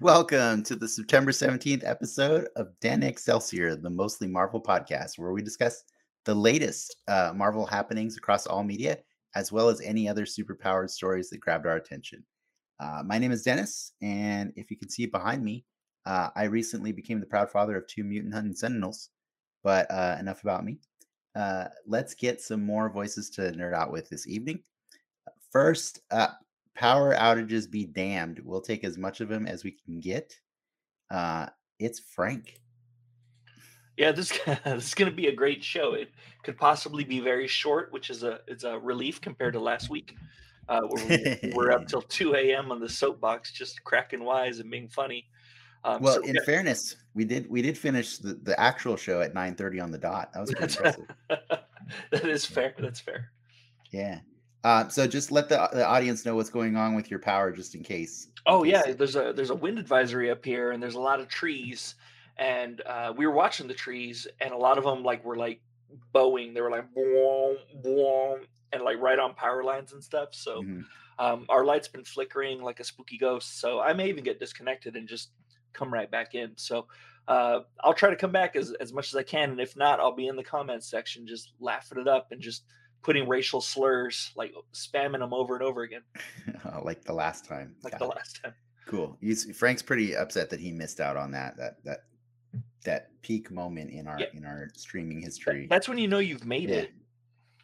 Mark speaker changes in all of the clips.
Speaker 1: Welcome to the September 17th episode of Dan Excelsior, the mostly Marvel podcast, where we discuss the latest uh, Marvel happenings across all media, as well as any other superpowered stories that grabbed our attention. Uh, my name is Dennis, and if you can see behind me, uh, I recently became the proud father of two mutant hunting sentinels, but uh, enough about me. Uh, let's get some more voices to nerd out with this evening. First uh, up, power outages be damned. We'll take as much of them as we can get. Uh, it's Frank.
Speaker 2: Yeah, this this is going to be a great show. It could possibly be very short, which is a it's a relief compared to last week. Uh, where we we're up till two a.m. on the soapbox, just cracking wise and being funny. Um,
Speaker 1: well,
Speaker 2: so-
Speaker 1: in fairness, we did we did finish the, the actual show at 9:30 on the dot. That was pretty impressive.
Speaker 2: that is fair. That's fair.
Speaker 1: Yeah. Uh, so just let the, the audience know what's going on with your power, just in case.
Speaker 2: Oh
Speaker 1: in case
Speaker 2: yeah, there's a there's a wind advisory up here, and there's a lot of trees, and uh, we were watching the trees, and a lot of them like were like bowing. They were like boom, boom, and like right on power lines and stuff. So
Speaker 1: Mhm.
Speaker 2: um, our light's been flickering like a spooky ghost. So I may even get disconnected and just come right back in. So uh, I'll try to come back as as much as I can, and if not, I'll be in the comments section just laughing it up and just putting racial slurs like spamming them over and over again
Speaker 1: mm-hmm, uh, like the last time.
Speaker 2: like
Speaker 1: Got
Speaker 2: the
Speaker 1: it.
Speaker 2: last time
Speaker 1: Cool. He's, Frank's pretty upset that he missed out on that that that that peak moment in our
Speaker 2: Yeah.
Speaker 1: in our streaming
Speaker 2: That-
Speaker 1: history.
Speaker 2: that's when you know you've made
Speaker 1: Yeah.
Speaker 2: it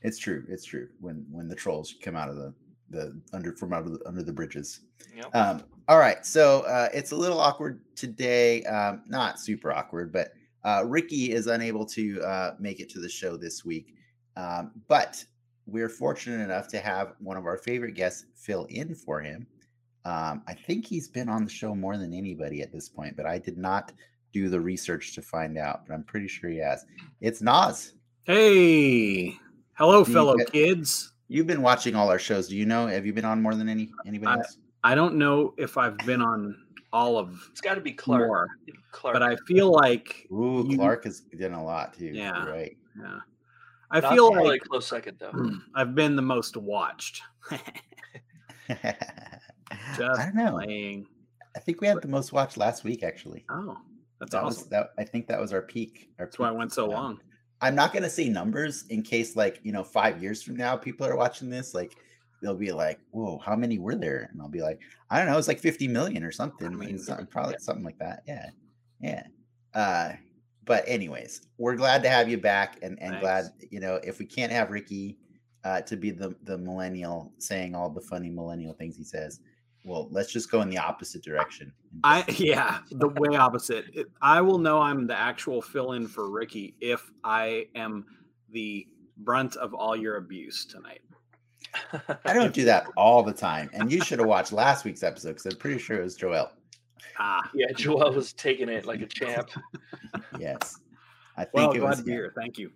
Speaker 1: It's true. It's true. When when the trolls come out of the the under from out of the, under the bridges.
Speaker 2: you know?
Speaker 3: Uh,
Speaker 1: Um, all right, so uh, it's a little awkward today. Um, not super awkward, but uh, Ricky is unable to uh, make it to the show this week. Um, but we're fortunate enough to have one of our favorite guests fill in for him. Um, I think he's been on the show more than anybody at this point, but I did not do the research to find out. But I'm pretty sure he has. It's Nas.
Speaker 3: Hey, hello,
Speaker 1: Do you
Speaker 3: fellow
Speaker 1: get-
Speaker 3: kids.
Speaker 1: You've been watching all our shows. Do you know? Have you been on more than any anybody
Speaker 3: I-
Speaker 1: else?
Speaker 3: I don't know if I've been on all of
Speaker 2: it's got to be Clark.
Speaker 3: more,
Speaker 2: Clark.
Speaker 3: but I feel like
Speaker 1: Ooh,
Speaker 3: you-
Speaker 1: Clark has done a lot too.
Speaker 3: Yeah.
Speaker 1: You're right.
Speaker 3: yeah, I
Speaker 2: Not
Speaker 3: feel
Speaker 2: really
Speaker 3: like
Speaker 2: a close second though.
Speaker 3: I've been the most watched.
Speaker 1: I don't know.
Speaker 3: Playing.
Speaker 1: I think we had the most watched last week, actually.
Speaker 3: Oh, that's
Speaker 1: that was
Speaker 3: awesome.
Speaker 1: that. I think that was our peak. Our
Speaker 3: That's why I
Speaker 1: peak,
Speaker 3: went so
Speaker 1: um,
Speaker 3: long.
Speaker 1: I'm not gonna say numbers in case, like you know, five years from now, people are watching this. Like they'll be like, "Whoa, how many were there?" And I'll be like, "I don't know. It's like 50 million or something. like,
Speaker 3: mean,
Speaker 1: something- probably something like that." Yeah, yeah. Uh, but anyways, we're glad to have you back, and and glad you know if we can't have Ricky uh, to be the the millennial saying all the funny millennial things he says. Well, let's just go in the opposite direction. and
Speaker 3: I
Speaker 1: just-
Speaker 3: yeah, the way opposite. It- I will know I'm the actual fill-in for Ricky if I am the brunt of all your abuse tonight.
Speaker 1: I don't do that all the time. And you should have watched last week's episode because I'm pretty sure it was Joel.
Speaker 3: Ah,
Speaker 2: yeah, Joel was taking it like a champ.
Speaker 1: Yes. I think
Speaker 3: well,
Speaker 1: it
Speaker 3: glad
Speaker 1: was
Speaker 3: to be
Speaker 1: yeah.
Speaker 3: here. Thank you.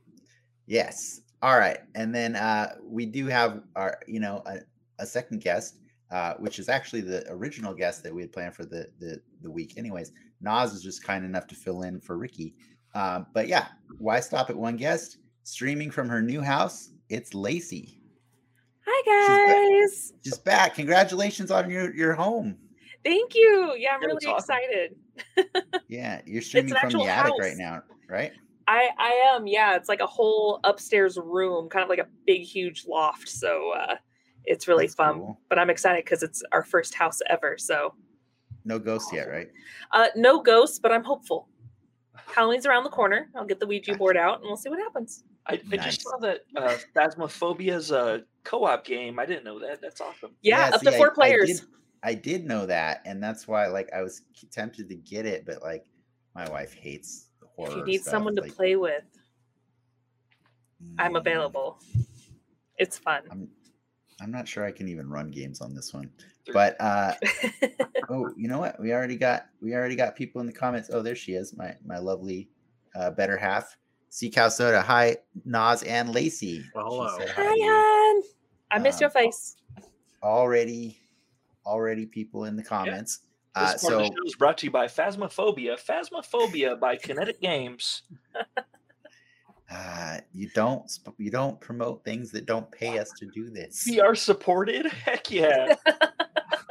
Speaker 1: Yes. All right. And then uh we do have our, you know, a, a second guest, uh, which is actually the original guest that we had planned for the the, the week. Anyways, Nas is just kind enough to fill in for Ricky. Uh, but yeah, why stop at one guest? Streaming from her new house, it's Lacey.
Speaker 4: Hi guys.
Speaker 1: She's back. Congratulations on your your home.
Speaker 4: Thank you. Yeah, I'm
Speaker 2: Yeah,
Speaker 4: really
Speaker 2: that's awesome.
Speaker 4: excited.
Speaker 1: Yeah, you're streaming from
Speaker 4: actual
Speaker 1: the attic right
Speaker 4: house.
Speaker 1: now, right?
Speaker 4: I I am. Yeah, it's like a whole upstairs room, kind of like a big huge loft. So uh it's really
Speaker 1: That's
Speaker 4: fun.
Speaker 1: cool.
Speaker 4: But I'm excited cuz it's our first house ever. So
Speaker 1: No ghost yet,
Speaker 4: Awesome.
Speaker 1: right?
Speaker 4: uh no ghosts, but I'm hopeful. Halloween's around the corner. I'll get the Ouija board out and we'll see what happens.
Speaker 2: I, I
Speaker 1: Nice.
Speaker 2: just saw that uh, Phasmophobia's a co-op game. I didn't know that. That's awesome.
Speaker 4: Yeah, up to
Speaker 1: see, I-
Speaker 4: four
Speaker 1: I
Speaker 4: players.
Speaker 1: did- I did, know that, and that's why, like, I was k- tempted to get it, but like, my wife hates the horror.
Speaker 4: if you need
Speaker 1: stuff,
Speaker 4: someone to
Speaker 1: like,
Speaker 4: play with, I'm
Speaker 1: mm,
Speaker 4: available. It's fun.
Speaker 1: I'm, I'm not sure I can even run games on this one,
Speaker 2: They're-
Speaker 1: but uh, oh, you know what? We already got we already got people in the comments. Oh, there she is, my my lovely uh, better half, Sea Cow Soda. Hi, Nas and Lacey. She
Speaker 3: Hello.
Speaker 1: said
Speaker 4: Hi,
Speaker 1: to you.
Speaker 4: hon. I missed
Speaker 1: Um,
Speaker 4: your face.
Speaker 1: already already people in the comments.
Speaker 2: This
Speaker 1: Uh,
Speaker 2: part of
Speaker 1: so
Speaker 2: the show is brought to you by Phasmophobia. Phasmophobia by Kinetic Games.
Speaker 1: uh, you don't sp- you don't promote things that don't pay us to do this.
Speaker 2: PR supported. Heck yeah.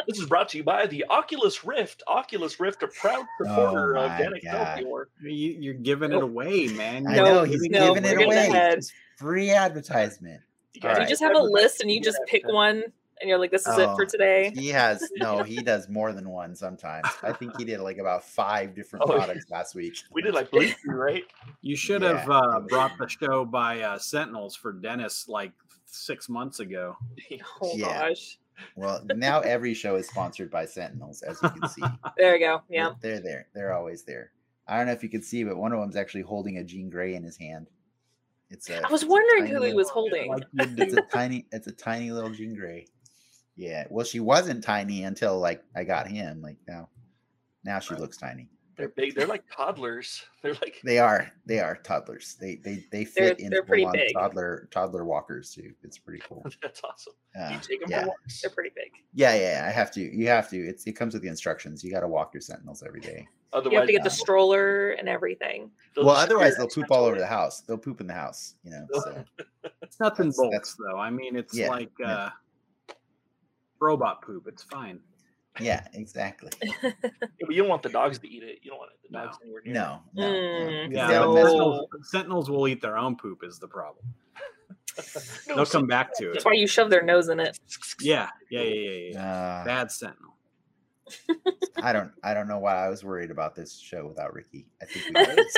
Speaker 2: This is brought to you by the Oculus Rift. Oculus Rift, a proud supporter of
Speaker 1: Oh my
Speaker 2: Danik
Speaker 1: God.
Speaker 2: Excelsior.
Speaker 3: You, you're giving it
Speaker 4: Nope.
Speaker 3: away, man.
Speaker 1: I
Speaker 4: No,
Speaker 1: know he's
Speaker 4: no,
Speaker 1: giving
Speaker 4: we're
Speaker 1: it
Speaker 4: gonna
Speaker 1: away.
Speaker 4: head.
Speaker 1: It's free advertisement.
Speaker 2: You
Speaker 1: All
Speaker 2: guys
Speaker 1: right.
Speaker 4: You just have a list and you
Speaker 2: Yeah,
Speaker 4: just pick
Speaker 2: okay.
Speaker 4: one and you're like, this is it for
Speaker 1: Oh,
Speaker 4: today.
Speaker 1: He has no, he does more than one sometimes. I think he did like about five different
Speaker 2: Oh, yeah.
Speaker 1: products last week.
Speaker 2: We did like Blue Tree, right?
Speaker 3: You should
Speaker 1: Yeah,
Speaker 3: have uh,
Speaker 1: probably.
Speaker 3: brought the show by uh, Sentinels for Dennis like six months ago.
Speaker 4: Oh
Speaker 1: Yeah.
Speaker 4: gosh.
Speaker 1: Well, now every show is sponsored by Sentinels, as you can see.
Speaker 4: There we go. Yeah.
Speaker 1: They're there. They're always there. I don't know if you can see, but one of them's actually holding a Jean Grey in his hand. It's a
Speaker 4: I was
Speaker 1: it's a
Speaker 4: wondering
Speaker 1: tiny
Speaker 4: who he
Speaker 1: little-
Speaker 4: was holding.
Speaker 3: Like
Speaker 1: it's a tiny it's a tiny little Jean Grey. Yeah. Well, she wasn't tiny until like I got him. Like now now she
Speaker 3: Right.
Speaker 1: looks tiny.
Speaker 2: They're big. They're like toddlers. They're like
Speaker 1: They are they are toddlers. They they they
Speaker 4: They're-
Speaker 1: fit in
Speaker 4: they're pretty
Speaker 1: full-on
Speaker 4: big.
Speaker 1: toddler toddler walkers too. It's pretty cool.
Speaker 2: that's awesome.
Speaker 1: Uh,
Speaker 2: you take them
Speaker 1: yeah.
Speaker 2: for walks.
Speaker 4: They're pretty big.
Speaker 1: yeah, yeah, I have to. You have to. It's it comes with the instructions. You got to walk your sentinels every day.
Speaker 2: Otherwise,
Speaker 4: You have to get the
Speaker 1: uh,
Speaker 4: stroller and everything.
Speaker 2: they'll
Speaker 1: well,
Speaker 2: just
Speaker 1: otherwise
Speaker 2: appear
Speaker 1: they'll
Speaker 2: as
Speaker 1: poop all over
Speaker 2: toys.
Speaker 1: the house. They'll poop in the house. You know.
Speaker 2: They'll-
Speaker 1: So
Speaker 3: it's nothing
Speaker 1: That's-
Speaker 3: bulks
Speaker 1: that's-
Speaker 3: though. I mean, it's
Speaker 1: yeah,
Speaker 3: like
Speaker 1: yeah.
Speaker 3: uh, robot poop. It's fine.
Speaker 1: yeah, exactly.
Speaker 2: Yeah, but you don't want the dogs to eat it. You don't want the
Speaker 3: No.
Speaker 2: dogs anywhere near.
Speaker 1: No, no. no,
Speaker 4: Mm,
Speaker 1: 'cause
Speaker 3: Yeah,
Speaker 1: that would
Speaker 3: but
Speaker 1: mess
Speaker 4: no.
Speaker 1: up-
Speaker 3: Sentinels, Sentinels will eat their own poop is the problem.
Speaker 2: No,
Speaker 3: They'll
Speaker 2: so-
Speaker 3: come back to it.
Speaker 4: That's why you shove their nose in it.
Speaker 3: Yeah, yeah, yeah, yeah. yeah.
Speaker 1: Uh,
Speaker 3: Bad Sentinel.
Speaker 1: I don't I don't know why I was worried about this show without Ricky. I think we got this.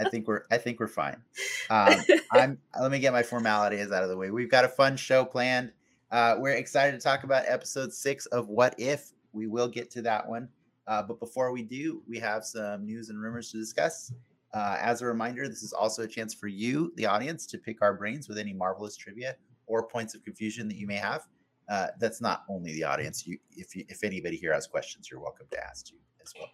Speaker 1: I think we're I think we're fine. Um, I'm let me get my formalities out of the way. We've got a fun show planned. Uh, we're excited to talk about episode six of What If. We will get to that one. Uh, but before we do, we have some news and rumors to discuss. Uh, as a reminder, this is also a chance for you, the audience, to pick our brains with any marvelous trivia or points of confusion that you may have. Uh, that's not only the audience. You, if you, if anybody here has questions, you're welcome to ask you as well.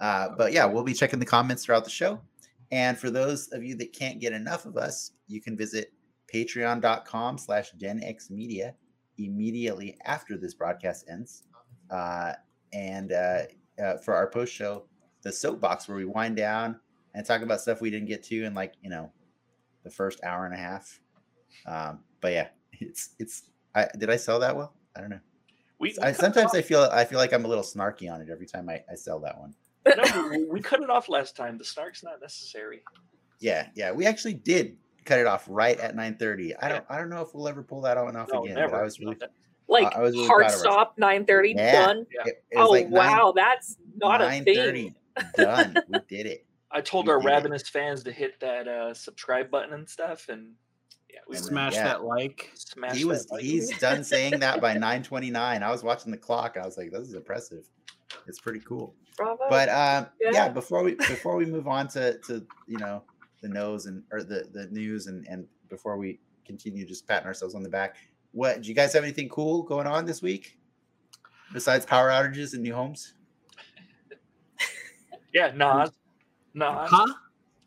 Speaker 1: Uh, but yeah, we'll be checking the comments throughout the show. And for those of you that can't get enough of us, you can visit patreon.com slash denxmedia immediately after this broadcast ends. Uh, and uh, uh, for our post show, the soapbox where we wind down and talk about stuff we didn't get to in like, you know, the first hour and a half. Um, but yeah, it's, it's, I, did I sell that well? I don't know.
Speaker 2: We, we
Speaker 1: I,
Speaker 2: cut it
Speaker 1: sometimes
Speaker 2: off.
Speaker 1: I feel, I feel like I'm a little snarky on it every time I, I sell that one.
Speaker 2: no, we- we cut it off last time. The snark's not necessary.
Speaker 1: Yeah, yeah. We actually did cut it off right at 9:30. I don't I don't know if we'll ever pull that on off
Speaker 2: No,
Speaker 1: again. But
Speaker 2: never.
Speaker 1: I was really
Speaker 4: Like
Speaker 1: I was really proud
Speaker 4: hard
Speaker 1: of her.
Speaker 4: stop, nine thirty,
Speaker 1: Yeah.
Speaker 4: done.
Speaker 2: Yeah.
Speaker 1: it, it was
Speaker 4: Oh
Speaker 1: like 9
Speaker 4: wow, that's not a thing.
Speaker 1: 9:30, done. We did it.
Speaker 2: I told
Speaker 1: You
Speaker 2: our
Speaker 1: did it.
Speaker 2: ravenous fans to hit that uh, subscribe button and stuff, and yeah, we
Speaker 1: And then-
Speaker 3: Smash
Speaker 1: yeah.
Speaker 3: that like.
Speaker 2: smashed.
Speaker 1: He was
Speaker 2: that like.
Speaker 1: he's done saying that by 9:29. I was watching the clock. I was like, this is impressive. It's pretty cool.
Speaker 4: Bravo.
Speaker 1: But um yeah.
Speaker 4: Yeah.
Speaker 1: before we before we move on to to you know the nose and or the the news and and before we continue just patting ourselves on the back. What do you guys have anything cool going on this week? Besides power outages and new homes?
Speaker 2: yeah, Nas, Nas,
Speaker 3: Huh?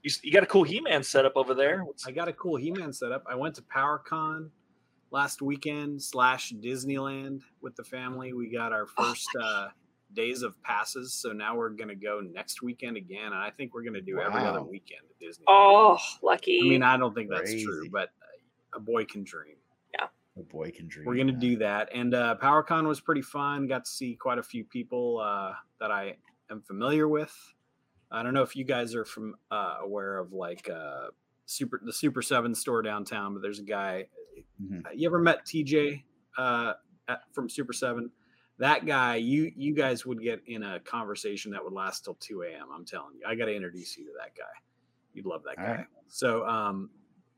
Speaker 2: you, s- you got a cool He-Man setup over there. What's-
Speaker 3: I got a cool He-Man setup. I went to PowerCon last weekend slash Disneyland with the family. We got our
Speaker 4: Oh,
Speaker 3: first uh, days of passes, so now we're gonna go next weekend again, and I think we're gonna do every other
Speaker 1: Wow.
Speaker 3: weekend at Disney.
Speaker 4: oh, lucky.
Speaker 3: I mean, I don't think that's
Speaker 1: Crazy.
Speaker 3: true, but a boy can dream.
Speaker 1: A Oh, boy can dream.
Speaker 3: We're gonna
Speaker 1: yeah.
Speaker 3: do that, and uh, PowerCon was pretty fun. Got to see quite a few people uh, that I am familiar with. I don't know if you guys are from uh, aware of like uh, super the Super Seven store downtown, but there's a guy
Speaker 1: Mhm.
Speaker 3: Uh, you ever met TJ uh, at, from Super Seven? That guy, you you guys would get in a conversation that would last till two a.m. I'm telling you, I got to introduce you to that guy. You'd love that
Speaker 1: All
Speaker 3: guy.
Speaker 1: right.
Speaker 3: So um,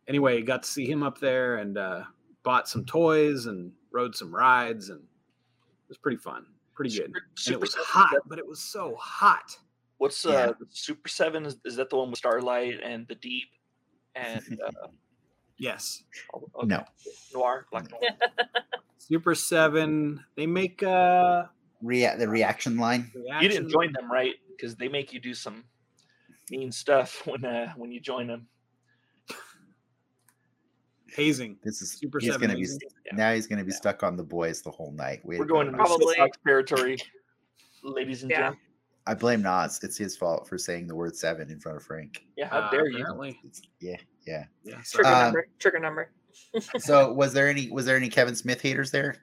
Speaker 3: anyway, got to see him up there and uh, bought some toys and rode some rides, and it was pretty fun, pretty good.
Speaker 2: Super,
Speaker 3: And
Speaker 2: Super
Speaker 3: it was
Speaker 2: Seven, is
Speaker 3: hot,
Speaker 2: that-
Speaker 3: but it was so hot.
Speaker 2: What's
Speaker 1: Yeah.
Speaker 2: uh, the Super Seven? Is, is that the one with Starlight and the Deep and uh,
Speaker 3: Yes,
Speaker 2: all- all-
Speaker 1: No.
Speaker 2: Noir? Black Noir.
Speaker 3: Super Seven. They make uh,
Speaker 1: Rea- the reaction line.
Speaker 2: You didn't
Speaker 3: reaction-
Speaker 2: join them, right? Because they make you do some mean stuff when uh, when you join them.
Speaker 3: hazing.
Speaker 1: This is
Speaker 3: Super
Speaker 1: he's
Speaker 3: Seven
Speaker 1: gonna be
Speaker 3: hazing.
Speaker 2: Yeah.
Speaker 1: now he's gonna be
Speaker 2: Yeah.
Speaker 1: stuck on the boys the whole night. Way
Speaker 2: We're
Speaker 1: to go,
Speaker 2: going into
Speaker 1: Nas.
Speaker 4: Probably.
Speaker 2: soapbox territory, ladies and
Speaker 4: Yeah.
Speaker 2: gentlemen.
Speaker 1: I blame Nas. It's his fault for saying the word seven in front of Frank.
Speaker 2: Yeah, how
Speaker 3: Uh,
Speaker 2: dare you?
Speaker 3: Apparently.
Speaker 1: It's- yeah, yeah.
Speaker 3: Yeah, so-
Speaker 4: trigger
Speaker 1: Uh,
Speaker 4: number. Trigger number.
Speaker 1: So was there any was there any Kevin Smith haters there?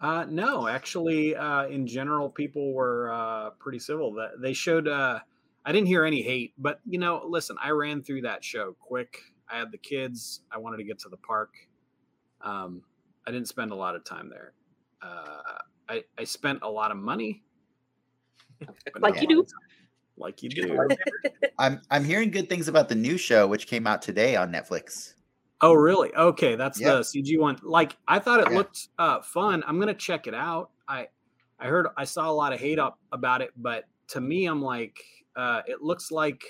Speaker 3: Uh, no, actually, uh, in general, people were uh, pretty civil. That they showed. Uh, I didn't hear any hate, but you know, listen, I ran through that show quick. I had the kids. I wanted to get to the park. Um, I didn't spend a lot of time there. Uh, I I spent a lot of money. but
Speaker 4: Like
Speaker 3: not a
Speaker 4: you
Speaker 3: lot
Speaker 4: do.
Speaker 3: of time. Like you do.
Speaker 1: I'm I'm hearing good things about the new show which came out today on Netflix.
Speaker 3: Oh, really? Okay, that's
Speaker 1: Mm-hmm. Yeah.
Speaker 3: the CG one. Like I thought it
Speaker 1: Yeah.
Speaker 3: looked uh, fun. I'm gonna check it out. I I heard I saw a lot of hate up about it, but to me, I'm like, uh, it looks like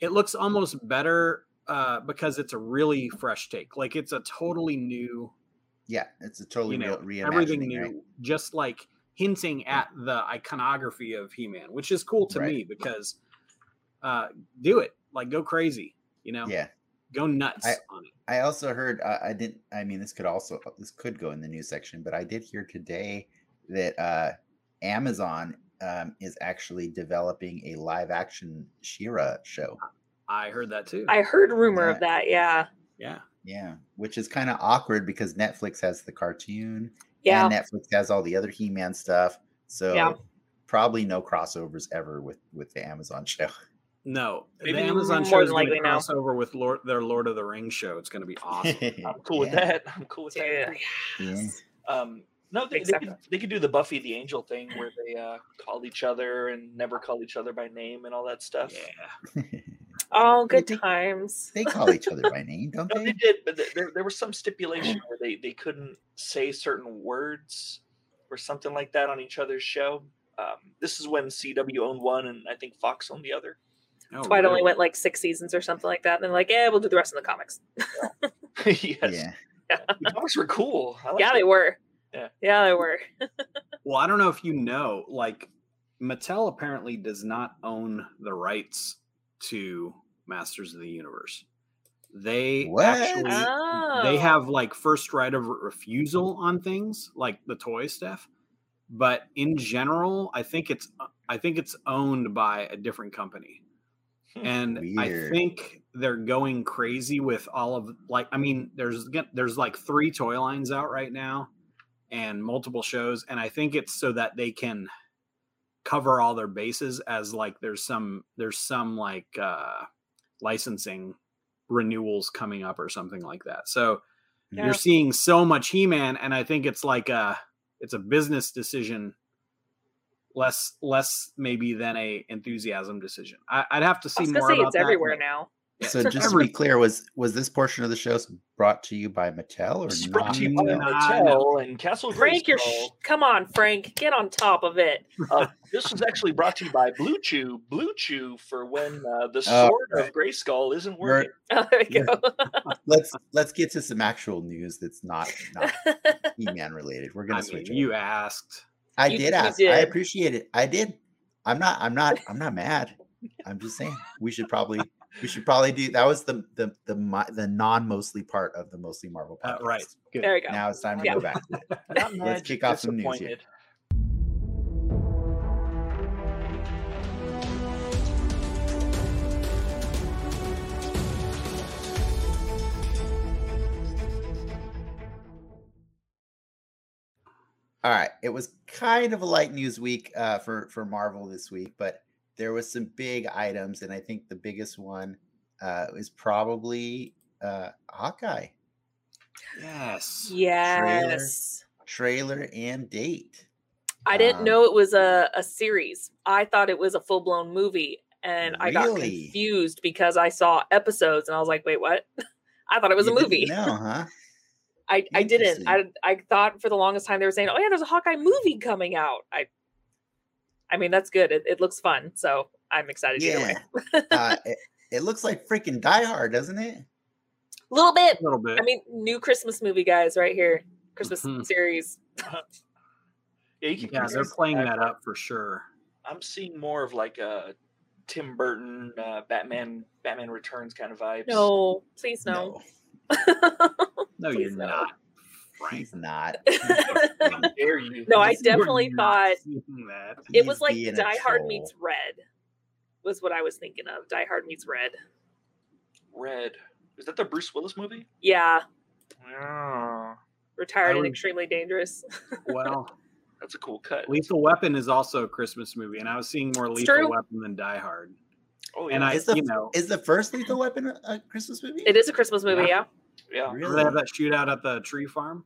Speaker 3: it looks almost better uh, because it's a really fresh take. Like it's a totally new,
Speaker 1: Yeah, it's a
Speaker 3: you
Speaker 1: totally
Speaker 3: know,
Speaker 1: re- reimagining.
Speaker 3: everything new,
Speaker 1: right?
Speaker 3: just like hinting at the iconography of He-Man, which is cool to
Speaker 1: Right.
Speaker 3: me because uh, do it, like go crazy, you know,
Speaker 1: Yeah.
Speaker 3: go nuts
Speaker 1: I-
Speaker 3: on it.
Speaker 1: I also heard uh, I didn't I mean this could also this could go in the news section, but I did hear today that uh Amazon um, is actually developing a live action Shira show.
Speaker 3: Ah. I heard that too.
Speaker 4: I heard rumor
Speaker 1: Yeah.
Speaker 4: of that. Yeah.
Speaker 3: yeah.
Speaker 1: Yeah, which is kind of awkward because Netflix has the cartoon
Speaker 4: Yeah.
Speaker 1: and Netflix has all the other He-Man stuff. So
Speaker 4: Yeah.
Speaker 1: probably no crossovers ever with with the Amazon show.
Speaker 3: No, the
Speaker 2: Maybe
Speaker 3: Amazon
Speaker 4: more
Speaker 3: show is going
Speaker 4: than
Speaker 3: to
Speaker 4: likely no.
Speaker 3: cross over with Lord, their Lord of the Rings show. It's going to be awesome.
Speaker 2: I'm cool with
Speaker 1: Yeah.
Speaker 2: that. I'm cool with that.
Speaker 4: Dude,
Speaker 1: Yeah.
Speaker 4: yes.
Speaker 2: Um, no, they,
Speaker 4: Big
Speaker 2: they,
Speaker 4: sucker.
Speaker 2: could, they could do the Buffy the Angel thing where they uh, call each other and never call each other by name and all that stuff.
Speaker 3: yeah,
Speaker 4: Oh, good
Speaker 1: think-
Speaker 4: times.
Speaker 1: they call each other by name, don't
Speaker 2: No, they
Speaker 1: they?
Speaker 2: did, but th- there, there was some stipulation where they, they couldn't say certain words or something like that on each other's show. Um, this is when CW owned one and I think Fox owned the other.
Speaker 3: Oh,
Speaker 4: That's why it only
Speaker 3: really?
Speaker 4: went like six seasons or something like that. And then like, yeah, we'll do the rest in the comics.
Speaker 2: yes,
Speaker 1: Yeah.
Speaker 2: the comics were Oh, cool. I
Speaker 4: yeah,
Speaker 2: liked
Speaker 4: they
Speaker 2: it.
Speaker 4: were.
Speaker 2: Yeah.
Speaker 4: yeah, they were.
Speaker 3: Well, I don't know if you know, like Mattel apparently does not own the rights to Masters of the Universe. They
Speaker 1: What?
Speaker 3: actually
Speaker 4: Oh.
Speaker 3: they have like first right of re- refusal on things like the toy stuff, but in general, I think it's uh, I think it's owned by a different company.
Speaker 2: Hmm.
Speaker 3: and I
Speaker 1: Weird.
Speaker 3: think they're going crazy with all of like I mean there's g- there's like three toy lines out right now and multiple shows and I think it's so that they can cover all their bases as like there's some there's some like uh licensing renewals coming up or something like that. So
Speaker 4: Yeah.
Speaker 3: you're seeing so much He-Man and I think it's like a it's a business decision less less maybe than a enthusiasm decision. I, I'd have to
Speaker 4: I
Speaker 3: see
Speaker 4: was gonna
Speaker 3: more
Speaker 4: say
Speaker 3: about
Speaker 4: it's
Speaker 3: that,
Speaker 4: everywhere
Speaker 3: but-
Speaker 4: now.
Speaker 3: Yeah,
Speaker 1: So
Speaker 3: it's
Speaker 1: just to
Speaker 3: every-
Speaker 1: be clear, was was this portion of the show s- brought to you by Mattel or
Speaker 2: This is brought
Speaker 1: not?
Speaker 2: to you by
Speaker 3: No.
Speaker 2: Mattel and Castle
Speaker 4: Frank, you're sh-
Speaker 2: Grayskull.
Speaker 4: come on, Frank, get on top of it.
Speaker 2: Uh, this was actually brought to you by Blue Chew. Blue Chew for when uh, the
Speaker 1: Oh,
Speaker 2: sword of Grayskull isn't
Speaker 1: We're-
Speaker 2: working.
Speaker 4: Oh, there we
Speaker 1: Yeah.
Speaker 4: go.
Speaker 1: let's let's get to some actual news that's not not E-Man related. We're gonna
Speaker 3: I mean,
Speaker 1: switch.
Speaker 3: you
Speaker 1: over.
Speaker 3: asked.
Speaker 1: I
Speaker 4: you-
Speaker 1: did
Speaker 4: you
Speaker 1: ask. I
Speaker 4: did.
Speaker 1: appreciate it. I did. I'm not. I'm not. I'm not mad. I'm just saying we should probably we should probably do that. Was the the the mi- the non mostly part of the mostly Marvel
Speaker 3: Uh,
Speaker 1: podcast.
Speaker 3: right. Good.
Speaker 4: There we go.
Speaker 1: Now it's time to
Speaker 4: Yeah.
Speaker 1: go back. to it.
Speaker 2: Not mad,
Speaker 1: Let's
Speaker 2: just
Speaker 1: kick off some news here.
Speaker 2: disappointed.
Speaker 1: All right. It was kind of a light news week uh, for for Marvel this week, but there was some big items, and I think the biggest one uh, is probably uh, Hawkeye
Speaker 3: Yes.
Speaker 4: Yes.
Speaker 1: trailer and date.
Speaker 4: I didn't
Speaker 1: Um,
Speaker 4: know it was a, a series. I thought it was a full blown movie. And I got
Speaker 1: Really?
Speaker 4: confused because I saw episodes and I was like, wait, what? I thought it was
Speaker 1: You
Speaker 4: a
Speaker 1: didn't
Speaker 4: movie.
Speaker 1: know, huh?
Speaker 4: I, I didn't. I,
Speaker 1: Interesting.
Speaker 4: I thought for the longest time they were saying, oh, yeah, there's a Hawkeye movie coming out. I I mean, that's good. It, it looks fun. So I'm excited either way.
Speaker 1: Yeah. uh, it, it looks like freaking Die Hard, doesn't it?
Speaker 4: A little bit.
Speaker 3: A little bit.
Speaker 4: I mean, new Christmas movie, guys, right here. Christmas
Speaker 1: Mm-hmm.
Speaker 3: Mhm.
Speaker 4: series.
Speaker 2: Yeah, you can
Speaker 3: yeah, they're
Speaker 2: compare it to
Speaker 3: playing
Speaker 2: Batman.
Speaker 3: that up for sure.
Speaker 2: I'm seeing more of like a Tim Burton uh, Batman Batman Returns kind of vibes.
Speaker 4: No, please no.
Speaker 3: No,
Speaker 4: Please
Speaker 3: you're
Speaker 4: no.
Speaker 3: not, Frank.
Speaker 1: he's not.
Speaker 2: How dare you?
Speaker 4: No, I
Speaker 3: You are
Speaker 4: definitely
Speaker 3: not
Speaker 4: thought
Speaker 3: seeing that.
Speaker 4: it
Speaker 1: He's
Speaker 4: was like
Speaker 1: being a
Speaker 4: Die Hard
Speaker 1: troll.
Speaker 4: meets Red, was what I was thinking of. Die Hard meets Red.
Speaker 2: Red. Is that the Bruce Willis movie?
Speaker 4: Yeah,
Speaker 2: Yeah.
Speaker 4: Retired and
Speaker 3: would-
Speaker 4: extremely dangerous.
Speaker 3: Well,
Speaker 2: That's a cool cut.
Speaker 3: Lethal Weapon is also a Christmas movie, and I was seeing more
Speaker 4: It's
Speaker 3: Lethal
Speaker 4: true.
Speaker 3: Weapon than Die Hard.
Speaker 2: Oh yeah,
Speaker 3: And I,
Speaker 1: Is the-
Speaker 3: you know,
Speaker 1: Is the first Lethal Weapon a- a Christmas movie?
Speaker 4: It is a Christmas movie, yeah.
Speaker 2: yeah.
Speaker 1: Really?
Speaker 3: remember they have that shootout at the tree farm.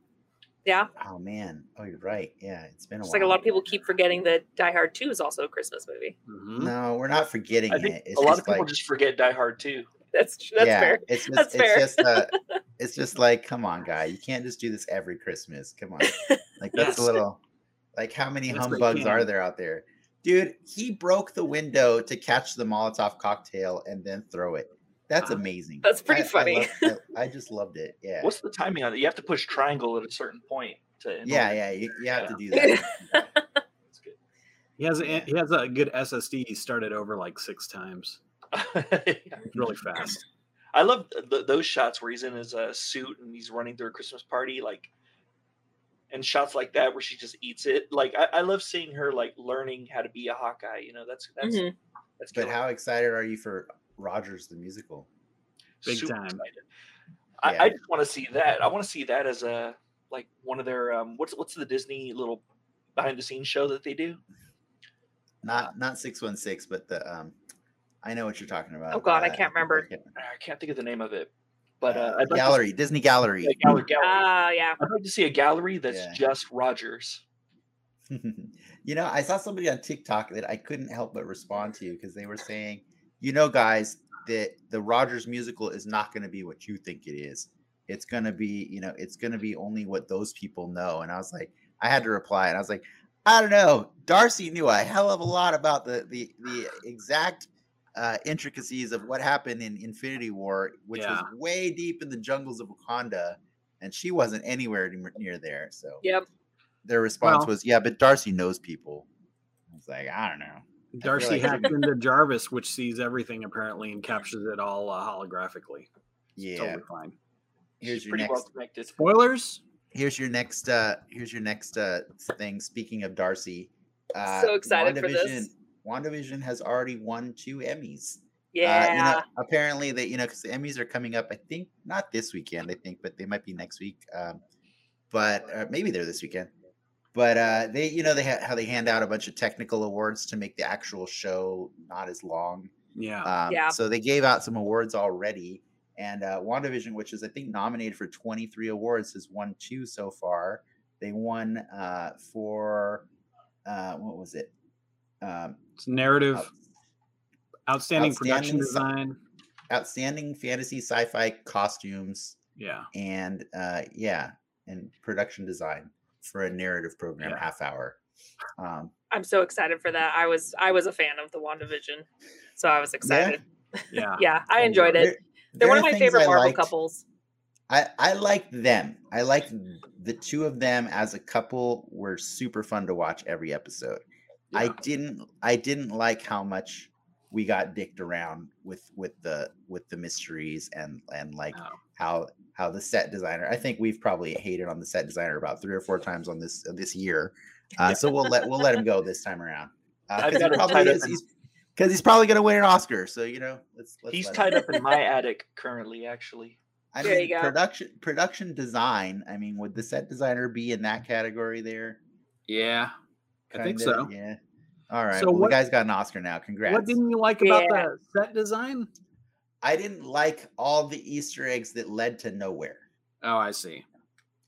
Speaker 4: Yeah.
Speaker 1: Oh man. Oh, you're right. Yeah, it's been a
Speaker 4: Just
Speaker 1: while.
Speaker 4: like a lot of people keep forgetting that Die Hard 2 is also a Christmas movie.
Speaker 3: Mhm.
Speaker 4: hmm?
Speaker 1: No, we're not forgetting
Speaker 2: I think
Speaker 1: it. It's
Speaker 2: a lot
Speaker 1: just
Speaker 2: of people
Speaker 1: like,
Speaker 2: just forget Die Hard too.
Speaker 4: That's that's
Speaker 1: yeah,
Speaker 4: fair.
Speaker 1: It's just,
Speaker 4: That's
Speaker 1: it's
Speaker 4: fair.
Speaker 1: just, uh, it's just like, come on, guy, you can't just do this every Christmas. Come on, like that's
Speaker 2: Yes.
Speaker 1: a little, like how many
Speaker 3: Yes, they
Speaker 1: humbugs are
Speaker 3: can.
Speaker 1: there out there, dude? He broke the window to catch the Molotov cocktail and then throw it. That's
Speaker 3: Wow.
Speaker 1: amazing.
Speaker 4: That's pretty
Speaker 1: I- I
Speaker 4: funny.
Speaker 1: love- I, I just loved it. Yeah,
Speaker 2: What's the timing on it? You have to push triangle at a certain point to. in
Speaker 1: yeah,
Speaker 2: order-
Speaker 1: yeah. You, you have to do
Speaker 4: Yeah.
Speaker 1: that.
Speaker 2: That's good.
Speaker 3: He has a,
Speaker 1: Yeah.
Speaker 3: he has a good SSD. He started over like six times.
Speaker 2: Yeah.
Speaker 3: It's really fast.
Speaker 2: I love th- th- those shots where he's in his uh, suit and he's running through a Christmas party, like, and shots like that where she just eats it. Like, I, I love seeing her like learning how to be a Hawkeye. You know, that's that's
Speaker 4: Mhm.
Speaker 2: that's
Speaker 1: But
Speaker 2: killer.
Speaker 1: how excited are you for Rogers the musical?
Speaker 3: Big
Speaker 2: Super
Speaker 3: time.
Speaker 2: excited. I,
Speaker 1: Yeah.
Speaker 2: I just want to see that. I want to see that as a like one of their um what's what's the Disney little behind the scenes show that they do?
Speaker 1: Not not six one six, but the um, I know what you're talking about. uh,
Speaker 4: Oh, God, I can't remember.
Speaker 1: can't-
Speaker 2: I can't think of the name of it, but uh,
Speaker 1: uh,
Speaker 2: I'd like
Speaker 1: gallery, Disney
Speaker 2: To
Speaker 1: gallery.
Speaker 2: see a gallery, gallery.
Speaker 4: Ah,
Speaker 1: Uh,
Speaker 4: yeah.
Speaker 2: I'd like to see a gallery that's
Speaker 1: Yeah.
Speaker 2: just Rogers.
Speaker 1: you know, I saw somebody on TikTok that I couldn't help but respond to because they were saying, you know, guys, that the Rogers musical is not going to be what you think it is. It's going to be, you know, it's going to be only what those people know. And I was like, I had to reply, and I was like, I don't know. Darcy knew a hell of a lot about the the the exact uh, intricacies of what happened in Infinity War, which was way deep in the jungles of Wakanda, and she wasn't anywhere near- near there. So
Speaker 4: Yep.
Speaker 1: their response
Speaker 3: Well-
Speaker 1: was, "Yeah, but Darcy knows people." I was like, "I don't know."
Speaker 3: Darcy
Speaker 1: like-
Speaker 3: hacked into Jarvis, which sees everything apparently and captures it all uh, holographically.
Speaker 1: Yeah,
Speaker 3: Totally fine.
Speaker 1: here's
Speaker 2: She's
Speaker 1: your
Speaker 2: pretty
Speaker 1: next.
Speaker 2: well connected.
Speaker 3: Spoilers.
Speaker 1: Here's your next. uh Here's your next uh thing. Speaking of Darcy, uh,
Speaker 4: So excited for
Speaker 1: WandaVision-
Speaker 4: this.
Speaker 1: WandaVision has already won two Emmys. Uh,
Speaker 4: Yeah.
Speaker 1: you know, apparently that you know because the Emmys are coming up. I think not this weekend. I think, but they might be next week. Um, but or maybe they're this weekend. But uh, they, you know, they ha- how they hand out a bunch of technical awards to make the actual show not as long.
Speaker 3: Yeah.
Speaker 1: Um,
Speaker 4: Yeah.
Speaker 1: So they gave out some awards already, and uh, WandaVision, which is I think nominated for 23 awards, has won two so far. They won uh, for uh, what was it? Um,
Speaker 3: It's narrative,
Speaker 1: out-
Speaker 3: outstanding,
Speaker 1: outstanding
Speaker 3: production
Speaker 1: si-
Speaker 3: design.
Speaker 1: outstanding fantasy sci-fi costumes
Speaker 3: Yeah.
Speaker 1: and uh, yeah, and production design for a narrative program
Speaker 3: Yeah.
Speaker 1: half hour. Um,
Speaker 4: I'm so excited for that. I was I was a fan of the WandaVision. So I was excited.
Speaker 3: Yeah.
Speaker 4: Yeah, I enjoyed it. They're
Speaker 1: there
Speaker 4: one
Speaker 1: are
Speaker 4: of my
Speaker 1: things
Speaker 4: favorite
Speaker 1: I
Speaker 4: Marvel
Speaker 1: liked.
Speaker 4: couples.
Speaker 1: I I like them. I like the two of them as a couple were super fun to watch every episode. I
Speaker 3: Yeah.
Speaker 1: didn't I didn't like how much we got dicked around with with the with the mysteries and and like
Speaker 3: No.
Speaker 1: how how the set designer. I think we've probably hated on the set designer about three or four times on this this year. Uh, so we'll let we'll let him go this time around
Speaker 2: I've
Speaker 1: because
Speaker 2: got
Speaker 1: he
Speaker 2: him
Speaker 1: probably
Speaker 2: tied up
Speaker 1: is.
Speaker 2: in-
Speaker 1: He's, because he's probably going to win an Oscar, so you know. Let's, let's
Speaker 2: He's
Speaker 1: let him.
Speaker 2: tied up in my attic currently, actually.
Speaker 1: I
Speaker 4: There you
Speaker 1: mean,
Speaker 4: go.
Speaker 1: production production design. I mean, would the set designer be in that category there?
Speaker 3: Yeah. I think
Speaker 1: Kinda,
Speaker 3: so.
Speaker 1: Yeah. All right.
Speaker 3: So
Speaker 1: well,
Speaker 3: what-
Speaker 1: the guy's got an Oscar now. Congrats.
Speaker 3: What didn't you like about
Speaker 4: Yeah.
Speaker 3: the set design?
Speaker 1: I didn't like all the Easter eggs that led to nowhere.
Speaker 3: Oh, I see.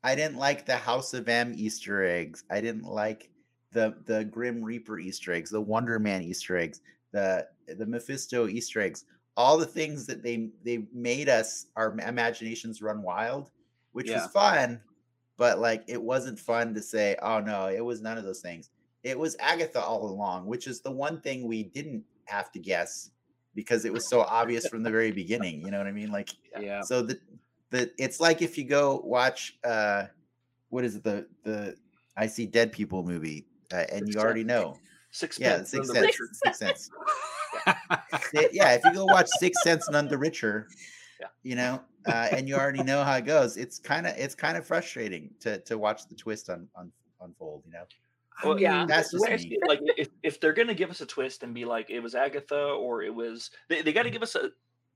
Speaker 1: I didn't like the House of M Easter eggs. I didn't like the the Grim Reaper Easter eggs, the Wonder Man Easter eggs, the the Mephisto Easter eggs. All the things that they they made us our ma- imaginations run wild, which
Speaker 3: Yeah.
Speaker 1: was fun, but like it wasn't fun to say, oh no, it was none of those things. It was Agatha all along, which is the one thing we didn't have to guess because it was so obvious from the very beginning. You know what I mean? Like
Speaker 3: Yeah.
Speaker 1: so the the it's like if you go watch uh what is it the the I see dead people movie uh, and
Speaker 2: Sixth
Speaker 1: you already
Speaker 2: Sense.
Speaker 1: know
Speaker 2: Six
Speaker 1: yeah
Speaker 2: Sense,
Speaker 1: Sixth
Speaker 2: none the
Speaker 1: Sense
Speaker 2: richer.
Speaker 1: Sixth Sense Th- yeah if you go watch Sixth Sense none the richer
Speaker 2: Yeah.
Speaker 1: you know uh, and you already know how it goes it's kind of it's kind of frustrating to to watch the twist un, un, unfold you know
Speaker 2: Well,
Speaker 4: Yeah.
Speaker 1: that's just
Speaker 2: Where's
Speaker 1: me.
Speaker 2: the- like if, if they're gonna give us a twist and be like it was Agatha or it was they, they got to give us a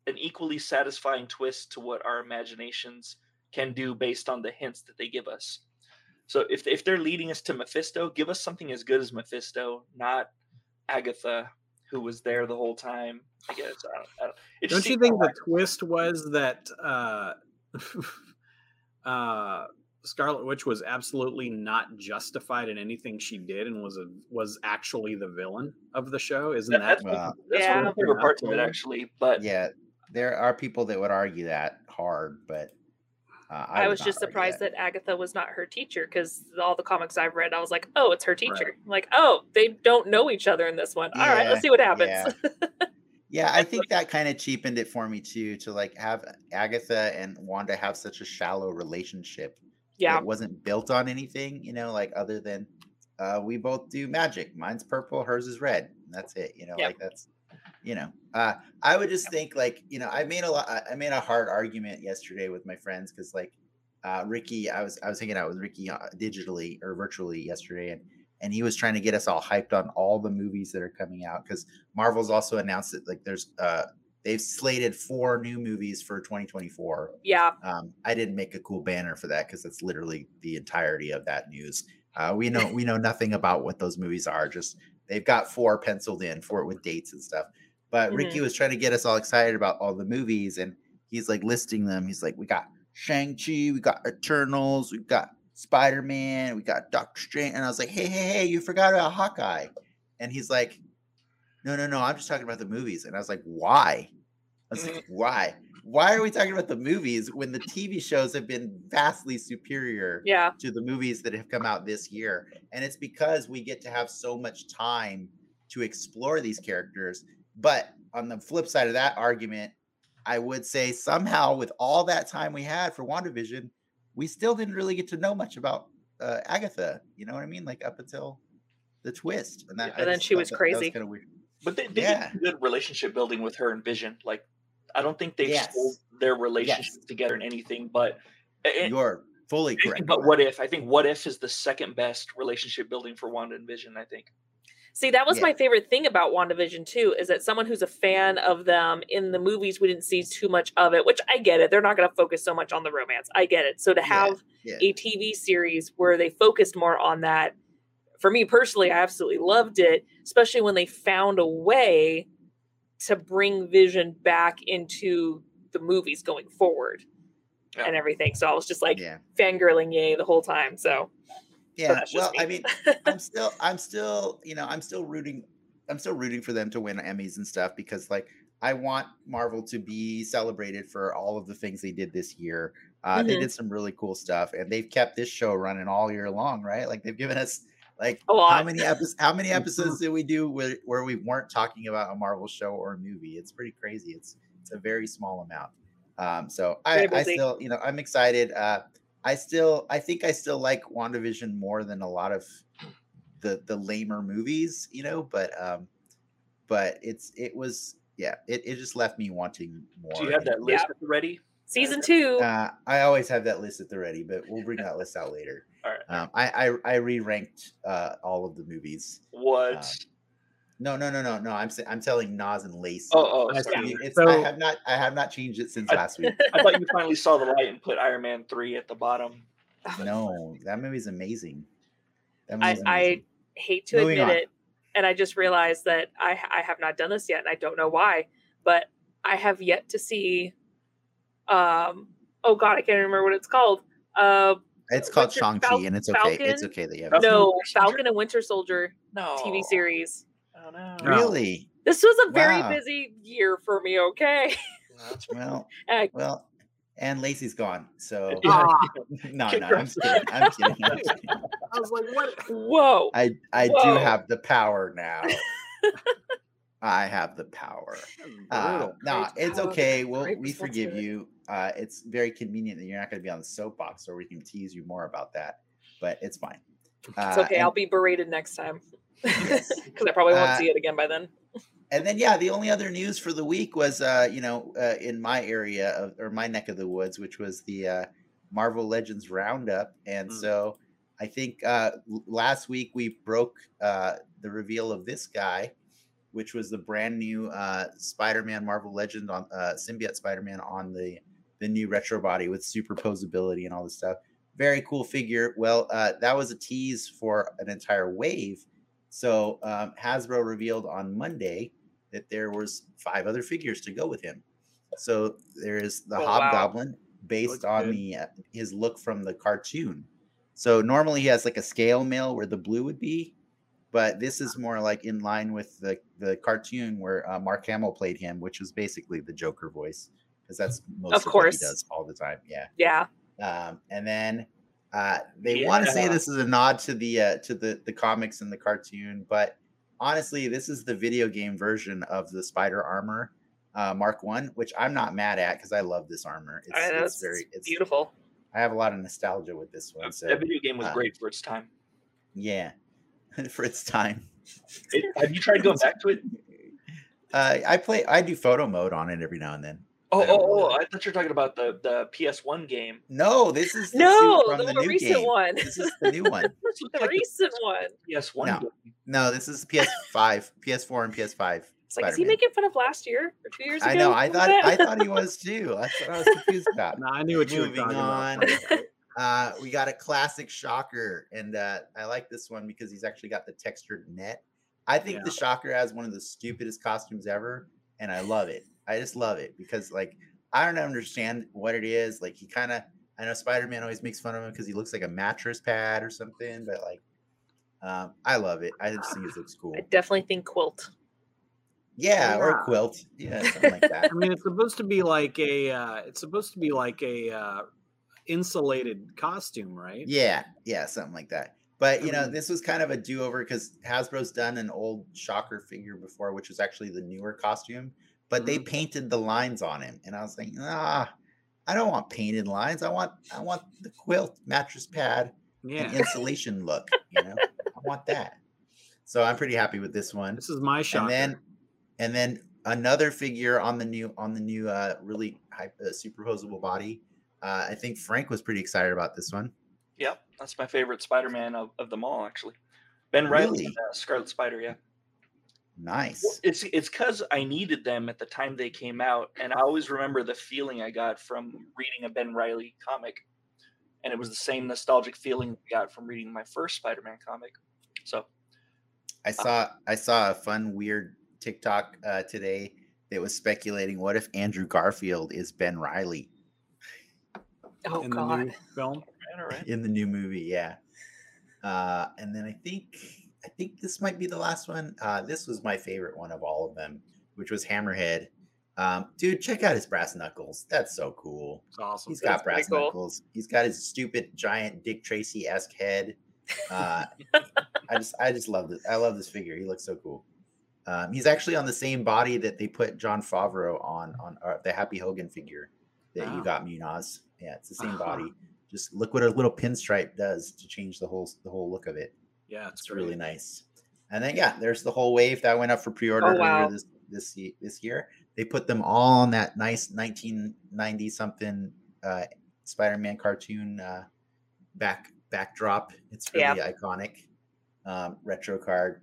Speaker 2: an equally satisfying twist to what our imaginations can do based on the hints that they give us. So if if they're leading us to Mephisto, give us something as good as Mephisto, not Agatha, who was there the whole time. I guess I don't. I don't, it just
Speaker 3: Don't you
Speaker 2: seemed
Speaker 3: think the
Speaker 2: like-
Speaker 3: twist was that uh, uh, Scarlet Witch was absolutely not justified in anything she did, and was a, was actually the villain of the show? Isn't
Speaker 2: that- that's,
Speaker 3: that
Speaker 1: Wow.
Speaker 2: that's one of
Speaker 4: Yeah.
Speaker 2: my favorite parts of it actually. But
Speaker 1: Yeah, there are people that would argue that hard, but uh, I,
Speaker 4: I,
Speaker 1: would
Speaker 4: was
Speaker 1: not
Speaker 4: just
Speaker 1: argue
Speaker 4: surprised
Speaker 1: that.
Speaker 4: that. Agatha was not her teacher because all the comics I've read, I was like, oh, it's her teacher.
Speaker 3: Right.
Speaker 4: I'm Like, oh, they don't know each other in this one. All right,
Speaker 1: Yeah,
Speaker 4: let's see what happens.
Speaker 1: Yeah, I think that kind of cheapened it for me too to like have Agatha and Wanda have such a shallow relationship.
Speaker 4: yeah.
Speaker 1: It wasn't built on anything, you know, like other than uh, we both do magic. Mine's purple, hers is red. and That's it. You know,
Speaker 4: Yeah.
Speaker 1: like that's you know. Uh I would just think like, you know, I made a lot I I made a hard argument yesterday with my friends because like uh Ricky, I was I was hanging out with Ricky uh, digitally or virtually yesterday and and he was trying to get us all hyped on all the movies that are coming out because Marvel's also announced that like there's uh they've slated four new movies for 2024.
Speaker 4: Yeah.
Speaker 1: Um, I didn't make a cool banner for that because that's literally the entirety of that news. Uh, we know we know nothing about what those movies are. Just they've got four penciled in for it with dates and stuff. But Ricky was trying to get us all excited about all the movies, and he's like listing them. He's like, "We got Shang Chi, we got Eternals, we got Spider Man, we got Doctor Strange," and I was like, "Hey, hey, hey, you forgot about Hawkeye," and he's like, "No, no, no, I'm just talking about the movies," and I was like, "Why?" I was like, "Why?" why are we talking about the movies when the TV shows have been vastly superior
Speaker 4: Yeah.
Speaker 1: to the movies that have come out this year? And it's because we get to have so much time to explore these characters. But on the flip side of that argument, I would say somehow with all that time we had for WandaVision, we still didn't really get to know much about uh, Agatha. You know what I mean? Like up until the twist, and that
Speaker 4: Yeah, and then she was crazy.
Speaker 1: kind of weird.
Speaker 2: but they, they
Speaker 1: Yeah.
Speaker 2: did some good relationship building with her and Vision. Like I don't think they've
Speaker 1: Yes.
Speaker 2: sold their relationship together in anything. But and-
Speaker 1: You're fully correct.
Speaker 2: but
Speaker 1: about
Speaker 2: what if? I think what if is the second best relationship building for Wanda and Vision. I think.
Speaker 4: See, that was
Speaker 1: Yeah.
Speaker 4: my favorite thing about WandaVision too, is that someone who's a fan of them in the movies, we didn't see too much of it, which I get it. They're not going to focus so much on the romance. I get it. So to
Speaker 1: Yeah,
Speaker 4: have
Speaker 1: yeah.
Speaker 4: a TV series where they focused more on that, for me personally, I absolutely loved it, especially when they found a way to bring Vision back into the movies going forward
Speaker 2: Yeah.
Speaker 4: and everything. So I was just like
Speaker 1: Yeah,
Speaker 4: fangirling yay the whole time. So
Speaker 1: yeah.
Speaker 4: that's just
Speaker 1: Well, I
Speaker 4: me.
Speaker 1: mean, I'm still, I'm still, you know, I'm still rooting, I'm still rooting for them to win Emmys and stuff because, like, I want Marvel to be celebrated for all of the things they did this year. Uh, They
Speaker 4: Mhm.
Speaker 1: did some really cool stuff, and they've kept this show running all year long, right? Like, they've given us like
Speaker 4: a lot.
Speaker 1: how many episodes? How many
Speaker 3: Mhm.
Speaker 1: episodes did we do where, where we weren't talking about a Marvel show or a movie? It's pretty crazy. It's it's a very small amount. Um, so I,
Speaker 4: Very
Speaker 1: I
Speaker 4: busy.
Speaker 1: still, you know, I'm excited. Uh, I still, I think I still like WandaVision more than a lot of the the lamer movies, you know. But um, but it's it was yeah, it, it just left me wanting more.
Speaker 2: Do you have
Speaker 1: and-
Speaker 2: that list ready?
Speaker 4: Season two.
Speaker 1: uh, I always have that list at the ready, but we'll bring that list out later.
Speaker 2: All right.
Speaker 1: Um, I I, I re ranked uh, all of the movies.
Speaker 2: What?
Speaker 1: uh, No, no, no, no, no. I'm sa- I'm telling Nas and Lacey.
Speaker 2: oh, oh,
Speaker 3: I
Speaker 2: sorry.
Speaker 3: see.
Speaker 1: It's, I
Speaker 3: So-
Speaker 1: have not I have not changed it since
Speaker 2: I-
Speaker 1: last week.
Speaker 2: I thought you finally saw the light and put Iron Man three at the bottom.
Speaker 1: No, that movie's amazing. That
Speaker 4: I,
Speaker 1: movie's
Speaker 4: I
Speaker 1: amazing.
Speaker 4: hate to
Speaker 1: Moving
Speaker 4: admit
Speaker 1: on.
Speaker 4: it, and I just realized that I I have not done this yet, and I don't know why, but I have yet to see. Um. Oh God, I can't remember what it's called. Uh,
Speaker 1: it's called
Speaker 4: Richard
Speaker 1: Shang
Speaker 4: Fal-
Speaker 1: Chi, and it's okay. It's
Speaker 4: Falcon? Oh,
Speaker 1: okay that you have.
Speaker 2: Falcon
Speaker 4: no,
Speaker 2: Winter Soldier?
Speaker 4: Falcon and Winter Soldier
Speaker 2: No
Speaker 4: TV series.
Speaker 2: Oh no.
Speaker 3: No.
Speaker 1: Really?
Speaker 4: This was a very
Speaker 1: Wow.
Speaker 4: busy year for me. Okay,
Speaker 2: That's-
Speaker 1: Well,
Speaker 4: I-
Speaker 1: well, and Lacey's gone. So
Speaker 2: Yeah.
Speaker 1: no,
Speaker 2: Kick
Speaker 1: no,
Speaker 2: her.
Speaker 1: I'm just kidding. I'm kidding. I'm kidding.
Speaker 3: I was like, what?
Speaker 4: whoa.
Speaker 1: I I do
Speaker 4: Whoa.
Speaker 1: have the power now. I have the power. Uh,
Speaker 3: Brutal.
Speaker 1: nah,
Speaker 4: Great
Speaker 1: it's
Speaker 4: power,
Speaker 1: okay. We'll,
Speaker 4: great
Speaker 1: we forgive
Speaker 4: responsibility.
Speaker 1: you. Uh, it's very convenient that you're not going to be on the soapbox, so we can tease you more about that. But it's fine. Uh,
Speaker 4: it's okay.
Speaker 1: and,
Speaker 4: I'll be berated next time because
Speaker 1: Yes.
Speaker 4: I probably won't
Speaker 1: Uh,
Speaker 4: see it again by then.
Speaker 1: and then, yeah, the only other news for the week was, uh, you know, uh, in my area of, or my neck of the woods, which was the uh, Marvel Legends Roundup. And
Speaker 3: Mm.
Speaker 2: Hmm.
Speaker 1: so I think uh, l- last week we broke uh, the reveal of this guy, which was the brand new uh, Spider Man Marvel Legend on uh, symbiote Spider Man on the the new retro body with superposability and all this stuff. Very cool figure. Well, uh, that was a tease for an entire wave. So um, Hasbro revealed on Monday that there was five other figures to go with him. So there is the
Speaker 2: Oh, wow.
Speaker 1: Hobgoblin based
Speaker 3: Looks
Speaker 1: on
Speaker 3: good.
Speaker 1: the uh, his look from the cartoon. So normally he has like a scale mail where the blue would be, but this is more like in line with the the cartoon where uh, Mark Hamill played him, which was basically the Joker voice because that's most of,
Speaker 4: course.
Speaker 1: what he does all the time. Yeah.
Speaker 4: Yeah.
Speaker 1: Um, and then uh, they want to say
Speaker 2: Yeah.
Speaker 1: this is a nod to the uh, to the the comics and the cartoon, but honestly, this is the video game version of the Spider Armor uh, Mark One, which I'm not mad at because I love this armor. It's,
Speaker 4: I know,
Speaker 1: it's very it's
Speaker 4: beautiful.
Speaker 1: I have a lot of nostalgia with this one.
Speaker 2: That-
Speaker 1: So
Speaker 2: that video game was
Speaker 1: uh,
Speaker 2: great for its time.
Speaker 1: yeah, for its time.
Speaker 2: It- have you tried going back to it?
Speaker 1: Uh, I play. I do photo mode on it every now and then.
Speaker 2: Oh,
Speaker 1: I don't
Speaker 2: oh, oh!
Speaker 1: really-
Speaker 2: I thought you were talking about the the PS1 game.
Speaker 1: No, this is the suit
Speaker 4: No,
Speaker 1: from
Speaker 4: the,
Speaker 1: the
Speaker 4: more
Speaker 1: new
Speaker 4: recent
Speaker 1: game.
Speaker 4: one.
Speaker 1: This is the new one.
Speaker 2: This looked
Speaker 4: The
Speaker 2: like
Speaker 4: recent one.
Speaker 2: the PS1
Speaker 1: No.
Speaker 2: game.
Speaker 1: No, this is PS5, PS4, and PS5.
Speaker 4: It's like, is he
Speaker 1: Spider-Man.
Speaker 4: making fun of last year or two years ago?
Speaker 1: I know. I
Speaker 4: What
Speaker 1: thought
Speaker 4: was
Speaker 1: I
Speaker 4: that?
Speaker 1: thought he was too. That's what I was confused about.
Speaker 3: No, I knew what you were
Speaker 1: Moving
Speaker 3: talking
Speaker 1: on.
Speaker 3: about.
Speaker 1: Uh, we got a classic shocker, and uh, I like this one because he's actually got the textured net. I think
Speaker 3: Yeah.
Speaker 1: the shocker has one of the stupidest costumes ever, and I love it. I just love it because like I don't understand what it is. Like he kind of I know Spider Man always makes fun of him because he looks like a mattress pad or something, but like um, I love it. I just think it looks cool.
Speaker 4: I definitely think quilt.
Speaker 1: Yeah, or
Speaker 3: Yeah.
Speaker 1: quilt. Yeah, something like that.
Speaker 3: I mean, it's supposed to be like a uh, it's supposed to be like a uh, insulated costume, right?
Speaker 1: Yeah, yeah, something like that. But you know,
Speaker 3: Mhm.
Speaker 1: this was kind of a do-over because Hasbro's done an old Shocker figure before, which was actually the newer costume, but
Speaker 3: Mm-hmm.
Speaker 1: they painted the lines on him, and I was like, ah, I don't want painted lines. I want, I want the quilt mattress pad and
Speaker 3: Yeah.
Speaker 1: insulation look. You know, I want that. So I'm pretty happy with this one.
Speaker 3: This is my shocker.
Speaker 1: And then, and then another figure on the new on the new uh, really hype, uh, superposable body. Uh, I think Frank was pretty excited about this one.
Speaker 2: Yep, that's my favorite Spider-Man of, of them all, actually. Ben Riley,
Speaker 1: Really?
Speaker 2: uh, Scarlet Spider. Yeah,
Speaker 1: Nice.
Speaker 2: Well, it's it's because I needed them at the time they came out, and I always remember the feeling I got from reading a Ben Riley comic, and it was the same nostalgic feeling I got from reading my first Spider-Man comic. So
Speaker 1: I saw I saw a fun weird TikTok uh, today that was speculating what if Andrew Garfield is Ben Riley
Speaker 4: Oh
Speaker 3: in the
Speaker 4: god.
Speaker 3: new film.
Speaker 2: all right, all right.
Speaker 1: in the new movie? Yeah. Uh, and then I think I think this might be the last one. Uh, this was my favorite one of all of them, which was Hammerhead. Um, dude, check out his brass knuckles. That's so cool.
Speaker 3: It's awesome.
Speaker 1: He's got
Speaker 4: That's pretty
Speaker 1: brass
Speaker 4: cool.
Speaker 1: knuckles. He's got his stupid giant Dick Tracy esque head. Uh, I just I just love this. I love this figure. He looks so cool. Um, he's actually on the same body that they put John Favreau on on uh, the Happy Hogan figure that you
Speaker 3: Wow.
Speaker 1: got Munaz. Yeah, it's the same
Speaker 3: Uh-huh.
Speaker 1: body. Just look what a little pinstripe does to change the whole the whole look of it.
Speaker 3: yeah, it's
Speaker 1: It's really
Speaker 3: great.
Speaker 1: nice. And then yeah, there's the whole wave that went up for pre-order
Speaker 4: Oh,
Speaker 1: earlier
Speaker 4: wow.
Speaker 1: this this ye- this year. They put them all on that nice 1990 something uh, Spider-Man cartoon uh, back backdrop. It's really
Speaker 4: Yeah.
Speaker 1: iconic um, retro card.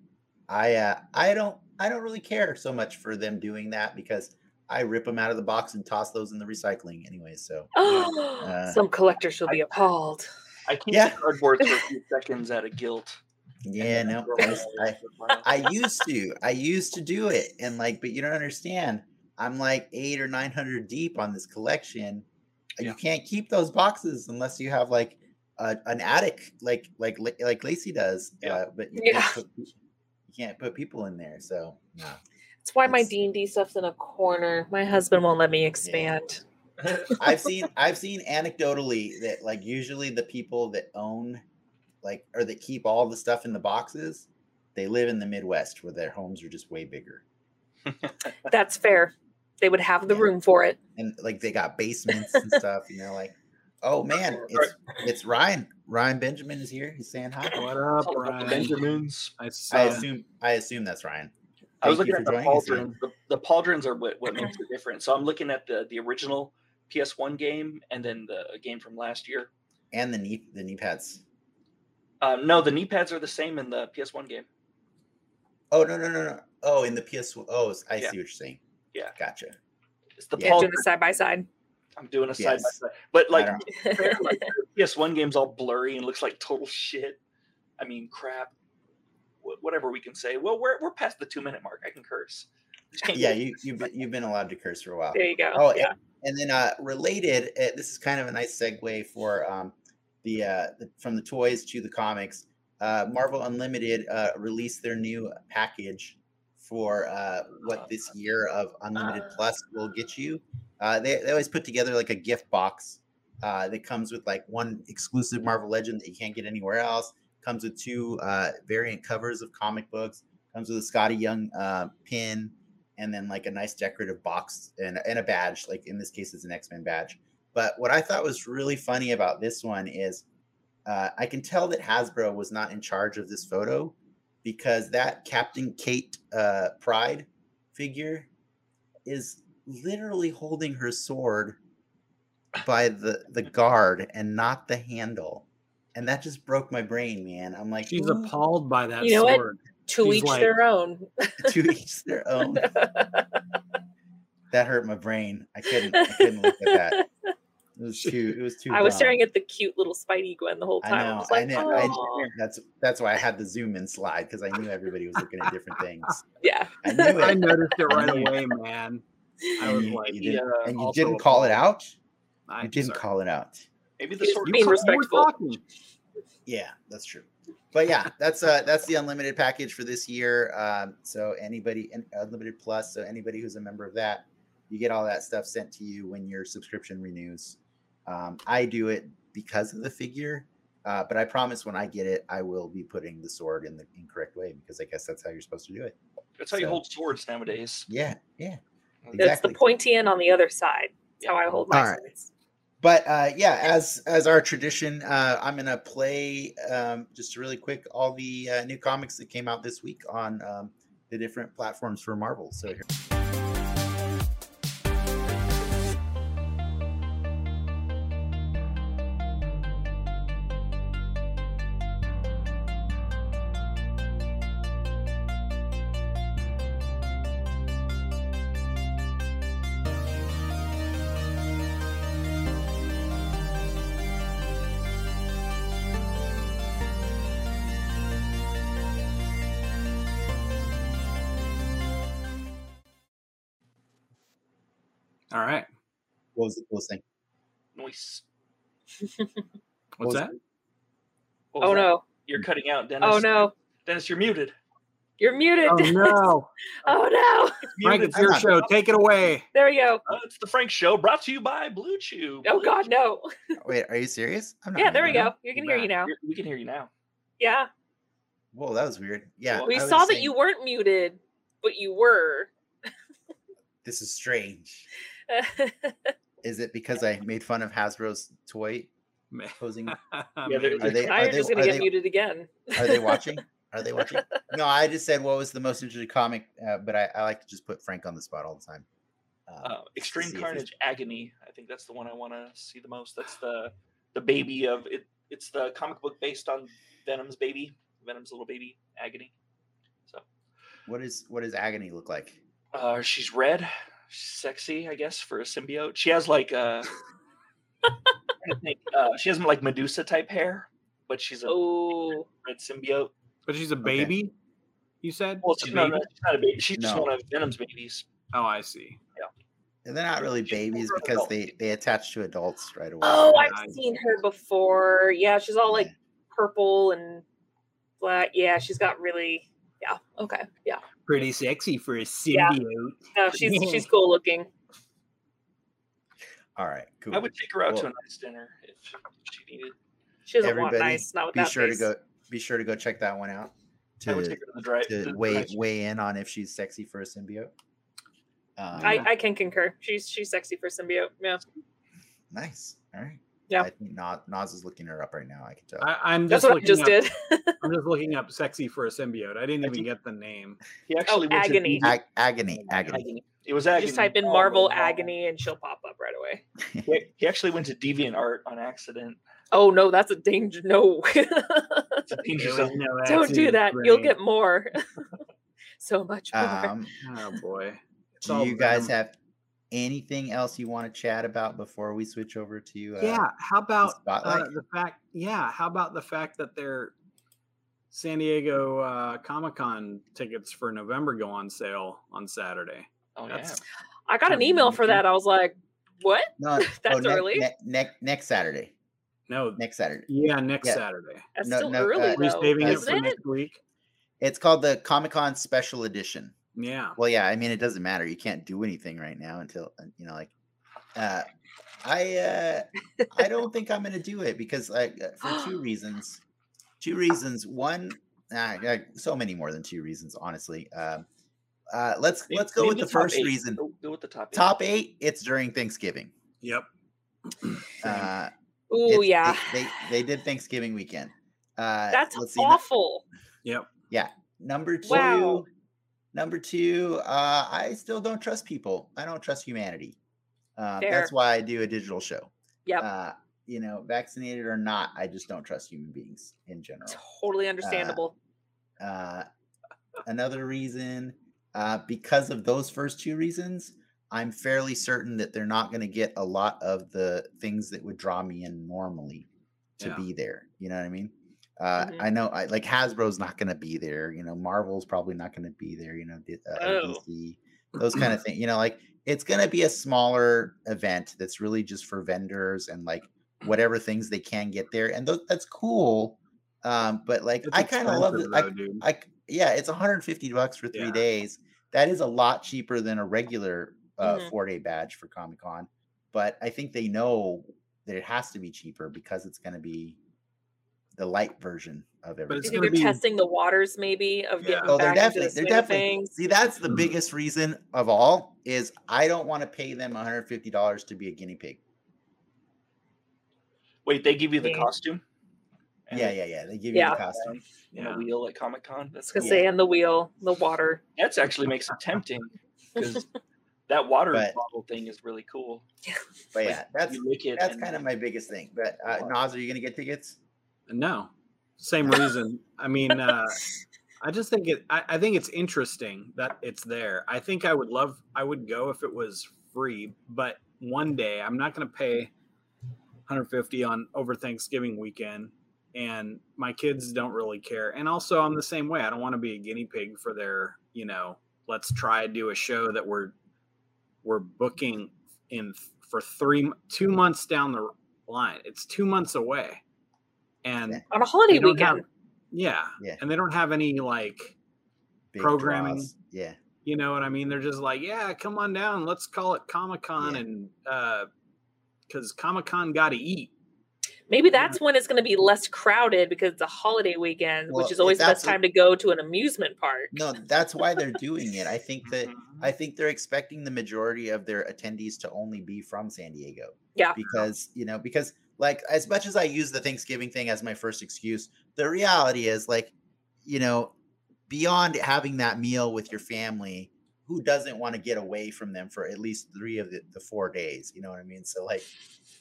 Speaker 1: I uh, I don't I don't really care so much for them doing that because I rip them out of the box and toss those in the recycling anyway. So
Speaker 4: Oh,
Speaker 1: Uh,
Speaker 4: some collectors will be
Speaker 2: I-
Speaker 4: appalled.
Speaker 2: I keep
Speaker 1: Yeah.
Speaker 2: the cardboard for a few seconds out of guilt. and
Speaker 1: yeah,
Speaker 2: then
Speaker 1: no,
Speaker 2: throw
Speaker 1: I,
Speaker 2: it
Speaker 1: s-
Speaker 2: away
Speaker 1: I-
Speaker 2: for a while.
Speaker 1: I used to. I used to do it, and like, but you don't understand. I'm like eight or nine hundred deep on this collection. and
Speaker 2: Yeah.
Speaker 1: You can't keep those boxes unless you have like a, an attic, like like La- like Lacey does.
Speaker 2: Yeah.
Speaker 1: Uh, but you,
Speaker 4: Yeah.
Speaker 1: can't put, pe- you can't put people in there. So no.
Speaker 4: That's why my
Speaker 1: it's-
Speaker 4: D and D stuff's in a corner. My husband won't let me expand.
Speaker 1: I've seen I've seen anecdotally that like usually the people that own like or that keep all the stuff in the boxes, they live in the Midwest where their homes are just way bigger.
Speaker 4: That's fair. They would have the
Speaker 1: Yeah.
Speaker 4: room for it.
Speaker 1: and like they got basements and stuff, and they're like, "Oh man, it's it's Ryan. Ryan Benjamin is here. He's saying hi."
Speaker 3: What up,
Speaker 2: Called the
Speaker 3: Ryan?
Speaker 2: Benjamins.
Speaker 3: I uh,
Speaker 1: I
Speaker 3: saw.
Speaker 1: assume I assume that's Ryan.
Speaker 2: uh, I was
Speaker 1: Thank you
Speaker 2: looking at
Speaker 1: for
Speaker 2: the
Speaker 1: joining us, Ian.
Speaker 2: pauldrons. The, the pauldrons are what, what makes it different. So I'm looking at the the original PS1 game and then the game from last year.
Speaker 1: And the knee the knee pads.
Speaker 2: Uh, no, the knee pads are the same in the PS1 game.
Speaker 1: Oh no no no no. Oh, in the PS. Oh, I see
Speaker 2: Yeah.
Speaker 1: what you're saying.
Speaker 2: Yeah.
Speaker 1: Gotcha.
Speaker 2: It's the
Speaker 1: Yeah.
Speaker 4: Yeah,
Speaker 2: pauldrons.
Speaker 4: doing the side by side.
Speaker 2: I'm doing a side by
Speaker 1: Yes.
Speaker 2: side, but like
Speaker 1: don't-
Speaker 2: compare, like, PS1 game's all blurry and looks like total shit. I mean, crap. Wh- Whatever we can say. Well, we're, we're past the two minute mark. I can curse. Just can't
Speaker 1: yeah,
Speaker 2: do
Speaker 1: you you've been, you've been allowed to curse for a while.
Speaker 4: there you go.
Speaker 1: Oh,
Speaker 4: yeah.
Speaker 1: and, and then uh, related, uh, this is kind of a nice segue for um, the, uh, the from the toys to the comics. Uh, Marvel Unlimited uh, released their new package for uh, what this year of Unlimited Plus will get you. Uh, they, they always put together like a gift box uh, that comes with like one exclusive Marvel Legend that you can't get anywhere else. Comes with two uh, variant covers of comic books. Comes with a Scotty Young uh, pin and then like a nice decorative box and, and a badge. Like in this case, it's an X Men badge. But what I thought was really funny about this one is uh, I can tell that Hasbro was not in charge of this photo because that Captain Kate uh, Pride figure is literally holding her sword by the, the guard and not the handle. And that just broke my brain, man. I'm like,
Speaker 3: She's
Speaker 1: "Ooh,
Speaker 3: appalled by that
Speaker 4: You know what?
Speaker 3: sword.
Speaker 4: To
Speaker 3: He's
Speaker 4: each
Speaker 3: like-
Speaker 4: their own.
Speaker 1: to each their own. That hurt my brain. I couldn't. I couldn't look at that. It was too. It was too.
Speaker 4: I was
Speaker 1: dumb.
Speaker 4: staring at the cute little Spidey Gwen the whole
Speaker 1: I
Speaker 4: time. I,
Speaker 1: know,
Speaker 4: was
Speaker 1: I
Speaker 4: like, "Oh."
Speaker 1: know, I-
Speaker 4: "Aw."
Speaker 1: That's that's why I had the zoom in slide because I knew everybody was looking at different things.
Speaker 4: yeah.
Speaker 1: I knew
Speaker 3: I
Speaker 1: it.
Speaker 3: noticed it right
Speaker 1: Yeah.
Speaker 3: away, man. I
Speaker 1: And
Speaker 3: was
Speaker 1: you,
Speaker 3: like,
Speaker 1: you
Speaker 2: it. Yeah,
Speaker 1: didn't, and you
Speaker 3: also
Speaker 1: didn't call it
Speaker 3: appalled.
Speaker 1: out.
Speaker 3: I
Speaker 1: You didn't call it out.
Speaker 2: maybe the
Speaker 4: Excuse
Speaker 2: sword.
Speaker 4: me. Being
Speaker 3: You were
Speaker 4: respectful.
Speaker 3: talking.
Speaker 1: Yeah, that's true. But yeah, that's uh that's the unlimited package for this year. Um, so anybody and unlimited plus, so anybody who's a member of that, you get all that stuff sent to you when your subscription renews. Um, I do it because of the figure, uh, but I promise when I get it, I will be putting the sword in the incorrect way because I guess that's how you're supposed to do it.
Speaker 2: That's how you
Speaker 1: So-
Speaker 2: hold swords nowadays.
Speaker 1: Yeah, yeah.
Speaker 4: That's
Speaker 1: Exactly.
Speaker 4: the pointy end on the other side. That's how I hold my
Speaker 1: All right.
Speaker 4: swords.
Speaker 1: but uh, yeah, as as our tradition, uh, I'm gonna play um, just really quick all the uh, new comics that came out this week on um, the different platforms for Marvel. So here.
Speaker 3: All right.
Speaker 1: what was the coolest thing?
Speaker 2: Noise.
Speaker 1: What
Speaker 3: What's
Speaker 1: was
Speaker 3: that?
Speaker 2: What was
Speaker 4: Oh
Speaker 2: that?
Speaker 4: no.
Speaker 2: You're cutting out, Dennis.
Speaker 4: Oh no.
Speaker 2: Dennis, you're muted.
Speaker 4: You're muted.
Speaker 3: Oh no,
Speaker 4: oh no.
Speaker 2: It's
Speaker 3: Frank!
Speaker 2: muted.
Speaker 3: It's your
Speaker 1: I'm
Speaker 3: show. Take it away.
Speaker 4: There we go.
Speaker 2: Uh, it's the Frank Show, brought to you by Blue Chew.
Speaker 4: Oh
Speaker 2: Blue
Speaker 4: god, no.
Speaker 1: Wait, are you serious? I'm
Speaker 4: Yeah, there we
Speaker 1: muted.
Speaker 4: go. You can hear you now.
Speaker 2: Chew. We can hear you now.
Speaker 4: Yeah.
Speaker 1: Whoa, that was weird. Yeah,
Speaker 2: Well,
Speaker 4: We
Speaker 1: I was
Speaker 4: saw that
Speaker 1: saying,
Speaker 4: you weren't muted, but you were.
Speaker 1: This is strange. Is it because I made fun of Hasbro's toy
Speaker 3: Man.
Speaker 1: posing? Are
Speaker 2: Yeah, there-
Speaker 3: Maybe.
Speaker 1: they?
Speaker 4: now
Speaker 1: Are
Speaker 4: you're
Speaker 1: they,
Speaker 4: just gonna
Speaker 1: are
Speaker 4: get
Speaker 1: they,
Speaker 4: muted again.
Speaker 1: are they watching? Are they watching? No, I just said what was the most interesting comic, uh, but I, I like to just put Frank on the spot all the time. Um,
Speaker 2: Uh,
Speaker 1: see
Speaker 2: Extreme
Speaker 1: if it's-
Speaker 2: Carnage Agony. I think that's the one I want to see the most. That's the the baby of it. It's the comic book based on Venom's baby, Venom's little baby, Agony. So
Speaker 1: What is what does agony look like?
Speaker 2: uh, she's red, she's sexy, I guess, for a symbiote. She has like uh, I think uh, she has like Medusa type hair, but she's a
Speaker 4: Oh.
Speaker 2: red symbiote.
Speaker 3: But she's a baby. You said.
Speaker 2: Well,
Speaker 3: a
Speaker 2: she's, no,
Speaker 3: baby?
Speaker 2: no, she's not a baby. She's just
Speaker 1: No.
Speaker 2: one of Venom's babies.
Speaker 3: Oh, I see.
Speaker 1: And they're not really
Speaker 2: She's more
Speaker 1: babies
Speaker 2: of an
Speaker 1: because
Speaker 2: adult.
Speaker 1: they they attach to adults right away.
Speaker 4: Oh, I've
Speaker 3: I-
Speaker 4: seen her before. Yeah, she's all like
Speaker 1: Yeah.
Speaker 4: purple and black. Yeah, she's got really yeah, okay. Yeah.
Speaker 3: Pretty sexy for a
Speaker 4: Yeah. No, she's she's cool looking.
Speaker 1: All right, cool.
Speaker 2: I would take her out to a
Speaker 1: Well-
Speaker 2: nice dinner if she needed.
Speaker 4: She doesn't
Speaker 1: Everybody,
Speaker 4: want nice, not with
Speaker 1: be
Speaker 4: that
Speaker 1: sure
Speaker 4: face.
Speaker 1: to go. Be sure to go check that one out
Speaker 2: I would
Speaker 1: to
Speaker 2: take her to the drive. to
Speaker 1: to
Speaker 2: the
Speaker 1: weigh
Speaker 2: drive-
Speaker 1: weigh in on if she's sexy for a symbiote. Um,
Speaker 4: I, I can concur. She's she's sexy for symbiote. Yeah.
Speaker 1: nice. All right.
Speaker 4: Yeah.
Speaker 1: I think Na- Nas is looking her up right now. I can tell.
Speaker 3: I, I'm
Speaker 4: That's
Speaker 3: just
Speaker 4: what I
Speaker 3: looking
Speaker 4: just
Speaker 3: up,
Speaker 4: did.
Speaker 3: I'm just looking up "sexy for a symbiote." I didn't
Speaker 2: I
Speaker 3: even
Speaker 2: think-
Speaker 3: get the name.
Speaker 2: He actually went to
Speaker 4: agony.
Speaker 2: Egypt.
Speaker 1: Ag-
Speaker 2: Oh,
Speaker 1: agony, agony.
Speaker 2: It was
Speaker 4: You
Speaker 2: agony.
Speaker 4: just type in
Speaker 2: Oh,
Speaker 4: Marvel
Speaker 2: wow.
Speaker 4: agony and she'll pop up right away.
Speaker 2: He, he actually went to DeviantArt on accident.
Speaker 4: Oh no, that's a danger. No.
Speaker 2: It's a danger
Speaker 3: There was
Speaker 2: zone.
Speaker 3: no
Speaker 4: Don't do
Speaker 3: accident,
Speaker 4: that. You'll
Speaker 3: Frank.
Speaker 4: get more. so much more.
Speaker 1: Um,
Speaker 3: Oh boy. It's
Speaker 1: do
Speaker 3: all
Speaker 1: you guys
Speaker 3: venom.
Speaker 1: have anything else you want to chat about before we switch over to uh,
Speaker 3: yeah. How about
Speaker 1: spotlight?
Speaker 3: uh, the fact? Yeah. How about the fact that their San Diego uh, Comic Con tickets for November go on sale on Saturday.
Speaker 2: Oh
Speaker 3: That's-
Speaker 4: I
Speaker 1: um,
Speaker 4: got an email for that. I was like, what?
Speaker 1: No, oh,
Speaker 4: That's
Speaker 1: ne-
Speaker 4: early.
Speaker 1: ne- ne- next Saturday.
Speaker 3: No.
Speaker 1: Next Saturday.
Speaker 3: Yeah, next
Speaker 1: Yeah.
Speaker 3: Saturday.
Speaker 4: That's
Speaker 1: No,
Speaker 4: still
Speaker 1: no,
Speaker 4: early,
Speaker 1: uh,
Speaker 3: We're
Speaker 4: though,
Speaker 3: saving it
Speaker 1: that's-
Speaker 3: for
Speaker 4: isn't Oh, it?
Speaker 3: next week.
Speaker 1: It's called the Comic Con Special Edition.
Speaker 3: Yeah.
Speaker 1: Well, yeah, I mean, it doesn't matter. You can't do anything right now until uh, you know, like, uh, I, uh, I don't think I'm gonna do it because, like, uh, for two reasons. Two reasons. One, ah, yeah, so many more than two reasons, honestly. Um, uh, let's
Speaker 2: yeah.
Speaker 1: let's go
Speaker 2: Maybe
Speaker 1: with the,
Speaker 2: top
Speaker 1: first
Speaker 2: eight.
Speaker 1: reason.
Speaker 2: Go, go with the top. eight.
Speaker 1: Top eight. It's during Thanksgiving.
Speaker 3: Yep.
Speaker 1: Uh,
Speaker 4: Oh,
Speaker 1: it's-
Speaker 4: yeah.
Speaker 1: they, they they did Thanksgiving weekend. Uh,
Speaker 4: That's
Speaker 1: let's see, nu-
Speaker 4: awful.
Speaker 3: Yep.
Speaker 1: Number two.
Speaker 4: Wow.
Speaker 1: Number two, uh, I still don't trust people. I don't trust humanity. Uh,
Speaker 4: Fair.
Speaker 1: that's why I do a digital show.
Speaker 4: Yep.
Speaker 1: Uh, you know, vaccinated or not, I just don't trust human beings in general.
Speaker 4: Totally understandable.
Speaker 1: Uh, another reason, uh, because of those first two reasons, I'm fairly certain that they're not going to get a lot of the things that would draw me in normally to
Speaker 3: Yeah. Mm-hmm.
Speaker 1: be there. You know what I mean? Uh,
Speaker 4: Mhm.
Speaker 1: I know, I, like Hasbro's not going to be there. You know, Marvel's probably not going to be there. You know, D- uh,
Speaker 4: Oh.
Speaker 1: DC, those kind of things. You know, like it's going to be a smaller event that's really just for vendors and like whatever things they can get there, and tho- that's cool. Um, but like,
Speaker 3: It's
Speaker 1: I kind of love it.
Speaker 3: expensive,
Speaker 1: I,
Speaker 3: though, dude.
Speaker 1: I c- yeah, it's 150 bucks for three
Speaker 3: Yeah.
Speaker 1: days. That is a lot cheaper than a regular uh,
Speaker 4: Mhm.
Speaker 1: four day badge for Comic Con. But I think they know that it has to be cheaper because it's going to be the light version of
Speaker 3: But
Speaker 1: everything.
Speaker 3: it's
Speaker 4: Do you
Speaker 3: gonna
Speaker 4: think they're
Speaker 3: be-
Speaker 4: testing the waters, maybe, of
Speaker 3: Yeah.
Speaker 4: getting
Speaker 1: Oh, they're
Speaker 4: back
Speaker 1: definitely,
Speaker 4: into the
Speaker 1: they're
Speaker 4: swing of
Speaker 1: definitely.
Speaker 4: things?
Speaker 1: See, that's the
Speaker 3: Mhm.
Speaker 1: biggest reason of all is I don't want to pay them 150 dollars to be a guinea pig.
Speaker 2: Wait, they give you the
Speaker 4: Yeah.
Speaker 2: costume? And
Speaker 1: Yeah, yeah, yeah. They give
Speaker 4: Yeah.
Speaker 1: you the costume.
Speaker 2: And a
Speaker 3: Yeah.
Speaker 2: wheel at Comic Con. That's
Speaker 4: Because
Speaker 2: cool.
Speaker 4: they and the wheel, the water.
Speaker 2: That's actually makes it tempting because that water
Speaker 1: But-
Speaker 2: bottle thing is really cool.
Speaker 1: But
Speaker 2: Like,
Speaker 1: yeah, that's
Speaker 2: you lick it.
Speaker 1: that's
Speaker 2: and
Speaker 1: kind of my biggest thing. But uh, Nas, are you going to get tickets?
Speaker 3: No, same reason. I mean, uh, I just think it. I, I think it's interesting that it's there. I think I would love. I would go if it was free, but one day I'm not going to pay 150 on over Thanksgiving weekend, and my kids don't really care. And also, I'm the same way. I don't want to be a guinea pig for their. You know, let's try do a show that we're we're booking in th- for three two months down the line. It's two months away, and
Speaker 1: Yeah.
Speaker 4: On a holiday
Speaker 3: They don't
Speaker 4: weekend.
Speaker 3: have- yeah.
Speaker 1: Yeah.
Speaker 3: And they don't have any like,
Speaker 1: Big
Speaker 3: Programming.
Speaker 1: draws. Yeah.
Speaker 3: you know what I mean? They're just like, yeah, come on down. Let's call it Comic Con
Speaker 1: Yeah.
Speaker 3: and uh because Comic Con got to eat.
Speaker 4: Maybe that's when it's going to be less crowded because it's a holiday weekend,
Speaker 1: Well,
Speaker 4: which is always the
Speaker 1: that's
Speaker 4: best
Speaker 1: a-
Speaker 4: time to go to an amusement park.
Speaker 1: No, that's why they're doing it. I think that I think they're expecting the majority of their attendees to only be from San Diego.
Speaker 4: Yeah.
Speaker 1: Because, you know, because like as much as I use the Thanksgiving thing as my first excuse, the reality is like, you know, beyond having that meal with your family, who doesn't want to get away from them for at least three of the, the four days? You know what I mean? So like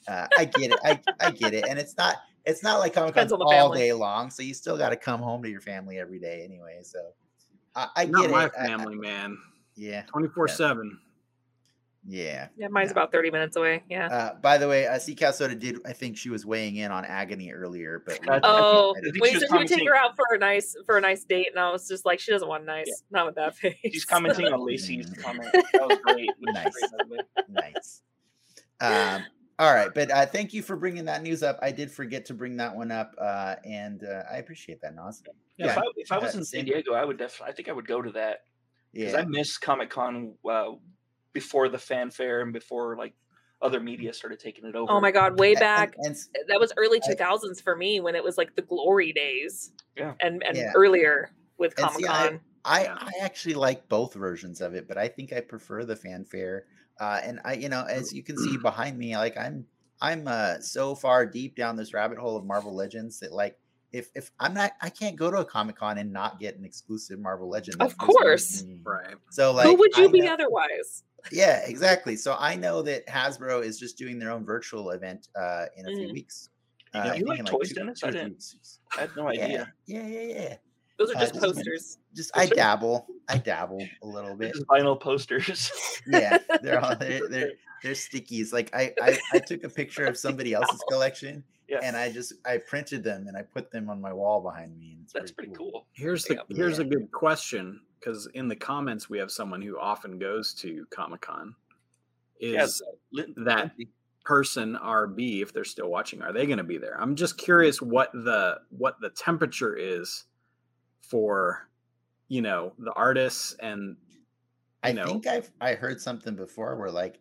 Speaker 1: uh, I get it. I, I get it. And it's not it's not like Comic Con's
Speaker 4: Depends on the
Speaker 1: all
Speaker 4: family.
Speaker 1: day long. So you still gotta come home to your family every day anyway. So I, I
Speaker 3: Not
Speaker 1: get
Speaker 3: my
Speaker 1: it. I- I-
Speaker 3: family, man.
Speaker 1: yeah.
Speaker 3: 24 7.
Speaker 1: Yeah.
Speaker 4: Yeah, mine's
Speaker 1: Yeah.
Speaker 4: about 30 minutes away. Yeah.
Speaker 1: Uh, by the way, uh, C. Soda did. I think she was weighing in on agony earlier, but we-
Speaker 2: That's- I think-
Speaker 4: oh,
Speaker 1: I
Speaker 2: think
Speaker 4: we
Speaker 2: she was
Speaker 4: said you would take
Speaker 2: commenting-
Speaker 4: her out for a nice for a nice date, and I was just like, she doesn't want nice, not with that face.
Speaker 2: She's commenting on Lacey's
Speaker 1: Mm.
Speaker 2: comment. That was great. That was
Speaker 1: Nice.
Speaker 2: great, by the way.
Speaker 1: nice. Um, all right, but uh, thank you for bringing that news up. I did forget to bring that one up, uh, and uh, I appreciate that, Nas.
Speaker 2: Yeah, if I, if I was
Speaker 1: uh,
Speaker 2: in San
Speaker 1: same-
Speaker 2: Diego, I would definitely. I think I would go to that because I
Speaker 1: Yeah,
Speaker 2: miss Comic Con uh, before the fanfare and before like other media started taking it over.
Speaker 4: Oh my god, way
Speaker 1: A-
Speaker 4: back
Speaker 1: And, and s-
Speaker 4: that was early
Speaker 1: I-
Speaker 4: 2000s for me when it was like the glory days.
Speaker 2: Yeah.
Speaker 4: And and
Speaker 1: Yeah.
Speaker 4: earlier with
Speaker 1: And see,
Speaker 4: Comic Con.
Speaker 1: I
Speaker 3: Yeah.
Speaker 1: I actually like both versions of it, but I think I prefer the fanfare. Uh, and I, you know, as you can see behind me, like I'm I'm uh, so far deep down this rabbit hole of Marvel Legends that like if if I'm not I can't go to a Comic Con and not get an exclusive Marvel Legend. that
Speaker 4: Of
Speaker 1: feels weird to
Speaker 4: course.
Speaker 1: me.
Speaker 3: Right.
Speaker 1: So like,
Speaker 4: Who would you
Speaker 1: I
Speaker 4: be
Speaker 1: know-
Speaker 4: otherwise?
Speaker 1: yeah, exactly. So I know that Hasbro is just doing their own virtual event uh, in a few
Speaker 4: Mhm.
Speaker 1: weeks.
Speaker 2: Mm. You
Speaker 1: Uh,
Speaker 2: know,
Speaker 1: I
Speaker 2: you
Speaker 1: think
Speaker 2: like
Speaker 1: in,
Speaker 2: toys,
Speaker 1: two-
Speaker 2: Dennis?
Speaker 1: two
Speaker 2: I
Speaker 1: or three
Speaker 2: didn't.
Speaker 1: weeks.
Speaker 2: I had no
Speaker 1: Yeah,
Speaker 2: idea.
Speaker 1: yeah, yeah, yeah.
Speaker 4: Those are
Speaker 1: Uh,
Speaker 4: just
Speaker 1: just-
Speaker 4: posters.
Speaker 1: Just I
Speaker 2: It's a-
Speaker 1: dabble. I dabble a little bit.
Speaker 2: Just vinyl posters.
Speaker 1: Yeah, they're all they're they're, they're stickies. Like I, I I took a picture of somebody else's collection
Speaker 2: Yeah,
Speaker 1: and I just I printed them and I put them on my wall behind me. And it's
Speaker 2: that's pretty cool.
Speaker 3: Here's the
Speaker 2: Yeah.
Speaker 3: here's a good question because in the comments we have someone who often goes to Comic Con. Is
Speaker 2: Yeah. Lin-
Speaker 3: that person RB if they're still watching? Are they going to be there? I'm just
Speaker 1: Mm-hmm.
Speaker 3: curious what the what the temperature is for you know the artists and
Speaker 1: I
Speaker 3: you know.
Speaker 1: think I've I heard something before where like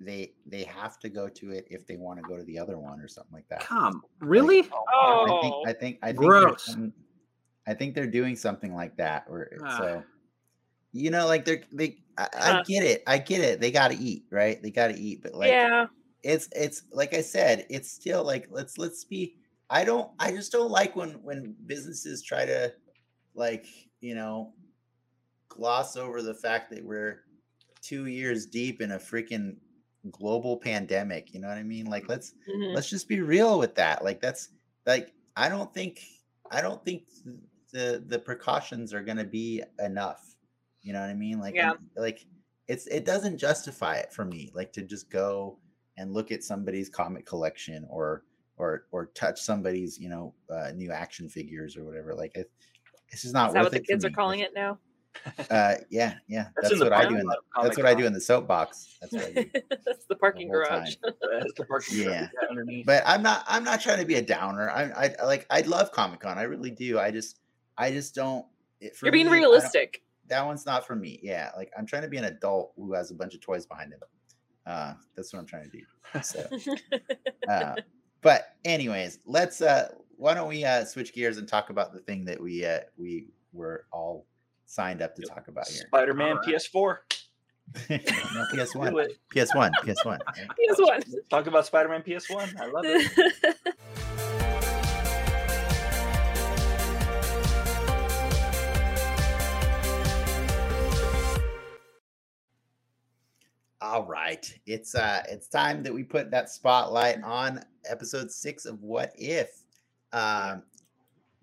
Speaker 1: they they have to go to it if they want to go to the other one or something like that.
Speaker 3: come really
Speaker 1: I
Speaker 4: Oh,
Speaker 1: think I think I think there's
Speaker 3: Gross.
Speaker 1: some- I think they're doing something like that where it's,
Speaker 3: Ah.
Speaker 1: so you know like they're they I, I
Speaker 4: Huh.
Speaker 1: get it. I get it. They got to eat, right? They got to eat, but like
Speaker 4: yeah.
Speaker 1: it's it's like I said, it's still like let's let's be I don't I just don't like when when businesses try to like, you know, gloss over the fact that we're 2 years deep in a freaking global pandemic, you know what I mean? Like let's
Speaker 4: mhm.
Speaker 1: let's just be real with that like that's like i don't think i don't think th- the the precautions are going to be enough you know what i mean like
Speaker 4: Yeah.
Speaker 1: and- like it's it doesn't justify it for me like to just go and look at somebody's comic collection or or or touch somebody's you know uh, new action figures or whatever like it, it's just not
Speaker 4: Is that
Speaker 1: worth
Speaker 4: what the
Speaker 1: it for
Speaker 4: kids are
Speaker 1: me.
Speaker 4: calling it now?
Speaker 1: uh yeah yeah
Speaker 2: That's
Speaker 1: that's,
Speaker 2: in the
Speaker 1: what i do
Speaker 2: parking
Speaker 1: in the,
Speaker 2: lot of
Speaker 1: that's what i do
Speaker 2: Comic-Con.
Speaker 1: in the soapbox that's what i do the
Speaker 4: That's the parking
Speaker 1: whole
Speaker 4: garage.
Speaker 1: time.
Speaker 2: That's the parking lot
Speaker 1: Yeah.
Speaker 2: underneath.
Speaker 1: but i'm not i'm not trying to be a downer i i like i love comic-con i really do i just i just don't it, for
Speaker 4: You're being
Speaker 1: me, I don't-
Speaker 4: realistic.
Speaker 1: that one's not for me yeah like i'm trying to be an adult who has a bunch of toys behind him uh that's what i'm trying to do so uh, but anyways let's uh why don't we uh switch gears and talk about the thing that we uh we were all signed up to
Speaker 2: Yep.
Speaker 1: talk about here
Speaker 2: Spider-Man
Speaker 3: Alright.
Speaker 2: PS4.
Speaker 1: No,
Speaker 2: Do
Speaker 1: ps1
Speaker 2: it.
Speaker 1: ps1 ps1 right?
Speaker 4: He has one.
Speaker 2: Talk about Spider-Man PS1. I love it.
Speaker 1: All right. It's uh it's time that we put that spotlight on episode 6 of What If. Um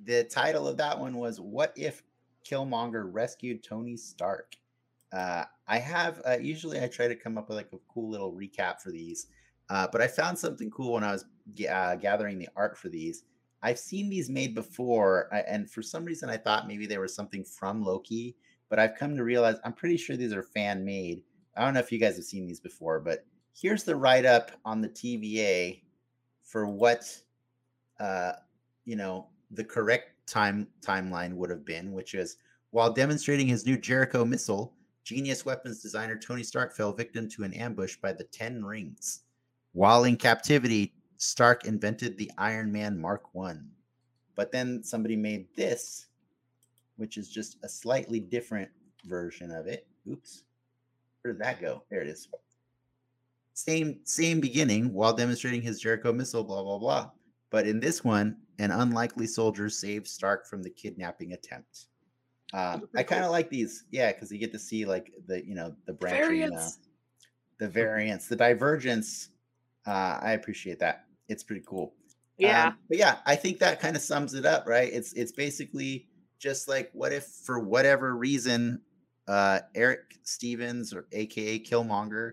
Speaker 1: the title of that one was What If Killmonger Rescued Tony Stark. Uh I have uh, usually I try to come up with like a cool little recap for these. Uh but I found something cool when I was g- uh, gathering the art for these. I've seen these made before I, and for some reason I thought maybe they were something from Loki, but I've come to realize I'm pretty sure these are fan made. I don't know if you guys have seen these before, but here's the write up on the TVA for what uh you know the correct time timeline would have been, which is while demonstrating his new Jericho missile, genius weapons designer Tony Stark fell victim to an ambush by the Ten Rings. While in captivity, Stark invented the Iron Man Mark One. But then somebody made this, which is just a slightly different version of it. Oops. Where did that go? There it is. Same same beginning while demonstrating his Jericho missile, blah blah blah. But in this one, an unlikely soldier saves Stark from the kidnapping attempt. Um, I kind of like these, yeah, because you get to see like the you know the branching, uh,
Speaker 4: Variants.
Speaker 1: the variants, the divergence. Uh, I appreciate that. It's pretty cool.
Speaker 4: yeah.
Speaker 1: Um, but yeah, I think that kind of sums it up, right? It's it's basically just like what if for whatever reason uh Eric Stevens or aka Killmonger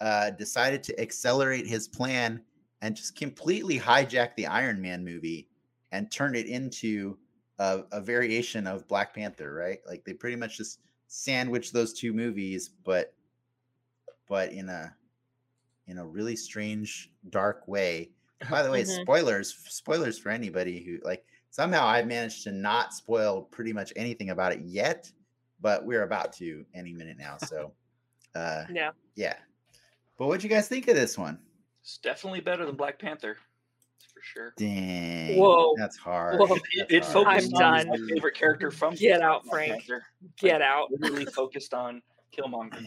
Speaker 1: uh decided to accelerate his plan and just completely hijack the Iron Man movie and turn it into a, a variation of Black Panther, right? Like they pretty much just sandwich those two movies, but but in a in a really strange, dark way. By the way,
Speaker 4: Mhm.
Speaker 1: spoilers spoilers for anybody who like somehow I've managed to not spoil pretty much anything about it yet, but we're about to any minute now. So uh
Speaker 4: Yeah.
Speaker 1: yeah. But what'd you guys think of this one?
Speaker 2: It's definitely better than Black Panther, that's for sure.
Speaker 1: Dang.
Speaker 4: Whoa.
Speaker 1: That's hard.
Speaker 4: Whoa.
Speaker 2: It, it- it focused
Speaker 4: I'm
Speaker 2: on my
Speaker 1: done.
Speaker 2: favorite character from
Speaker 4: Get out,
Speaker 2: Black
Speaker 4: Frank.
Speaker 2: Panther.
Speaker 4: Get out.
Speaker 2: Literally focused on Killmonger,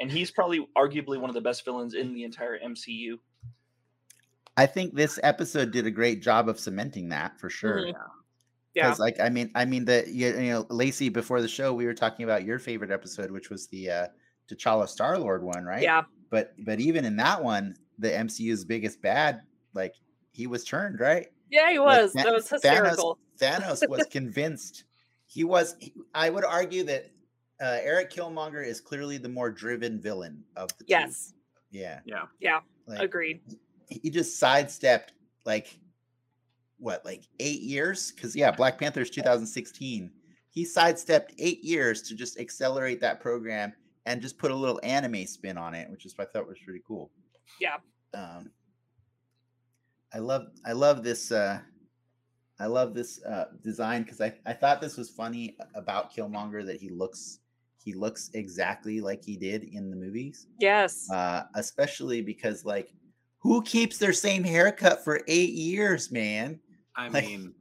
Speaker 2: and he's probably arguably one of the best villains in the entire MCU.
Speaker 1: I think this episode did a great job of cementing that for sure.
Speaker 4: Mhm. Yeah.
Speaker 1: Because like I mean, I mean the you, you know Lacey before the show we were talking about your favorite episode, which was the uh, T'Challa Star Lord one, right?
Speaker 4: Yeah.
Speaker 1: But but even in that one, the MCU's biggest bad, like he was turned right.
Speaker 4: Yeah, he
Speaker 1: Like,
Speaker 4: was.
Speaker 1: Tha-
Speaker 4: that was hysterical.
Speaker 1: Thanos, Thanos was convinced. He was. he- I would argue that uh, Eric Killmonger is clearly the more driven villain of the two.
Speaker 4: Yes.
Speaker 1: Yeah.
Speaker 3: Yeah.
Speaker 4: Yeah.
Speaker 1: Like,
Speaker 4: Agreed.
Speaker 1: he just sidestepped like what like eight years because yeah black panther's 2016 he sidestepped eight years to just accelerate that program and just put a little anime spin on it which is what i thought was pretty cool
Speaker 4: Yeah.
Speaker 1: um i love i love this uh i love this uh design because i i thought this was funny about killmonger that he looks he looks exactly like he did in the movies
Speaker 4: Yes.
Speaker 1: uh, especially because like who keeps their same haircut for eight years man
Speaker 3: I
Speaker 1: Like,
Speaker 3: mean,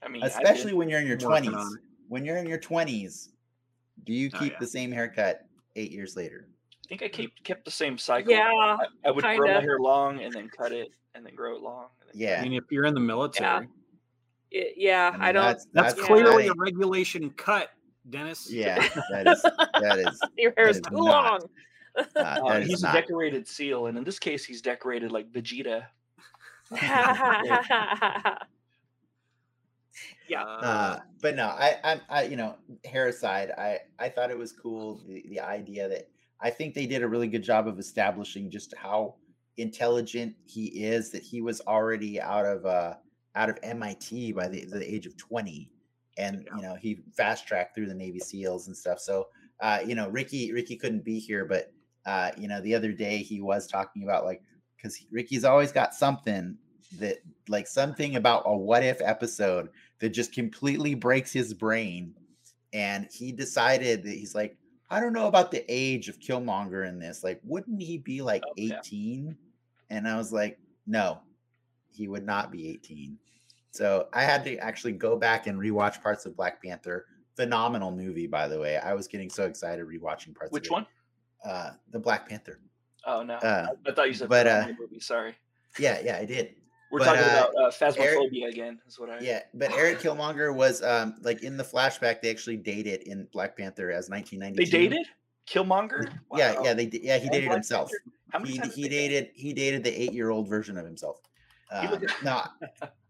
Speaker 2: I mean, I did.
Speaker 1: especially when you're in your
Speaker 3: I'm working
Speaker 1: 20s
Speaker 3: on
Speaker 1: when you're in your 20s do you
Speaker 3: Oh,
Speaker 1: keep
Speaker 3: yeah.
Speaker 1: the same haircut eight years later
Speaker 2: I think I kept kept the same cycle.
Speaker 4: yeah.
Speaker 2: I, I would grow my
Speaker 4: kinda.
Speaker 2: hair long and then cut it and then grow it long. And then
Speaker 3: I
Speaker 1: yeah
Speaker 3: mean, if you're in the military,
Speaker 4: It- yeah.
Speaker 1: mean,
Speaker 4: I don't.
Speaker 3: that's
Speaker 4: Yeah.
Speaker 3: clearly
Speaker 1: that
Speaker 3: a regulation cut, Dennis.
Speaker 1: ain't- yeah that is that is
Speaker 4: Your hair is
Speaker 1: is
Speaker 4: too
Speaker 1: not-
Speaker 4: long.
Speaker 1: uh,
Speaker 3: Oh,
Speaker 2: Uh,
Speaker 1: that is
Speaker 2: he's
Speaker 1: not
Speaker 2: a decorated seal, and in this case, he's decorated like Vegeta.
Speaker 4: yeah.
Speaker 1: uh, but no, I, I, I, you know, hair aside, I, I thought it was cool the, the idea that I think they did a really good job of establishing just how intelligent he is. That he was already out of uh, out of MIT by the, the age of twenty, and
Speaker 3: Yeah.
Speaker 1: you know he fast tracked through the Navy SEALs and stuff. So uh, you know, Ricky, Ricky couldn't be here, but uh, you know, the other day he was talking about like because Ricky's always got something that like something about a what if episode that just completely breaks his brain. And he decided that he's like, I don't know about the age of Killmonger in this. Like, wouldn't he be like
Speaker 2: Oh, yeah.
Speaker 1: 18? And I was like, no, he would not be 18. So I had to actually go back and rewatch parts of Black Panther. Phenomenal movie, by the way. I was getting so excited rewatching parts
Speaker 2: Which
Speaker 1: of it.
Speaker 2: one?
Speaker 1: Uh, the Black Panther.
Speaker 2: Oh no,
Speaker 1: Uh,
Speaker 2: I thought you said
Speaker 1: but,
Speaker 2: but,
Speaker 1: uh,
Speaker 2: movie. Sorry,
Speaker 1: yeah, yeah, I did.
Speaker 2: we're
Speaker 1: but,
Speaker 2: talking
Speaker 1: uh,
Speaker 2: about uh, phasmophobia again. Is what I
Speaker 1: Yeah, but Eric Killmonger was um like in the flashback. They actually dated in Black Panther as 1992.
Speaker 2: They dated Killmonger.
Speaker 1: Yeah,
Speaker 2: Wow.
Speaker 1: yeah, they d- yeah he
Speaker 2: And
Speaker 1: dated
Speaker 2: Black
Speaker 1: himself.
Speaker 2: Panther? How many
Speaker 1: He
Speaker 2: times
Speaker 1: he
Speaker 2: did they date?
Speaker 1: dated he dated the eight year old version of himself.
Speaker 2: You
Speaker 1: Um,
Speaker 2: look
Speaker 1: no,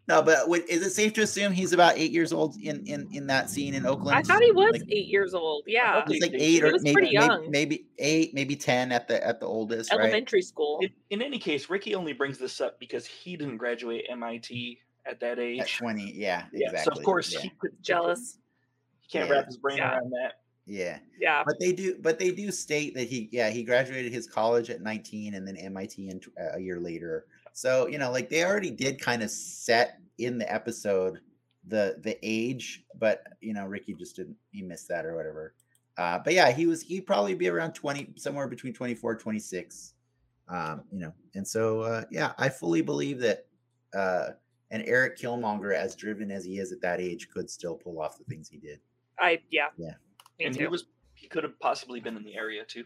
Speaker 1: no, but wait, is it safe to assume he's about eight years old in in in that scene in Oakland?
Speaker 4: I thought he was
Speaker 1: Like,
Speaker 4: eight years old. Yeah.
Speaker 2: thought
Speaker 1: He's like
Speaker 2: They-
Speaker 1: eight
Speaker 2: they-
Speaker 1: or
Speaker 4: he was
Speaker 1: maybe,
Speaker 4: pretty
Speaker 1: maybe-
Speaker 4: young.
Speaker 1: maybe eight, maybe ten at the at the oldest, right?
Speaker 4: Elementary school.
Speaker 2: In, in any case, Ricky only brings this up because he didn't graduate MIT at that age.
Speaker 1: At twenty, yeah,
Speaker 2: yeah,
Speaker 1: exactly.
Speaker 2: so of course
Speaker 1: yeah,
Speaker 2: he, could,
Speaker 4: Jealous.
Speaker 2: he can't
Speaker 1: Yeah.
Speaker 2: wrap his brain
Speaker 4: Yeah.
Speaker 2: around that.
Speaker 1: yeah.
Speaker 4: Yeah.
Speaker 1: But they do, but they do state that he, yeah, he graduated his college at 19 and then MIT in, tw- a year later. So you know, like they already did kind of set in the episode the the age, but you know, Ricky just didn't he missed that or whatever. Uh, but yeah, he was he'd probably be around 20, somewhere between 24, 26. Um, you know, and so uh, yeah, I fully believe that uh, an Eric Killmonger, as driven as he is at that age, could still pull off the things he did.
Speaker 4: I yeah.
Speaker 1: Yeah.
Speaker 4: Me
Speaker 2: and he
Speaker 4: too.
Speaker 2: was he could have possibly been in the area too,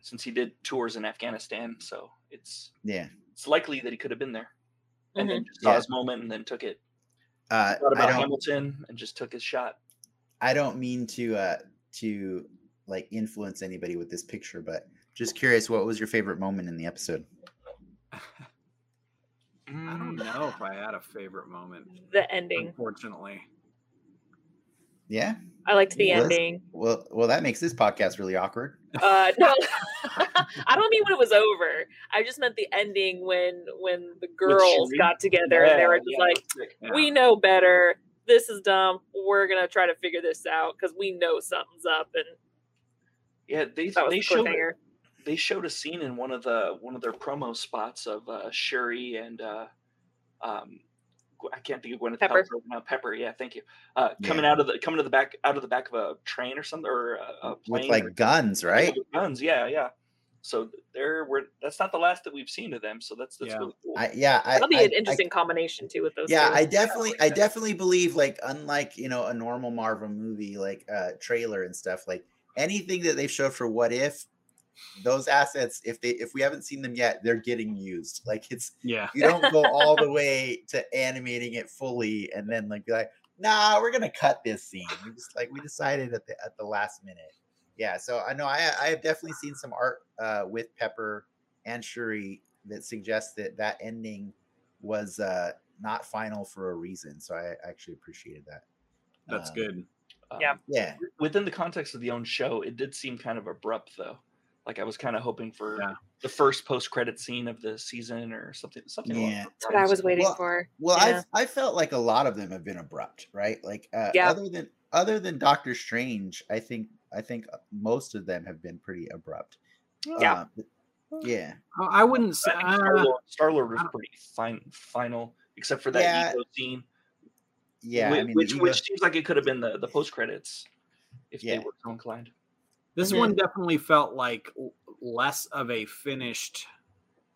Speaker 2: since he did tours in Afghanistan. So it's
Speaker 1: Yeah.
Speaker 2: it's likely that he could have been there and
Speaker 4: Mm-hmm.
Speaker 2: then just saw
Speaker 1: Yeah.
Speaker 2: his moment and then took it.
Speaker 1: Uh,
Speaker 2: Thought
Speaker 1: I
Speaker 2: about
Speaker 1: don't,
Speaker 2: Hamilton and just took his shot.
Speaker 1: I don't mean to uh to like influence anybody with this picture, but just curious, what was your favorite moment in the episode? mm.
Speaker 3: I don't know if I had a favorite moment.
Speaker 4: the ending.
Speaker 3: Unfortunately,
Speaker 1: Yeah.
Speaker 4: I liked the
Speaker 1: Yes.
Speaker 4: ending.
Speaker 1: Well, well, that makes this podcast really awkward.
Speaker 4: Uh no. I don't mean when it was over. I just meant the ending when when the girls
Speaker 2: Cherie?
Speaker 4: got together and they were
Speaker 2: Yeah,
Speaker 4: just
Speaker 2: yeah,
Speaker 4: like,
Speaker 2: that's it.
Speaker 3: Yeah.
Speaker 4: we know better. This is dumb. We're gonna try to figure this out because we know something's up. And
Speaker 2: yeah, they
Speaker 4: that was
Speaker 2: they
Speaker 4: the
Speaker 2: showed
Speaker 4: cliffhanger.
Speaker 2: they showed a scene in one of the one of their promo spots of uh, Shuri and uh, um, Gw- I can't think of Gwyneth
Speaker 4: Pepper.
Speaker 2: Paltrow now. Pepper, yeah, thank you. Uh, coming
Speaker 1: Yeah.
Speaker 2: out of the coming to the back out of the back of a train or something or
Speaker 4: Uh,
Speaker 2: a, a plane
Speaker 1: With
Speaker 2: or
Speaker 1: like guns, right?
Speaker 2: With guns, yeah, yeah. So there were that's not the last that we've seen of them. So that's that's
Speaker 3: Yeah.
Speaker 2: really cool.
Speaker 1: I, yeah, I,
Speaker 4: That'll be
Speaker 1: I-
Speaker 4: an
Speaker 1: I-
Speaker 4: interesting combination too with those.
Speaker 1: yeah,
Speaker 4: two.
Speaker 1: I definitely, I definitely believe like unlike you know a normal Marvel movie like uh trailer and stuff like anything that they've showed for What If, those assets if they if we haven't seen them yet, they're getting used. Like it's
Speaker 3: yeah,
Speaker 1: you don't go all the way to animating it fully and then like be like nah we're gonna cut this scene we just like we decided at the at the last minute yeah so i know i i have definitely seen some art uh with pepper and shuri that suggests that that ending was uh not final for a reason so i actually appreciated that
Speaker 3: that's
Speaker 1: Um,
Speaker 3: good.
Speaker 4: Yeah.
Speaker 1: Yeah.
Speaker 2: Within the context of the own show, it did seem kind of abrupt, though. Like I was kind of hoping for
Speaker 3: Yeah.
Speaker 2: the first post-credit scene of the season or something. Something. along
Speaker 1: Yeah.
Speaker 2: those
Speaker 4: That's what I
Speaker 2: lines.
Speaker 4: was waiting
Speaker 1: Well,
Speaker 4: for.
Speaker 1: Well,
Speaker 4: Yeah.
Speaker 1: I I felt like a lot of them have been abrupt, right? Like uh,
Speaker 4: Yeah.
Speaker 1: other than other than Doctor Strange, I think I think uh, most of them have been pretty abrupt.
Speaker 4: Yeah.
Speaker 1: Uh, but- yeah.
Speaker 3: I I wouldn't say.
Speaker 2: I think
Speaker 3: Uh,
Speaker 2: Star-Lord, Star-Lord was
Speaker 3: I don't-
Speaker 2: pretty fine, final, except for that
Speaker 1: Yeah.
Speaker 2: ego scene,
Speaker 1: Yeah.
Speaker 2: whi-
Speaker 1: I mean, the
Speaker 2: which,
Speaker 1: ego-
Speaker 2: which seems like it could have been the, the post credits if
Speaker 1: Yeah.
Speaker 2: they were so inclined.
Speaker 3: this
Speaker 1: Yeah.
Speaker 3: one definitely felt like l- less of a finished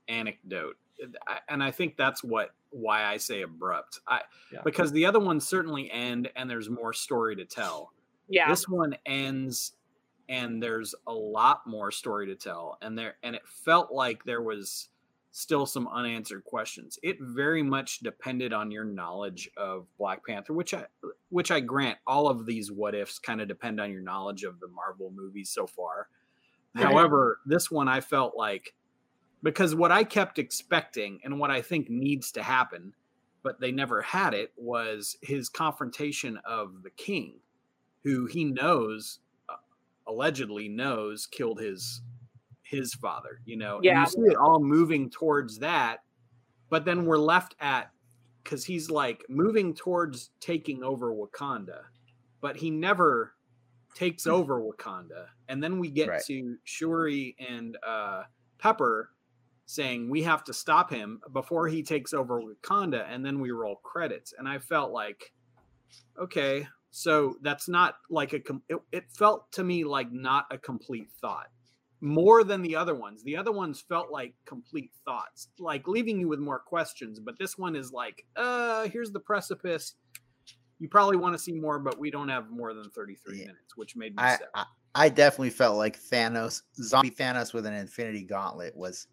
Speaker 3: anecdote, I- and I think that's what why I say abrupt. I
Speaker 2: Yeah.
Speaker 3: because the other ones certainly end, and there's more story to tell.
Speaker 4: Yeah.
Speaker 3: this one ends and there's a lot more story to tell and there and it felt like there was still some unanswered questions it very much depended on your knowledge of black panther which i which i grant all of these what ifs kind of depend on your knowledge of the marvel movies so far
Speaker 4: Right.
Speaker 3: however this one i felt like because what i kept expecting and what i think needs to happen but they never had it was his confrontation of the king who he knows uh, allegedly knows killed his his father you know And
Speaker 4: Yeah.
Speaker 3: you see it all moving towards that but then we're left at because he's like moving towards taking over wakanda but he never takes over wakanda and then we get
Speaker 1: Right.
Speaker 3: to shuri and uh pepper saying we have to stop him before he takes over wakanda and then we roll credits and i felt like okay so that's not like a com- it, it felt to me like not a complete thought more than the other ones the other ones felt like complete thoughts like leaving you with more questions but this one is like uh here's the precipice you probably want to see more but we don't have more than 33
Speaker 1: Yeah.
Speaker 3: minutes which made me
Speaker 1: I,
Speaker 3: sad
Speaker 1: I I definitely felt like Thanos, zombie Thanos with an Infinity Gauntlet was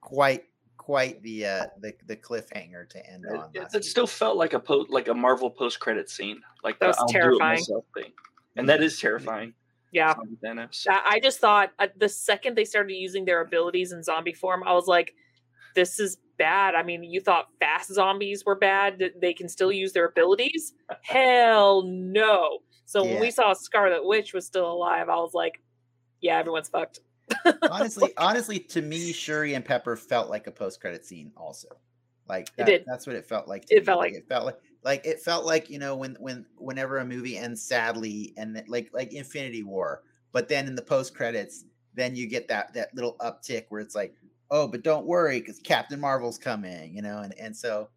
Speaker 1: quite quite the uh the the cliffhanger to end
Speaker 2: It,
Speaker 1: on.
Speaker 2: Uh, it-
Speaker 1: last
Speaker 2: it
Speaker 1: week.
Speaker 2: still felt like a po- like a Marvel post credit scene, like the
Speaker 4: That was
Speaker 2: "I'll do it
Speaker 4: terrifying.
Speaker 2: myself" thing, and that is terrifying.
Speaker 4: yeah.
Speaker 2: Zombie Thanos.
Speaker 4: I I just thought uh, the second they started using their abilities in zombie form, I was like, this is bad. I mean, you thought fast zombies were bad, that they can still use their abilities? Hell no. So when
Speaker 1: Yeah.
Speaker 4: we saw Scarlet Witch was still alive, I was like, yeah, everyone's fucked.
Speaker 1: honestly, honestly, to me, Shuri and Pepper felt like a post-credit scene. Also, like that,
Speaker 4: did.
Speaker 1: that's what it felt like.
Speaker 4: It felt like-
Speaker 1: it felt like like it felt like you know when when whenever a movie ends sadly and th- like like Infinity War, but then in the post-credits, then you get that that little uptick where it's like, oh, but don't worry because Captain Marvel's coming, you know, and and so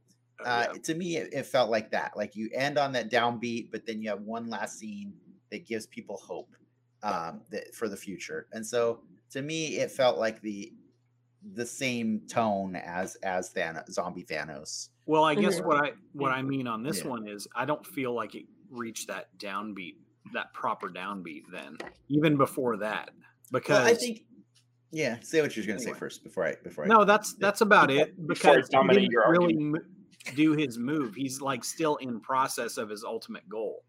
Speaker 3: Oh,
Speaker 1: uh, to me it, it felt like that like you end on that downbeat but then you have one last scene that gives people hope um, that, for the future and so to me it felt like the the same tone as as thanos, zombie thanos
Speaker 3: Well, I guess
Speaker 1: Mhm.
Speaker 3: what I what I mean on this
Speaker 1: Yeah.
Speaker 3: one is I don't feel like it reached that downbeat, that proper downbeat then, even before that. Because
Speaker 1: well, i think yeah say what you're gonna say
Speaker 3: Anyway.
Speaker 1: first before i before I,
Speaker 3: no, that's that's about
Speaker 2: Before-
Speaker 3: it.
Speaker 2: before
Speaker 3: Because he
Speaker 2: dominate
Speaker 3: didn't
Speaker 2: your
Speaker 3: really mo- do his move. He's like still in process of his ultimate goal.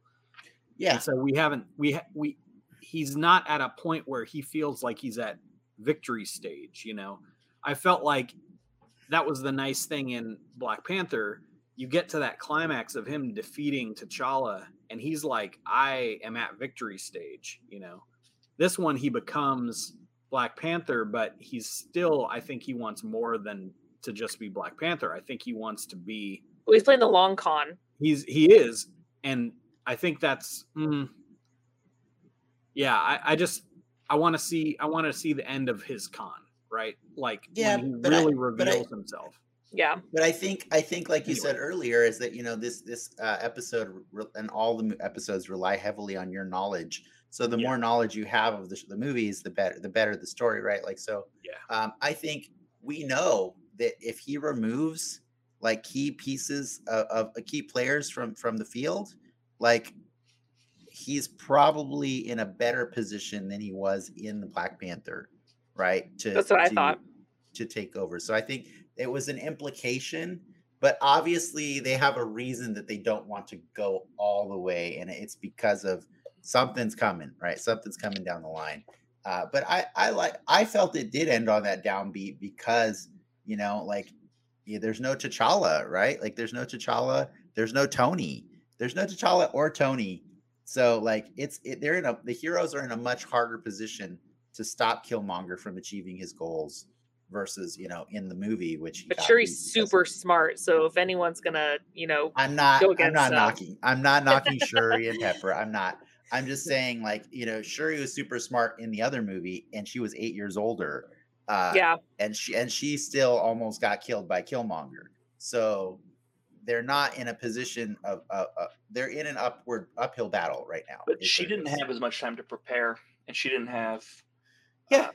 Speaker 1: yeah
Speaker 3: And so we haven't we ha- we he's not at a point where he feels like he's at victory stage, you know. I felt like that was the nice thing in Black Panther. You get to that climax of him defeating T'Challa and he's like I am at victory stage, you know. This one he becomes Black Panther, but he's still I think he wants more than to just be Black Panther. I think he wants to be
Speaker 4: Well, He's playing the long con.
Speaker 3: he's he is and i think that's mm, yeah I, I just i want to see i want to see the end of his con right like
Speaker 1: Yeah,
Speaker 3: when he
Speaker 1: but I-
Speaker 3: really
Speaker 1: but I-
Speaker 3: reveals himself
Speaker 4: Yeah.
Speaker 1: but I think I think like you said
Speaker 3: Anyway.
Speaker 1: earlier is that you know this this uh, episode re- and all the mo- episodes rely heavily on your knowledge. So the
Speaker 3: Yeah.
Speaker 1: more knowledge you have of the, sh- the movies, the better the better the story, right? Like so.
Speaker 3: Yeah.
Speaker 1: Um, I think we know that if he removes like key pieces of, of uh, key players from from the field, like he's probably in a better position than he was in the Black Panther, right? To
Speaker 4: That's what I
Speaker 1: to-
Speaker 4: thought.
Speaker 1: to take over. So I think it was an implication, but obviously they have a reason that they don't want to go all the way, and it's because of something's coming, right? Something's coming down the line. Uh, but I, I like, I felt it did end on that downbeat because you know, like, yeah, there's no T'Challa, right? Like, there's no T'Challa, there's no Tony, there's no T'Challa or Tony. So like it's it, they're in a the heroes are in a much harder position to stop Killmonger from achieving his goals versus you know in the movie which he
Speaker 4: But
Speaker 1: got
Speaker 4: sure,
Speaker 1: beat
Speaker 4: he's
Speaker 1: because
Speaker 4: super
Speaker 1: of-
Speaker 4: smart. So if anyone's gonna, you know,
Speaker 1: I'm not.
Speaker 4: go
Speaker 1: I'm
Speaker 4: against
Speaker 1: not
Speaker 4: them.
Speaker 1: knocking. I'm not knocking Shuri and Pepper. I'm not. I'm just saying, like you know, Shuri was super smart in the other movie, and she was eight years older. Uh,
Speaker 4: yeah,
Speaker 1: And she and she still almost got killed by Killmonger. So they're not in a position of. Uh, uh, they're in an upward uphill battle right now.
Speaker 2: But
Speaker 1: is
Speaker 2: she
Speaker 1: what it
Speaker 2: didn't
Speaker 1: is.
Speaker 2: have as much time to prepare, and she didn't have.
Speaker 1: Yeah.
Speaker 2: uh,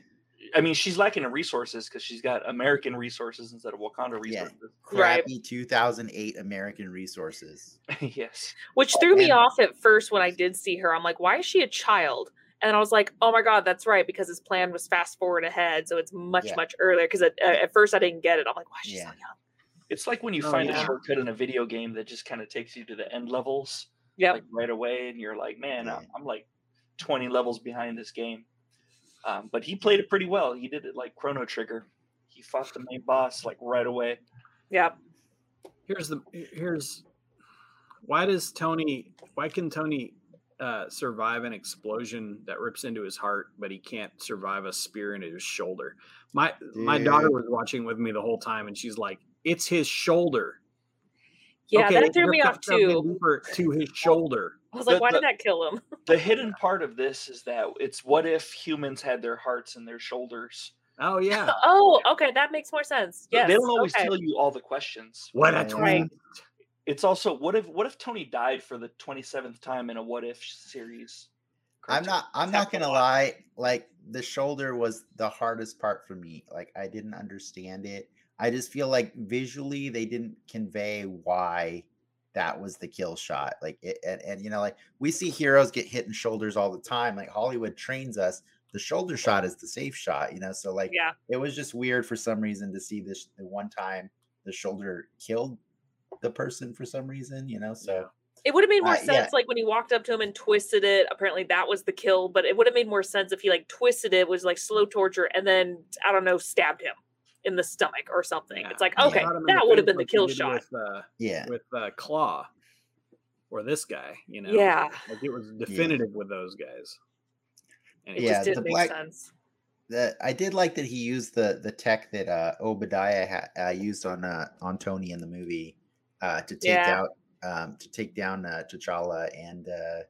Speaker 2: I mean, she's lacking in resources because she's got American resources instead of Wakanda
Speaker 1: Yeah.
Speaker 2: resources.
Speaker 4: Right.
Speaker 1: crappy 2008 American resources.
Speaker 2: yes.
Speaker 4: which threw me
Speaker 1: and-
Speaker 4: off at first when I did see her. I'm like, why is she a child? And I was like, oh my god, that's right, because his plan was fast forward ahead, so it's much
Speaker 1: Yeah.
Speaker 4: much earlier. Because at, at at first I didn't get it. I'm like, why is she so
Speaker 1: Yeah.
Speaker 4: young?
Speaker 2: It's like when you
Speaker 3: Oh,
Speaker 2: find a
Speaker 4: yeah.
Speaker 2: shortcut in a video game that just kind of takes you to the end levels
Speaker 4: Yep.
Speaker 2: like right away, and you're like, man,
Speaker 1: Yeah.
Speaker 2: I'm, I'm like 20 levels behind this game. Um, but he played it pretty well. He did it like Chrono Trigger. He fought the main boss like right away.
Speaker 4: yep.
Speaker 3: here's the here's why does tony why can tony uh, survive an explosion that rips into his heart but he can't survive a spear into his shoulder my my daughter
Speaker 1: Dude.
Speaker 3: was watching with me the whole time and she's like it's his shoulder
Speaker 4: Yeah,
Speaker 3: Okay,
Speaker 4: that threw
Speaker 3: the
Speaker 4: me off
Speaker 3: cuffs are getting
Speaker 4: too.
Speaker 3: deeper to his shoulder
Speaker 4: I was like,
Speaker 2: The-
Speaker 4: why
Speaker 2: the-
Speaker 4: did that kill him?
Speaker 2: The hidden part of this is that it's what if humans had their hearts in their shoulders?
Speaker 3: oh yeah
Speaker 4: Oh, okay, that makes more sense.
Speaker 2: But
Speaker 4: Yes.
Speaker 2: They don't always
Speaker 4: okay.
Speaker 2: tell you all the questions.
Speaker 3: what a
Speaker 1: Right.
Speaker 3: twist.
Speaker 4: Right.
Speaker 2: It's also what if what if Tony died for the 27th time in a what if series?
Speaker 1: I'm
Speaker 2: cartoon?
Speaker 1: not I'm
Speaker 2: It's
Speaker 1: not
Speaker 2: happened a
Speaker 1: gonna
Speaker 2: lot.
Speaker 1: lie, like the shoulder was the hardest part for me. Like I didn't understand it. I just feel like visually they didn't convey why that was the kill shot. Like it, and, and you know, like we see heroes get hit in shoulders all the time. Like Hollywood trains us. The shoulder shot is the safe shot, you know. So like
Speaker 4: Yeah.
Speaker 1: it was just weird for some reason to see this the one time the shoulder killed the person for some reason, you know. So
Speaker 4: It would have made more
Speaker 1: Uh,
Speaker 4: sense,
Speaker 1: yeah.
Speaker 4: like when he walked up to him and twisted it. Apparently, that was the kill. But it would have made more sense if he like twisted it, was like slow torture, and then I don't know, stabbed him in the stomach or something.
Speaker 3: Yeah.
Speaker 4: It's like
Speaker 1: Yeah.
Speaker 4: okay,
Speaker 3: Shot him in
Speaker 4: that would have
Speaker 3: face
Speaker 4: been the
Speaker 3: like he
Speaker 4: kill
Speaker 3: did
Speaker 4: shot.
Speaker 3: with, uh,
Speaker 1: yeah.
Speaker 3: with uh, claw or this guy you know
Speaker 4: Yeah,
Speaker 3: like it was definitive with those guys
Speaker 4: it
Speaker 1: Yeah,
Speaker 4: just
Speaker 1: the
Speaker 4: didn't make
Speaker 1: black-
Speaker 4: sense.
Speaker 1: the I did like that he used the the tech that uh, Obadiah ha- uh, used on uh, on Tony in the movie uh, to take
Speaker 4: Yeah.
Speaker 1: out um, to take down uh, T'Challa and uh,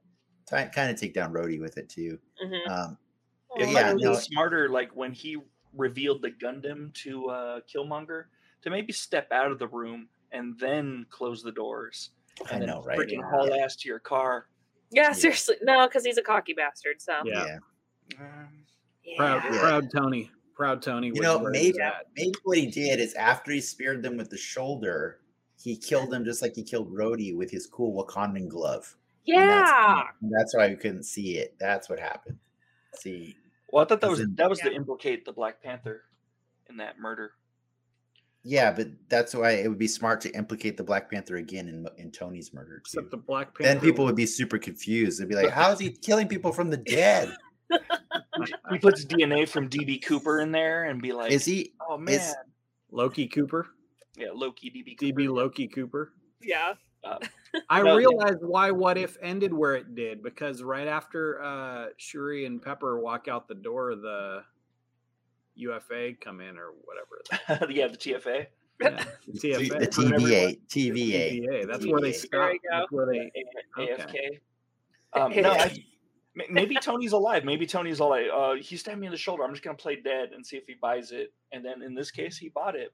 Speaker 1: kind of take down Rhodey with it too.
Speaker 4: Mhm.
Speaker 1: Um,
Speaker 2: It might
Speaker 1: Yeah,
Speaker 2: have
Speaker 1: no.
Speaker 2: been smarter, like when he revealed the Gundam to uh, Killmonger, to maybe step out of the room and then close the doors.
Speaker 1: I
Speaker 2: And then
Speaker 1: know, right?
Speaker 2: Freaking
Speaker 3: Yeah.
Speaker 2: haul ass to your car.
Speaker 4: yeah,
Speaker 1: yeah.
Speaker 4: seriously, no, because he's a cocky bastard. So yeah,
Speaker 3: Yeah.
Speaker 2: Um,
Speaker 3: proud,
Speaker 1: Yeah.
Speaker 3: proud Tony, proud Tony.
Speaker 1: You
Speaker 3: was
Speaker 1: know,
Speaker 3: where he
Speaker 1: maybe
Speaker 3: was at.
Speaker 1: maybe what he did is after he speared them with the shoulder, he killed them just like he killed Rhodey with his cool Wakandan glove. And that's-
Speaker 4: yeah.
Speaker 1: and that's, why we couldn't see it. That's what happened. See,
Speaker 2: Well, I thought that
Speaker 1: As
Speaker 2: was
Speaker 1: in-
Speaker 2: that was to
Speaker 4: Yeah.
Speaker 2: implicate the Black Panther in that murder.
Speaker 1: yeah, but that's why it would be smart to implicate the Black Panther again in in Tony's murder. Too.
Speaker 3: Except the Black Panther.
Speaker 1: then people would be super confused. They'd be like, "How is he killing people from the dead?
Speaker 2: He puts DNA from DB Cooper in there and be like,
Speaker 1: Is he?
Speaker 2: "Oh man,
Speaker 1: is-
Speaker 3: Loki Cooper,
Speaker 2: yeah, Loki DB Cooper."
Speaker 3: DB Loki Cooper. I
Speaker 2: No, they-
Speaker 3: realized why What If ended where it did because right after uh, Shuri and Pepper walk out the door, the UFA come in or whatever.
Speaker 2: yeah, the TFA.
Speaker 3: Yeah, the
Speaker 1: The
Speaker 3: TFA.
Speaker 1: the TVA, TVA.
Speaker 3: TVA. That's where they
Speaker 1: TVA.
Speaker 3: stop.
Speaker 4: There you
Speaker 3: That's where
Speaker 2: A-
Speaker 3: they.
Speaker 2: A-
Speaker 3: Okay.
Speaker 2: AFK. Um, no, I,
Speaker 1: Yeah.
Speaker 2: m- maybe Tony's alive. Maybe Tony's alive. Uh, he stabbed me in the shoulder. I'm just gonna play dead and see if he buys it. And then in this case, he bought it.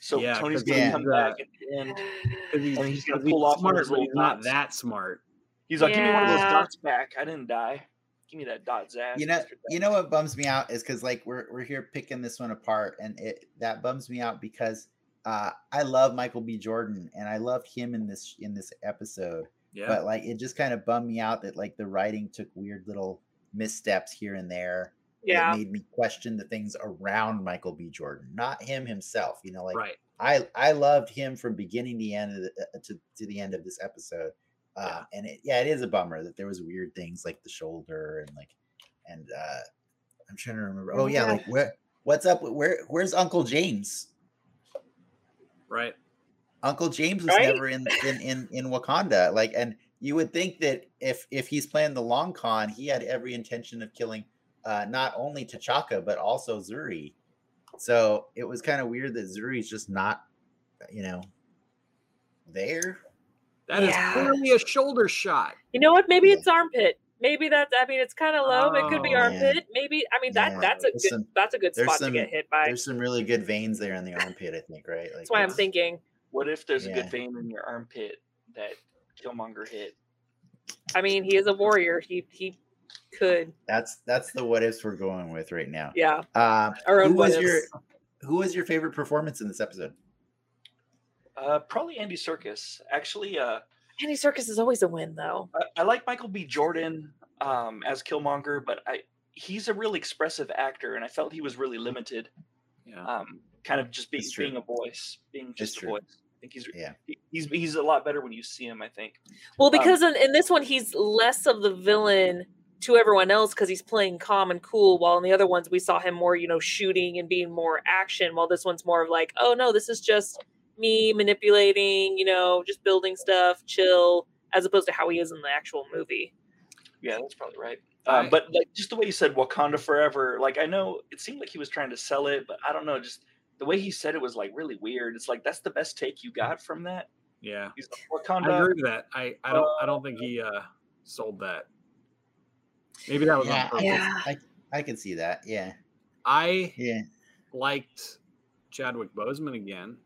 Speaker 2: So
Speaker 3: Yeah,
Speaker 2: Tony's
Speaker 3: 'cause
Speaker 2: gonna
Speaker 1: he's,
Speaker 2: come
Speaker 3: uh,
Speaker 2: back at the end.
Speaker 4: Yeah.
Speaker 3: 'cause he's,
Speaker 2: And he's gonna
Speaker 3: 'cause he's
Speaker 2: pull off one of
Speaker 3: smart,
Speaker 2: his
Speaker 3: but
Speaker 2: little
Speaker 3: he's not
Speaker 2: dots.
Speaker 3: that smart.
Speaker 2: He's like, give me one of those
Speaker 4: Yeah.
Speaker 2: dots back. I didn't die. Give me that dot, Zach.
Speaker 1: You know, you know what bums me out is because like we're we're here picking this one apart, and it that bums me out because uh, I love Michael B. Jordan and I loved him in this in this episode,
Speaker 3: Yeah.
Speaker 1: but like it just kind of bummed me out that like the writing took weird little missteps here and there.
Speaker 4: yeah.
Speaker 1: It made me question the things around Michael B. Jordan, not him himself. You know, like
Speaker 3: right.
Speaker 1: I I loved him from beginning to the end of the, uh, to to the end of this episode. Uh, And it, yeah, it is a bummer that there was weird things like the shoulder and like and uh, I'm trying to remember. Oh yeah,
Speaker 4: Yeah.
Speaker 1: like where what's up? with- Where where's Uncle James?
Speaker 3: Right.
Speaker 1: Uncle James was
Speaker 4: Right?
Speaker 1: never in in in in Wakanda. Like and. you would think that if if he's playing the long con, he had every intention of killing uh, not only Tachaka but also Zuri. So it was kind of weird that Zuri's just not, you know, there.
Speaker 3: That is
Speaker 4: Yeah.
Speaker 3: clearly a shoulder shot.
Speaker 4: You know what? Maybe
Speaker 1: Yeah.
Speaker 4: it's armpit. Maybe that's. I mean, it's kind of low. but it could
Speaker 3: Oh,
Speaker 4: be
Speaker 1: yeah.
Speaker 4: armpit. Maybe. I mean, that
Speaker 1: Yeah.
Speaker 4: that's a
Speaker 1: There's
Speaker 4: good
Speaker 1: some-
Speaker 4: that's a good
Speaker 1: there's
Speaker 4: spot
Speaker 1: some-
Speaker 4: to get hit by.
Speaker 1: There's some really good veins there in the armpit, I think, right? Like
Speaker 4: That's why I'm
Speaker 1: it's-
Speaker 4: thinking.
Speaker 2: What if there's a
Speaker 1: Yeah.
Speaker 2: good vein in your armpit that Killmonger hit?
Speaker 4: I mean, he is a warrior. He he could.
Speaker 1: That's that's the what ifs we're going with right now.
Speaker 4: Yeah.
Speaker 1: Uh,
Speaker 4: Our
Speaker 1: who
Speaker 4: own what
Speaker 1: was
Speaker 4: ifs.
Speaker 1: your who was your favorite performance in this episode?
Speaker 2: Uh, probably Andy Circus. Actually, uh,
Speaker 4: Andy Circus is always a win, though.
Speaker 2: I, I like Michael B. Jordan um, as Killmonger, but I he's a really expressive actor, and I felt he was really limited.
Speaker 3: Yeah.
Speaker 2: Um, kind of just being
Speaker 1: It's true.
Speaker 2: being a voice, being just a
Speaker 1: true.
Speaker 2: voice. I think he's
Speaker 1: Yeah.
Speaker 2: he- he's he's a lot better when you see him. I think.
Speaker 1: Um,
Speaker 4: Well, because in, in this one he's less of the villain to everyone else because he's playing calm and cool, while in the other ones we saw him more, you know, shooting and being more action, while this one's more of like, oh no, this is just me manipulating, you know, just building stuff, chill, as opposed to how he is in the actual movie.
Speaker 2: Yeah, that's probably right. Uh,
Speaker 3: I-
Speaker 2: but like just the way you said Wakanda forever, like I know it seemed like he was trying to sell it, but I don't know. Just the way he said it was like really weird. It's like that's the best take you got from that.
Speaker 3: Yeah.
Speaker 2: He's like, Wakanda.
Speaker 3: I agree with that. I, I don't I don't think he uh sold that. Maybe that was
Speaker 1: Yeah,
Speaker 3: on
Speaker 1: I,
Speaker 3: purpose.
Speaker 4: Yeah.
Speaker 1: Could, I I could see that. Yeah,
Speaker 3: I
Speaker 1: yeah.
Speaker 3: liked Chadwick Boseman again,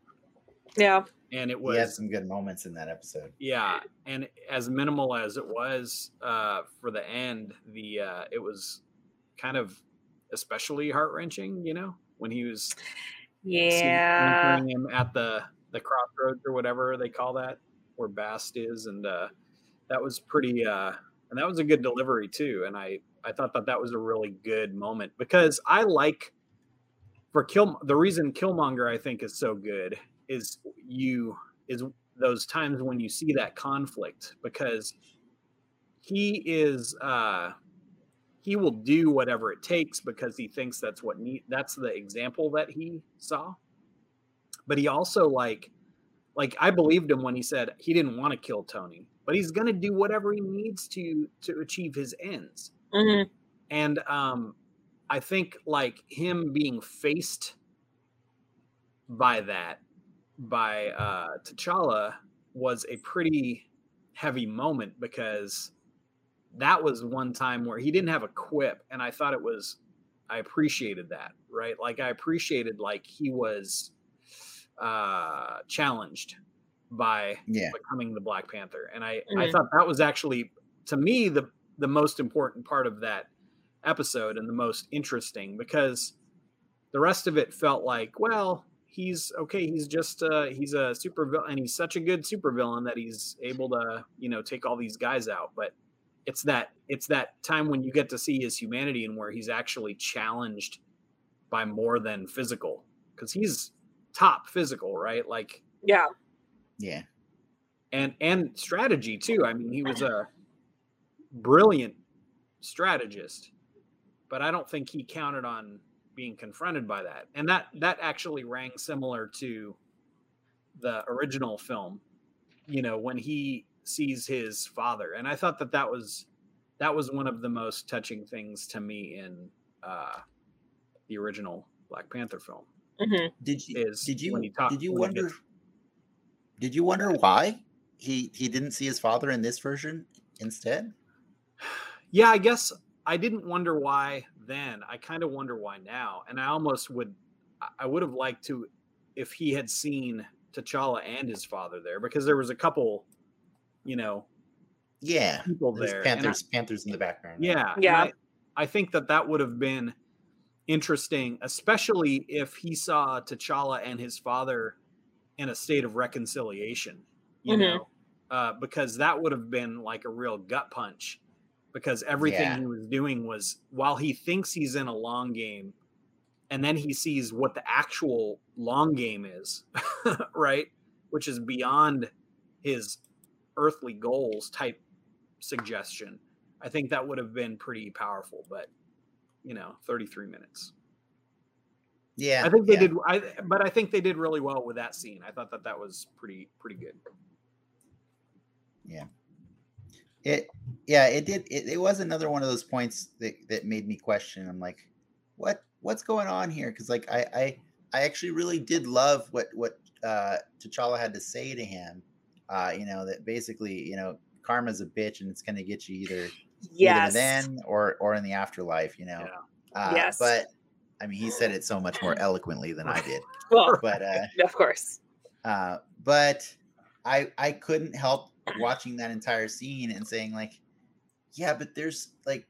Speaker 4: Yeah.
Speaker 3: and it
Speaker 1: We had
Speaker 3: was
Speaker 1: some good moments in that episode.
Speaker 3: yeah, and as minimal as it was uh, for the end, the uh, it was kind of especially heart wrenching, you know, when he was seeing-
Speaker 4: Yeah.
Speaker 3: encountering him at the the crossroads or whatever they call that, where Bast is, and uh, that was pretty, uh, and that was a good delivery too, and I I thought that that was a really good moment because I like for Kill the reason Killmonger I think is so good is you is those times when you see that conflict because he is uh he will do whatever it takes because he thinks that's what need that's the example that he saw but he also like like i believed him when he said he didn't want to kill tony but he's going to do whatever he needs to to achieve his ends
Speaker 4: Mhm.
Speaker 3: and um i think like him being faced by that by uh t'challa was a pretty heavy moment because that was one time where he didn't have a quip and i thought it was i appreciated that right like i appreciated like he was uh challenged by
Speaker 1: Yeah,
Speaker 3: becoming the Black Panther. And I, I
Speaker 4: Mhm.
Speaker 3: thought that was actually to me the the most important part of that episode and the most interesting because the rest of it felt like, well, he's okay, he's just uh he's a super villain and he's such a good supervillain that he's able to, you know, take all these guys out. But it's that it's that time when you get to see his humanity and where he's actually challenged by more than physical because he's top physical right like
Speaker 4: Yeah.
Speaker 1: yeah.
Speaker 3: and and strategy too. I mean, he was a brilliant strategist, but I don't think he counted on being confronted by that. And that that actually rang similar to the original film, you know, when he sees his father. And I thought that that was that was one of the most touching things to me in uh, the original Black Panther film.
Speaker 4: hmm
Speaker 1: Did you
Speaker 3: Is
Speaker 1: did you
Speaker 3: when he talked-
Speaker 1: did you
Speaker 3: when he
Speaker 1: wonder did you wonder why he he didn't see his father in this version instead?
Speaker 3: Yeah, I guess I didn't wonder why then. I kind of wonder why now. And I almost would, I- I would have liked to, if he had seen T'Challa and his father there, because there was a couple, you know,
Speaker 1: Yeah,
Speaker 3: people
Speaker 1: there's
Speaker 3: there. and I-
Speaker 1: Panthers Panthers in the background. right?
Speaker 3: yeah. and
Speaker 4: Yeah.
Speaker 3: I, I think that that would have been interesting, especially if he saw T'Challa and his father in a state of reconciliation, you
Speaker 4: Mhm.
Speaker 3: know, uh, because that would have been like a real gut punch because everything
Speaker 1: Yeah.
Speaker 3: he was doing was while he thinks he's in a long game and then he sees what the actual long game is, right? Which is beyond his earthly goals type suggestion. I think that would have been pretty powerful, but you know, 33 minutes.
Speaker 1: yeah.
Speaker 3: I think they
Speaker 1: yeah.
Speaker 3: did I but I think they did really well with that scene. I thought that that was pretty pretty good.
Speaker 1: It yeah, it did it, it was another one of those points that that made me question. I'm like, what what's going on here? Cuz like I I I actually really did love what what uh T'Challa had to say to him. Uh you know, that basically, you know, karma's a bitch and it's going to get you either
Speaker 4: Yes.
Speaker 1: either then or or in the afterlife, you know. Uh,
Speaker 4: Yes.
Speaker 1: but I mean, he said it so much more eloquently than I did.
Speaker 4: Well,
Speaker 1: But uh
Speaker 4: of course.
Speaker 1: uh, but I I couldn't help watching that entire scene and saying like, yeah, but there's like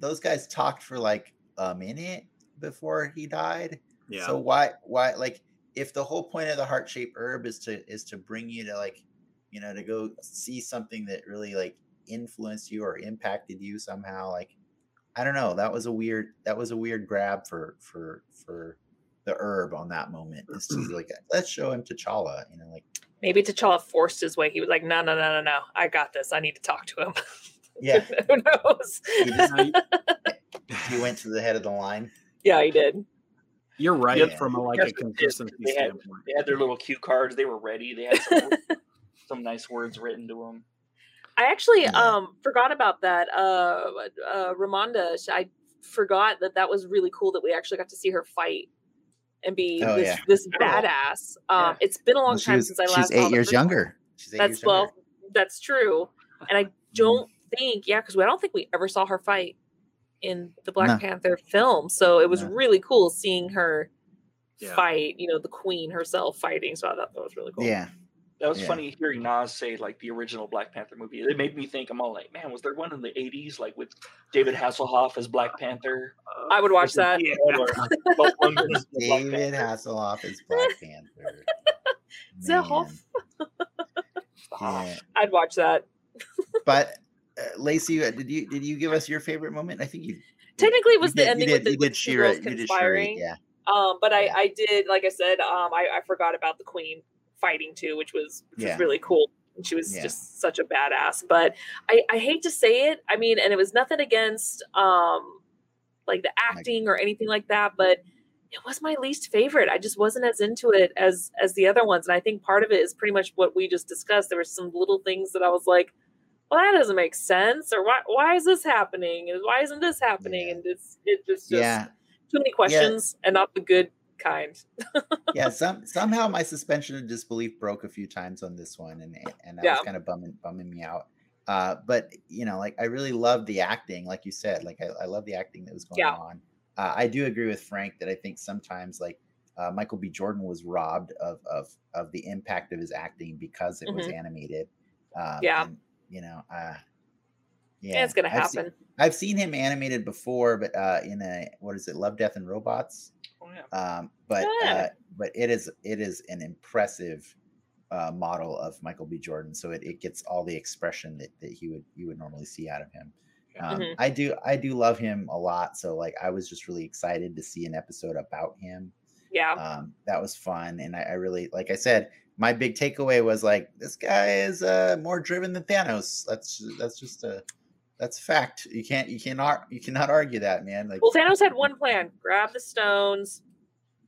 Speaker 1: those guys talked for like a minute before he died.
Speaker 3: Yeah.
Speaker 1: So why why like if the whole point of the heart shaped herb is to is to bring you to like you know to go see something that really like influenced you or impacted you somehow like I don't know that was a weird that was a weird grab for for for the herb on that moment it's just like let's show him T'Challa you know like
Speaker 4: Maybe T'Challa forced his way. He was like, no, no, no, no, no. I got this. I need to talk to him.
Speaker 1: yeah
Speaker 4: Who knows?
Speaker 1: he, just,
Speaker 3: Now,
Speaker 1: he went to the head of the line
Speaker 4: Yeah, he did.
Speaker 3: you're right
Speaker 1: Yeah.
Speaker 3: from a, like
Speaker 2: Yes,
Speaker 3: a
Speaker 2: it is.
Speaker 3: consistency
Speaker 2: They had-
Speaker 3: standpoint.
Speaker 2: They had their little cue cards. They were ready. They had some, some nice words written to them.
Speaker 4: I actually
Speaker 1: Yeah.
Speaker 4: um forgot about that. Uh, uh Ramonda, sh- I forgot that that was really cool that we actually got to see her fight and be
Speaker 1: Oh,
Speaker 4: this
Speaker 1: yeah.
Speaker 4: this
Speaker 2: Girl.
Speaker 4: badass. Um,
Speaker 2: Yeah.
Speaker 4: it's been a long
Speaker 1: Well, she
Speaker 4: time
Speaker 1: was-
Speaker 4: since I
Speaker 1: she's
Speaker 4: last. saw
Speaker 1: eight
Speaker 4: the
Speaker 1: years
Speaker 4: first one.
Speaker 1: younger she's eight
Speaker 4: That's
Speaker 1: years
Speaker 4: well,
Speaker 1: younger.
Speaker 4: that's true, and
Speaker 1: Mm-hmm.
Speaker 4: I don't think yeah, because I don't think we ever saw her fight in the Black
Speaker 1: No.
Speaker 4: Panther film. So it was
Speaker 1: No.
Speaker 4: really cool seeing her
Speaker 3: Yeah.
Speaker 4: fight. You know, the Queen herself fighting. So I thought that was really cool.
Speaker 1: yeah
Speaker 2: That was
Speaker 1: Yeah.
Speaker 2: funny hearing Nas say like the original Black Panther movie. It made me think. I'm all like, man, was there one in the '80s like with David Hasselhoff as Black Panther?
Speaker 4: I would watch
Speaker 2: Richard
Speaker 4: that.
Speaker 2: Kidd or Dolph Lundgren as the Black
Speaker 1: David
Speaker 2: Panther?
Speaker 1: Hasselhoff is Black Panther
Speaker 4: Zahoff.
Speaker 1: Man.
Speaker 2: Hoff.
Speaker 1: Yeah.
Speaker 4: I'd watch that.
Speaker 1: but uh, Lacey, uh, did you did you give us your favorite moment? I think you
Speaker 4: Technically, it was
Speaker 1: you
Speaker 4: the ending
Speaker 1: you
Speaker 4: with
Speaker 1: did,
Speaker 4: the,
Speaker 1: you
Speaker 4: with
Speaker 1: did
Speaker 4: the two
Speaker 1: Shira,
Speaker 4: girls
Speaker 1: you did Shira,
Speaker 4: conspiring.
Speaker 1: yeah,
Speaker 4: Um, but I,
Speaker 1: Yeah.
Speaker 4: I did, like I said, um, I, I forgot about the queen fighting too, which was which
Speaker 1: Yeah.
Speaker 4: was really cool. And she was
Speaker 1: Yeah.
Speaker 4: just such a badass. But I, I hate to say it. I mean, and it was nothing against um, like the acting or anything like that, but it was my least favorite. I just wasn't as into it as as the other ones, and I think part of it is pretty much what we just discussed. There were some little things that I was like, "Well, that doesn't make sense," or "Why why is this happening?" and "Why isn't this happening?"
Speaker 1: Yeah.
Speaker 4: and it's it just just
Speaker 1: yeah,
Speaker 4: too many questions and not the good kind.
Speaker 1: yeah. Some somehow my suspension of disbelief broke a few times on this one, and and that
Speaker 4: Oh, Yeah.
Speaker 1: was kind of bumming bumming me out. Uh, but you know, like I really love the acting, like you said, like I, I love the acting that was going
Speaker 4: Yeah.
Speaker 1: on. Uh, I do agree with Frank that I think sometimes like uh, Michael B. Jordan was robbed of of of the impact of his acting because it was animated. Um,
Speaker 4: Mm-hmm. Yeah.
Speaker 1: and, you know, uh,
Speaker 4: Yeah, it's gonna
Speaker 1: I've seen-
Speaker 4: happen.
Speaker 1: I've seen him animated before, but uh, in a what is it, Love, Death, and Robots?
Speaker 2: Oh, yeah.
Speaker 1: Um, but uh,
Speaker 4: Yeah.
Speaker 1: but it is it is an impressive uh, model of Michael B. Jordan, so it, it gets all the expression that, that he would you would normally see out of him.
Speaker 3: Yeah.
Speaker 1: Um,
Speaker 4: Mhm.
Speaker 1: I do I do love him a lot, so like I was just really excited to see an episode about him.
Speaker 4: Yeah.
Speaker 1: Um, that was fun, and I, I really like I said. My big takeaway was like this guy is uh, more driven than Thanos. That's that's just a that's fact. You can't you cannot you cannot argue that man. Like
Speaker 4: well, Thanos had one plan: grab the stones.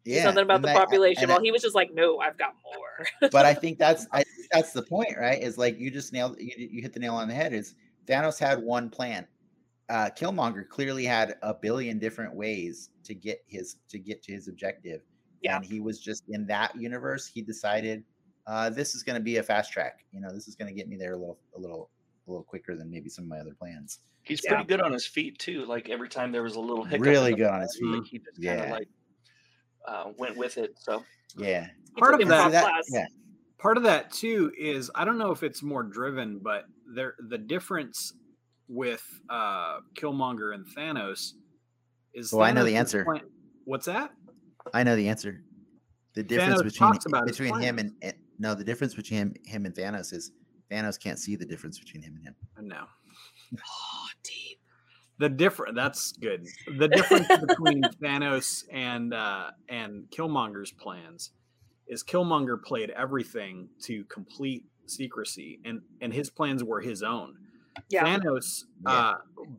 Speaker 4: do something about
Speaker 1: and
Speaker 4: the
Speaker 1: I- I-
Speaker 4: population.
Speaker 1: and I-
Speaker 4: While he was just like, "No, I've got more."
Speaker 1: but I think that's I think that's the point, right? Is like you just nailed you, you hit the nail on the head. Is Thanos had one plan. Uh, Killmonger clearly had a billion different ways to get his to get to his objective,
Speaker 4: Yeah.
Speaker 1: and he was just in that universe. He decided uh, this is going to be a fast track. You know, this is going to get me there a little a little a little quicker than maybe some of my other plans.
Speaker 2: He's
Speaker 4: Yeah.
Speaker 2: pretty good on his feet too. Like every time there was a little hiccup, in
Speaker 1: Really
Speaker 2: the
Speaker 1: good on his
Speaker 2: movie,
Speaker 1: feet.
Speaker 2: like, he just kind of
Speaker 1: Yeah.
Speaker 2: like uh, went with it. So
Speaker 1: Yeah,
Speaker 4: He
Speaker 3: Part
Speaker 4: took
Speaker 3: of
Speaker 4: him
Speaker 1: And see
Speaker 3: that-
Speaker 4: top class.
Speaker 1: yeah,
Speaker 3: part of that too is I don't know if it's more driven, but there the difference with uh Killmonger and Thanos is.
Speaker 1: Oh, I know the
Speaker 3: Thanos'
Speaker 1: answer.
Speaker 3: plan- What's that?
Speaker 1: I know the answer. The difference
Speaker 3: Thanos
Speaker 1: between
Speaker 3: talks about his
Speaker 1: between him
Speaker 3: plans.
Speaker 1: and, and no, the difference between him, him and Thanos is Thanos can't see the difference between him and him.
Speaker 3: No,
Speaker 4: Oh, deep.
Speaker 3: the difference. That's good. The difference between Thanos and uh and Killmonger's plans is Killmonger played everything to complete secrecy, and and his plans were his own.
Speaker 4: Yeah.
Speaker 3: Thanos
Speaker 1: Yeah.
Speaker 3: uh,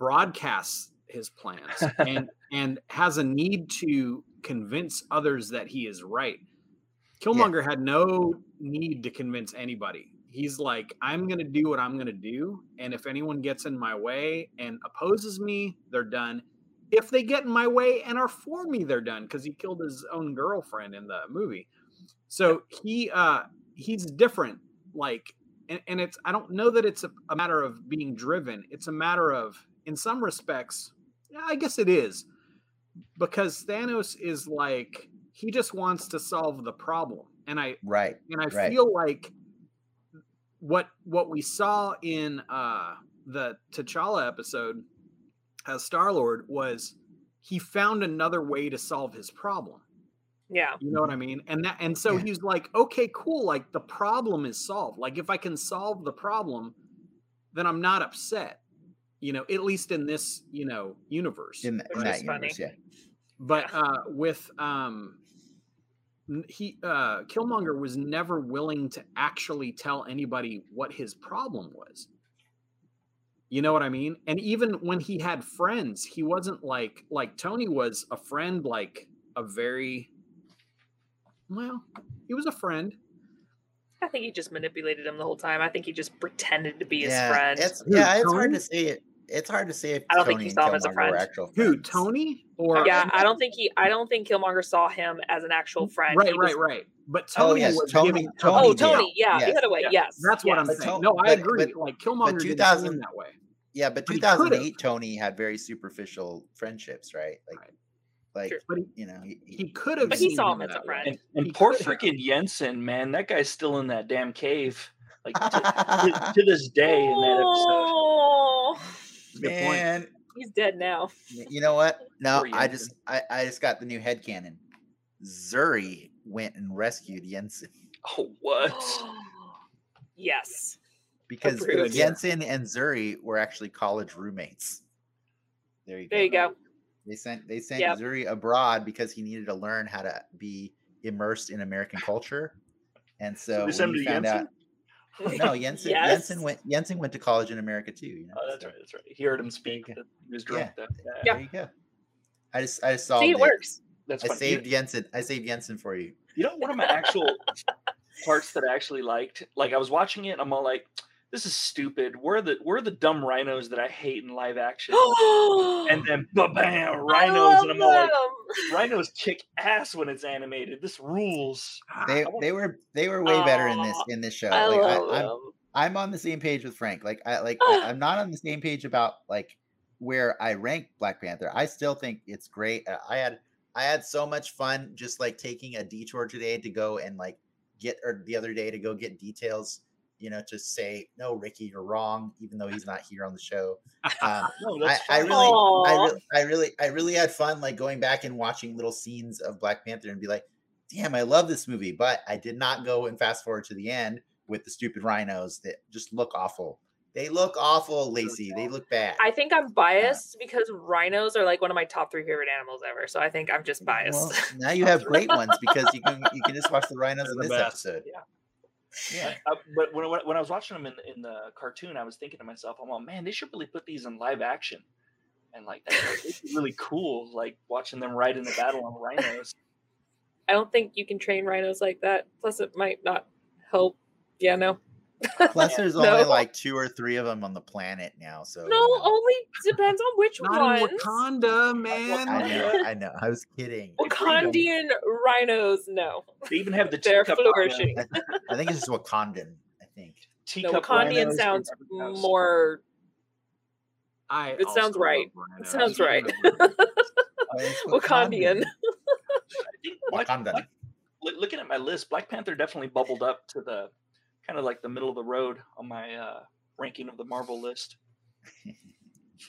Speaker 3: broadcasts his plans and and has a need to convince others that he is right. Killmonger had no need to convince anybody. he's like, I'm gonna do what I'm gonna do, and if anyone gets in my way and opposes me, they're done. If they get in my way and are for me, they're done because he killed his own girlfriend in the movie. So he uh he's different, like, and, and it's I don't know that it's a, a matter of being driven. It's a matter of, in some respects, yeah, I guess it is, because Thanos is like he just wants to solve the problem, and I
Speaker 1: Right.
Speaker 3: and I
Speaker 1: Right.
Speaker 3: feel like what what we saw in uh the T'Challa episode as Star Lord was he found another way to solve his problem.
Speaker 4: Yeah.
Speaker 3: You know what I mean? And that and so
Speaker 1: Mm-hmm. Yeah.
Speaker 3: he's like, okay, cool, like the problem is solved. Like if I can solve the problem, then I'm not upset. You know, at least in this, you know, universe
Speaker 1: In, in
Speaker 4: Which
Speaker 1: that
Speaker 4: is funny.
Speaker 1: universe, yeah.
Speaker 3: but uh with um n- he uh killmonger was never willing to actually tell anybody what his problem was you know what i mean and even when he had friends he wasn't like like tony was a friend like a very well he was a friend
Speaker 4: I think he just manipulated him the whole time. I think he just pretended to be his
Speaker 1: yeah,
Speaker 4: friend.
Speaker 1: It's,
Speaker 3: Who,
Speaker 1: yeah, it's hard
Speaker 3: Tony?
Speaker 1: to say it. It's hard to say if
Speaker 4: I don't
Speaker 1: Tony
Speaker 4: think he
Speaker 1: and
Speaker 4: saw him as a
Speaker 1: Killmonger
Speaker 4: friend.
Speaker 1: Were actual
Speaker 3: who
Speaker 1: friends.
Speaker 3: tony or
Speaker 4: yeah, I don't think he. I don't think Killmonger saw him as an actual friend.
Speaker 3: right
Speaker 4: He was-
Speaker 3: right right but
Speaker 1: Oh,
Speaker 3: tony
Speaker 1: yes,
Speaker 3: was
Speaker 1: Tony-
Speaker 3: giving
Speaker 1: Tony
Speaker 4: Oh,
Speaker 1: did.
Speaker 4: Tony. Yeah,
Speaker 1: Yes.
Speaker 4: the other way.
Speaker 2: Yeah.
Speaker 4: Yes,
Speaker 3: that's what i'm
Speaker 4: yes.
Speaker 1: But Tony-
Speaker 3: saying no i
Speaker 1: but-
Speaker 3: agree
Speaker 1: but-
Speaker 3: like killmonger didn't see him
Speaker 1: 2000
Speaker 3: that way
Speaker 1: Yeah, but
Speaker 3: But he could've.
Speaker 1: 2008 Tony had very superficial friendships, right? Like,
Speaker 3: Right.
Speaker 1: like
Speaker 4: True.
Speaker 3: but he,
Speaker 1: you know, he,
Speaker 3: he could have.
Speaker 4: But he
Speaker 3: seen
Speaker 4: saw him as a
Speaker 3: that
Speaker 4: friend.
Speaker 3: way.
Speaker 2: And, and
Speaker 3: He
Speaker 2: poor
Speaker 3: could have.
Speaker 2: freaking Jensen, man, that guy's still in that damn cave. Like to, to- to this day in that episode.
Speaker 4: Oh,
Speaker 3: Good point.
Speaker 1: man,
Speaker 4: he's dead now.
Speaker 1: y- you know what? No,
Speaker 2: Poor
Speaker 1: I
Speaker 2: Jensen.
Speaker 1: just I, I just got the new headcanon. Zuri went and rescued Jensen
Speaker 2: Oh, what?
Speaker 4: yes.
Speaker 1: because
Speaker 4: Good idea.
Speaker 1: Jensen and Zuri were actually college roommates. There you go.
Speaker 4: There you go.
Speaker 1: They sent they sent
Speaker 4: Yep.
Speaker 1: Zuri abroad because he needed to learn how to be immersed in American culture. And so,
Speaker 2: they sent
Speaker 1: when
Speaker 2: him
Speaker 1: he
Speaker 2: to
Speaker 1: found out no, Jensen
Speaker 4: Yes.
Speaker 1: Jensen went Jensen went to college in America too, you know.
Speaker 2: Oh, that's
Speaker 1: so-
Speaker 2: right. That's right. He heard him
Speaker 1: There you
Speaker 2: speak.
Speaker 1: go.
Speaker 2: that He was drunk. That, that-
Speaker 4: Yeah.
Speaker 1: There you go. I just I just solved
Speaker 4: See, it works.
Speaker 2: That's
Speaker 1: I
Speaker 2: funny. You-
Speaker 1: saved Jensen. I saved Jensen for you.
Speaker 2: You know, one of my actual parts that I actually liked, like I was watching it, and I'm all like, "This is stupid. We're the we're the dumb rhinos that I hate in live action." and then, ba bam, rhinos, and I'm all like, "Rhinos kick ass when it's animated. This rules."
Speaker 1: They
Speaker 2: I want-
Speaker 1: they were they were way better in this
Speaker 4: Ah, Aw,
Speaker 1: in this show.
Speaker 4: I
Speaker 1: like
Speaker 4: love
Speaker 1: I, I'm
Speaker 4: them.
Speaker 1: I'm on the same page with Frank. Like I like I, I'm not on the same page about like where I rank Black Panther. I still think it's great. Uh, I had I had so much fun just like taking a detour today to go and like get or the other day to go get details. You know, to say no, Ricky, you're wrong, even though he's not here on the show. Um,
Speaker 2: no,
Speaker 1: I,
Speaker 2: that's Oh.
Speaker 1: I
Speaker 2: fine.
Speaker 1: really, I
Speaker 4: Aw.
Speaker 1: really, I really, I really had fun like going back and watching little scenes of Black Panther and be like, damn, I love this movie, but I did not go and fast forward to the end with the stupid rhinos that just look awful. They look awful, Lacey. They look bad.
Speaker 4: I think I'm biased because rhinos are like one of my top three favorite animals ever. So I think I'm just biased.
Speaker 1: Well, now you have great ones because you can you can just watch the rhinos
Speaker 3: They're
Speaker 1: in
Speaker 3: the
Speaker 1: this
Speaker 3: best.
Speaker 1: episode.
Speaker 2: Yeah.
Speaker 1: Yeah.
Speaker 2: I- Uh, but when, when, when I was watching them in, the- in the cartoon, I was thinking to myself, "I'm all man, they should really put these in live action." And like, that's it's really cool, like watching them ride in the battle on rhinos.
Speaker 4: I don't think you can train rhinos like that. Plus, it might not help. Yeah, no,
Speaker 1: Plus, there's
Speaker 4: No.
Speaker 1: only like two or three of them on the planet now.
Speaker 2: Oh,
Speaker 1: So you
Speaker 4: no. oh
Speaker 1: know.
Speaker 4: Only depends on which
Speaker 3: Not in
Speaker 4: ones.
Speaker 3: Wakanda, man.
Speaker 1: I know.
Speaker 2: yeah.
Speaker 1: I know. I was kidding.
Speaker 2: They breed 'em.
Speaker 4: Wakandian rhinos, no.
Speaker 2: They even have the
Speaker 4: They're
Speaker 2: teacup
Speaker 4: flourishing.
Speaker 1: I think it's just Wakandan. I think.
Speaker 4: No,
Speaker 2: Teacup
Speaker 4: Wakandian
Speaker 2: rhinos in
Speaker 4: sounds
Speaker 2: every house.
Speaker 4: more.
Speaker 3: I
Speaker 4: It sounds
Speaker 3: also love
Speaker 4: right.
Speaker 3: rhinos.
Speaker 4: sounds right.
Speaker 1: But it's
Speaker 4: Wakandian.
Speaker 2: I think Black-
Speaker 1: Wakandan.
Speaker 2: Black- look- looking at my list, Black Panther definitely bubbled up to the kind of like the middle of the road on my uh, ranking of the Marvel list.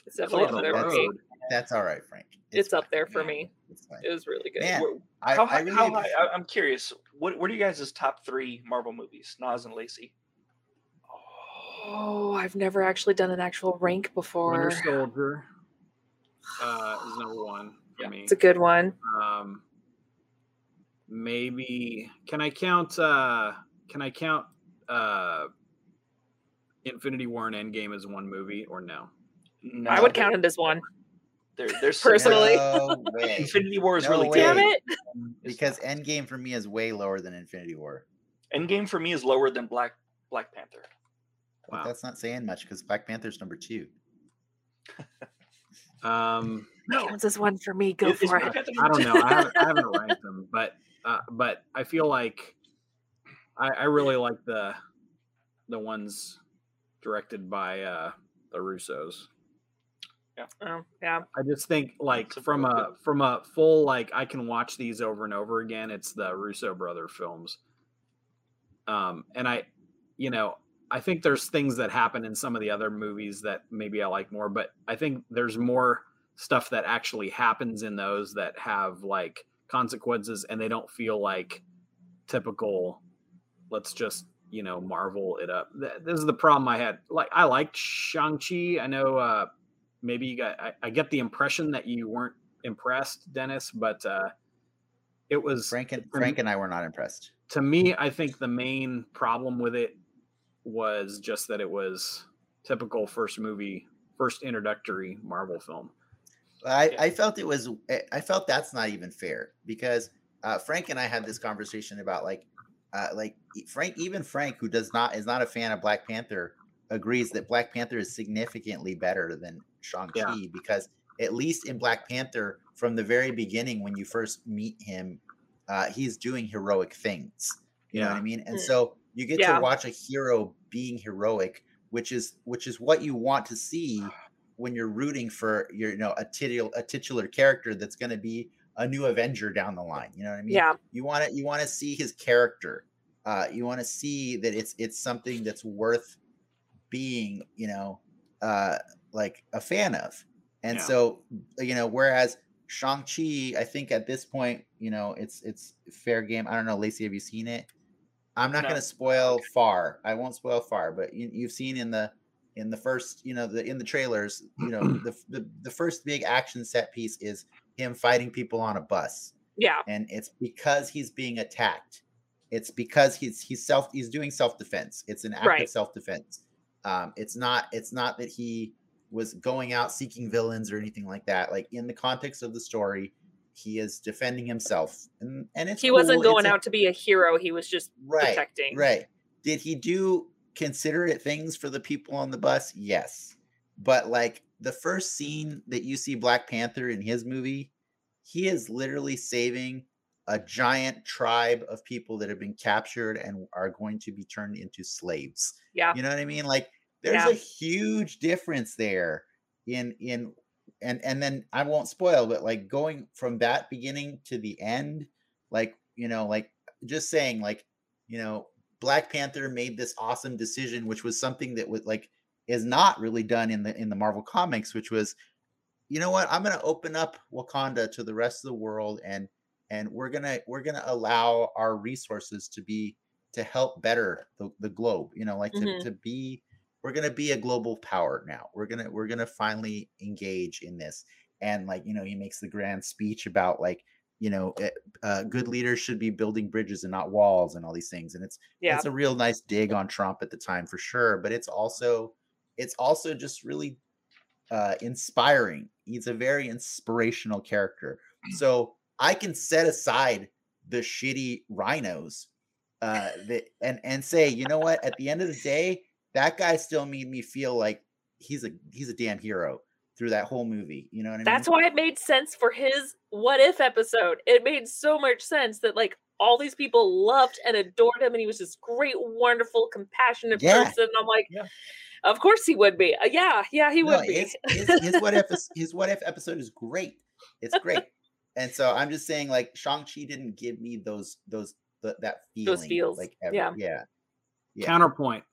Speaker 4: It's definitely
Speaker 2: Middle of
Speaker 4: up there
Speaker 1: the
Speaker 4: for
Speaker 1: road.
Speaker 4: me.
Speaker 1: That's all right, Frank.
Speaker 4: It's up
Speaker 1: fine.
Speaker 4: there for
Speaker 1: Yeah,
Speaker 4: me.
Speaker 1: It's fine.
Speaker 4: It was really good.
Speaker 1: Man,
Speaker 2: Wh-
Speaker 1: I,
Speaker 2: how
Speaker 1: I
Speaker 2: high,
Speaker 1: really
Speaker 2: how high,
Speaker 1: appreciate-
Speaker 2: I, am curious. What what are you guys' top three Marvel movies? Nas and Lacey.
Speaker 4: Oh, I've never actually done an actual rank
Speaker 3: Winter
Speaker 4: before.
Speaker 3: Soldier uh, is number one for
Speaker 2: Yeah.
Speaker 3: me.
Speaker 4: It's a good one.
Speaker 3: Um, maybe can I count? Uh, can I count? Uh, Infinity War and Endgame as one movie or no?
Speaker 2: No,
Speaker 4: I would
Speaker 2: there-
Speaker 4: count it as one.
Speaker 2: There, there's
Speaker 4: Personally.
Speaker 1: No way. Um,
Speaker 2: Infinity War is
Speaker 1: No
Speaker 2: really
Speaker 1: way.
Speaker 4: Damn
Speaker 2: good.
Speaker 4: it!
Speaker 1: because Endgame for me is way lower than Infinity War.
Speaker 2: Endgame for me is lower than Black Black Panther.
Speaker 1: But
Speaker 3: Wow.
Speaker 1: that's not saying much because Black Panther's number two.
Speaker 3: Um,
Speaker 2: No,
Speaker 4: Counts as one for me. Go
Speaker 2: Is- is
Speaker 4: for
Speaker 2: Black
Speaker 4: it.
Speaker 2: Panther
Speaker 3: I
Speaker 2: number
Speaker 3: don't
Speaker 2: two?
Speaker 3: know. I haven't, I haven't ranked them, but uh, but I feel like I, I really like the the ones directed by uh, the Russos.
Speaker 4: Oh,
Speaker 1: Mm.
Speaker 4: yeah.
Speaker 3: I just think like
Speaker 2: That's a
Speaker 3: from
Speaker 2: good
Speaker 3: a from a full like I can watch these over and over again. It's the Russo brother films. Um, and I, you know, I think there's things that happen in some of the other movies that maybe I like more, but I think there's more stuff that actually happens in those that have like consequences and they don't feel like typical let's just you know marvel it up Th- this is the problem i had like i liked shang-chi i know uh maybe you got I, I get the impression that you weren't impressed dennis but uh it was
Speaker 1: Frank and
Speaker 3: to me-
Speaker 1: Frank and I were not impressed.
Speaker 3: to me i think the main problem with it was just that it was typical first movie first introductory marvel film
Speaker 1: I,
Speaker 2: Yeah.
Speaker 1: I felt it was eh, I- I felt that's not even fair because uh, Frank and I had this conversation about like uh, like e- Frank even Frank who does not is not a fan of Black Panther agrees that Black Panther is significantly better than Shang Chi because at least in Black Panther from the very beginning when you first meet him uh, he's doing heroic things you know what I mean and
Speaker 4: Mm.
Speaker 1: so you get
Speaker 4: Yeah.
Speaker 1: to watch a hero being heroic which is which is what you want to see
Speaker 4: Ah.
Speaker 1: when you're rooting for your you know a titular a titular character that's going to be a new Avenger down the line. You know what I mean?
Speaker 4: Yeah.
Speaker 1: You want to you want to see his character. Uh, you want to see that it's it's something that's worth being. You know, uh, like a fan of. And
Speaker 3: Yeah.
Speaker 1: so you know, whereas Shang Chi, I think at this point, you know, it's it's fair game. I don't know, Lacey, have you seen it? I'm not
Speaker 2: No.
Speaker 1: going to spoil far. I won't spoil far, but you, you've seen in the in the first, you know, the in the trailers, you know, the, the the first big action set piece is him fighting people on a bus,
Speaker 4: Yeah.
Speaker 1: and it's because he's being attacked. It's because he's he's self he's doing self defense. It's an act
Speaker 4: Right.
Speaker 1: of self defense. Um, it's not it's not that he was going out seeking villains or anything like that. Like in the context of the story, he is defending himself, and and it's
Speaker 4: He wasn't
Speaker 1: cool, it's
Speaker 4: going
Speaker 1: a-
Speaker 4: out to be a hero. He was just
Speaker 1: right
Speaker 4: protecting.
Speaker 1: Right. Did he do considerate things for the people on the bus? Yes. But like the first scene that you see Black Panther in his movie, he is literally saving a giant tribe of people that have been captured and are going to be turned into slaves.
Speaker 4: Yeah.
Speaker 1: You know what I mean? Like there's
Speaker 4: Yeah.
Speaker 1: a huge difference there in in and and then I won't spoil, but like going from that beginning to the end, like you know, like just saying like you know black panther made this awesome decision which was something that was like is not really done in the in the marvel comics which was you know what i'm going to open up wakanda to the rest of the world and and we're going to we're going to allow our resources to be to help better the, the globe you know like to,
Speaker 4: Mhm.
Speaker 1: to be we're going to be a global power now we're going to we're going to finally engage in this and like you know he makes the grand speech about like you know eh, uh, good leaders should be building bridges and not walls and all these things and it's
Speaker 4: Yeah.
Speaker 1: it's a real nice dig on Trump at the time for sure, but it's also it's also just really uh inspiring. He's a very inspirational character.
Speaker 4: Mm.
Speaker 1: So I can set aside the shitty rhinos uh that and and say, you know what, at the end of the day, that guy still made me feel like he's a he's a damn hero through that whole movie. You know what I mean?
Speaker 4: That's why it made sense for his what if episode. It made so much sense that like all these people loved and adored him, and he was this great, wonderful, compassionate
Speaker 1: Yeah.
Speaker 4: person. And I'm like,
Speaker 2: Yeah.
Speaker 4: of course he would be. Uh, yeah, yeah, he
Speaker 1: No,
Speaker 4: would be.
Speaker 1: His, his, his what if is- his what if episode is great. It's great. and so I'm just saying, like Shang Chi didn't give me those those th- that feeling.
Speaker 4: Those feels,
Speaker 1: Like ever.
Speaker 4: yeah.
Speaker 1: yeah. Yeah.
Speaker 3: Counterpoint.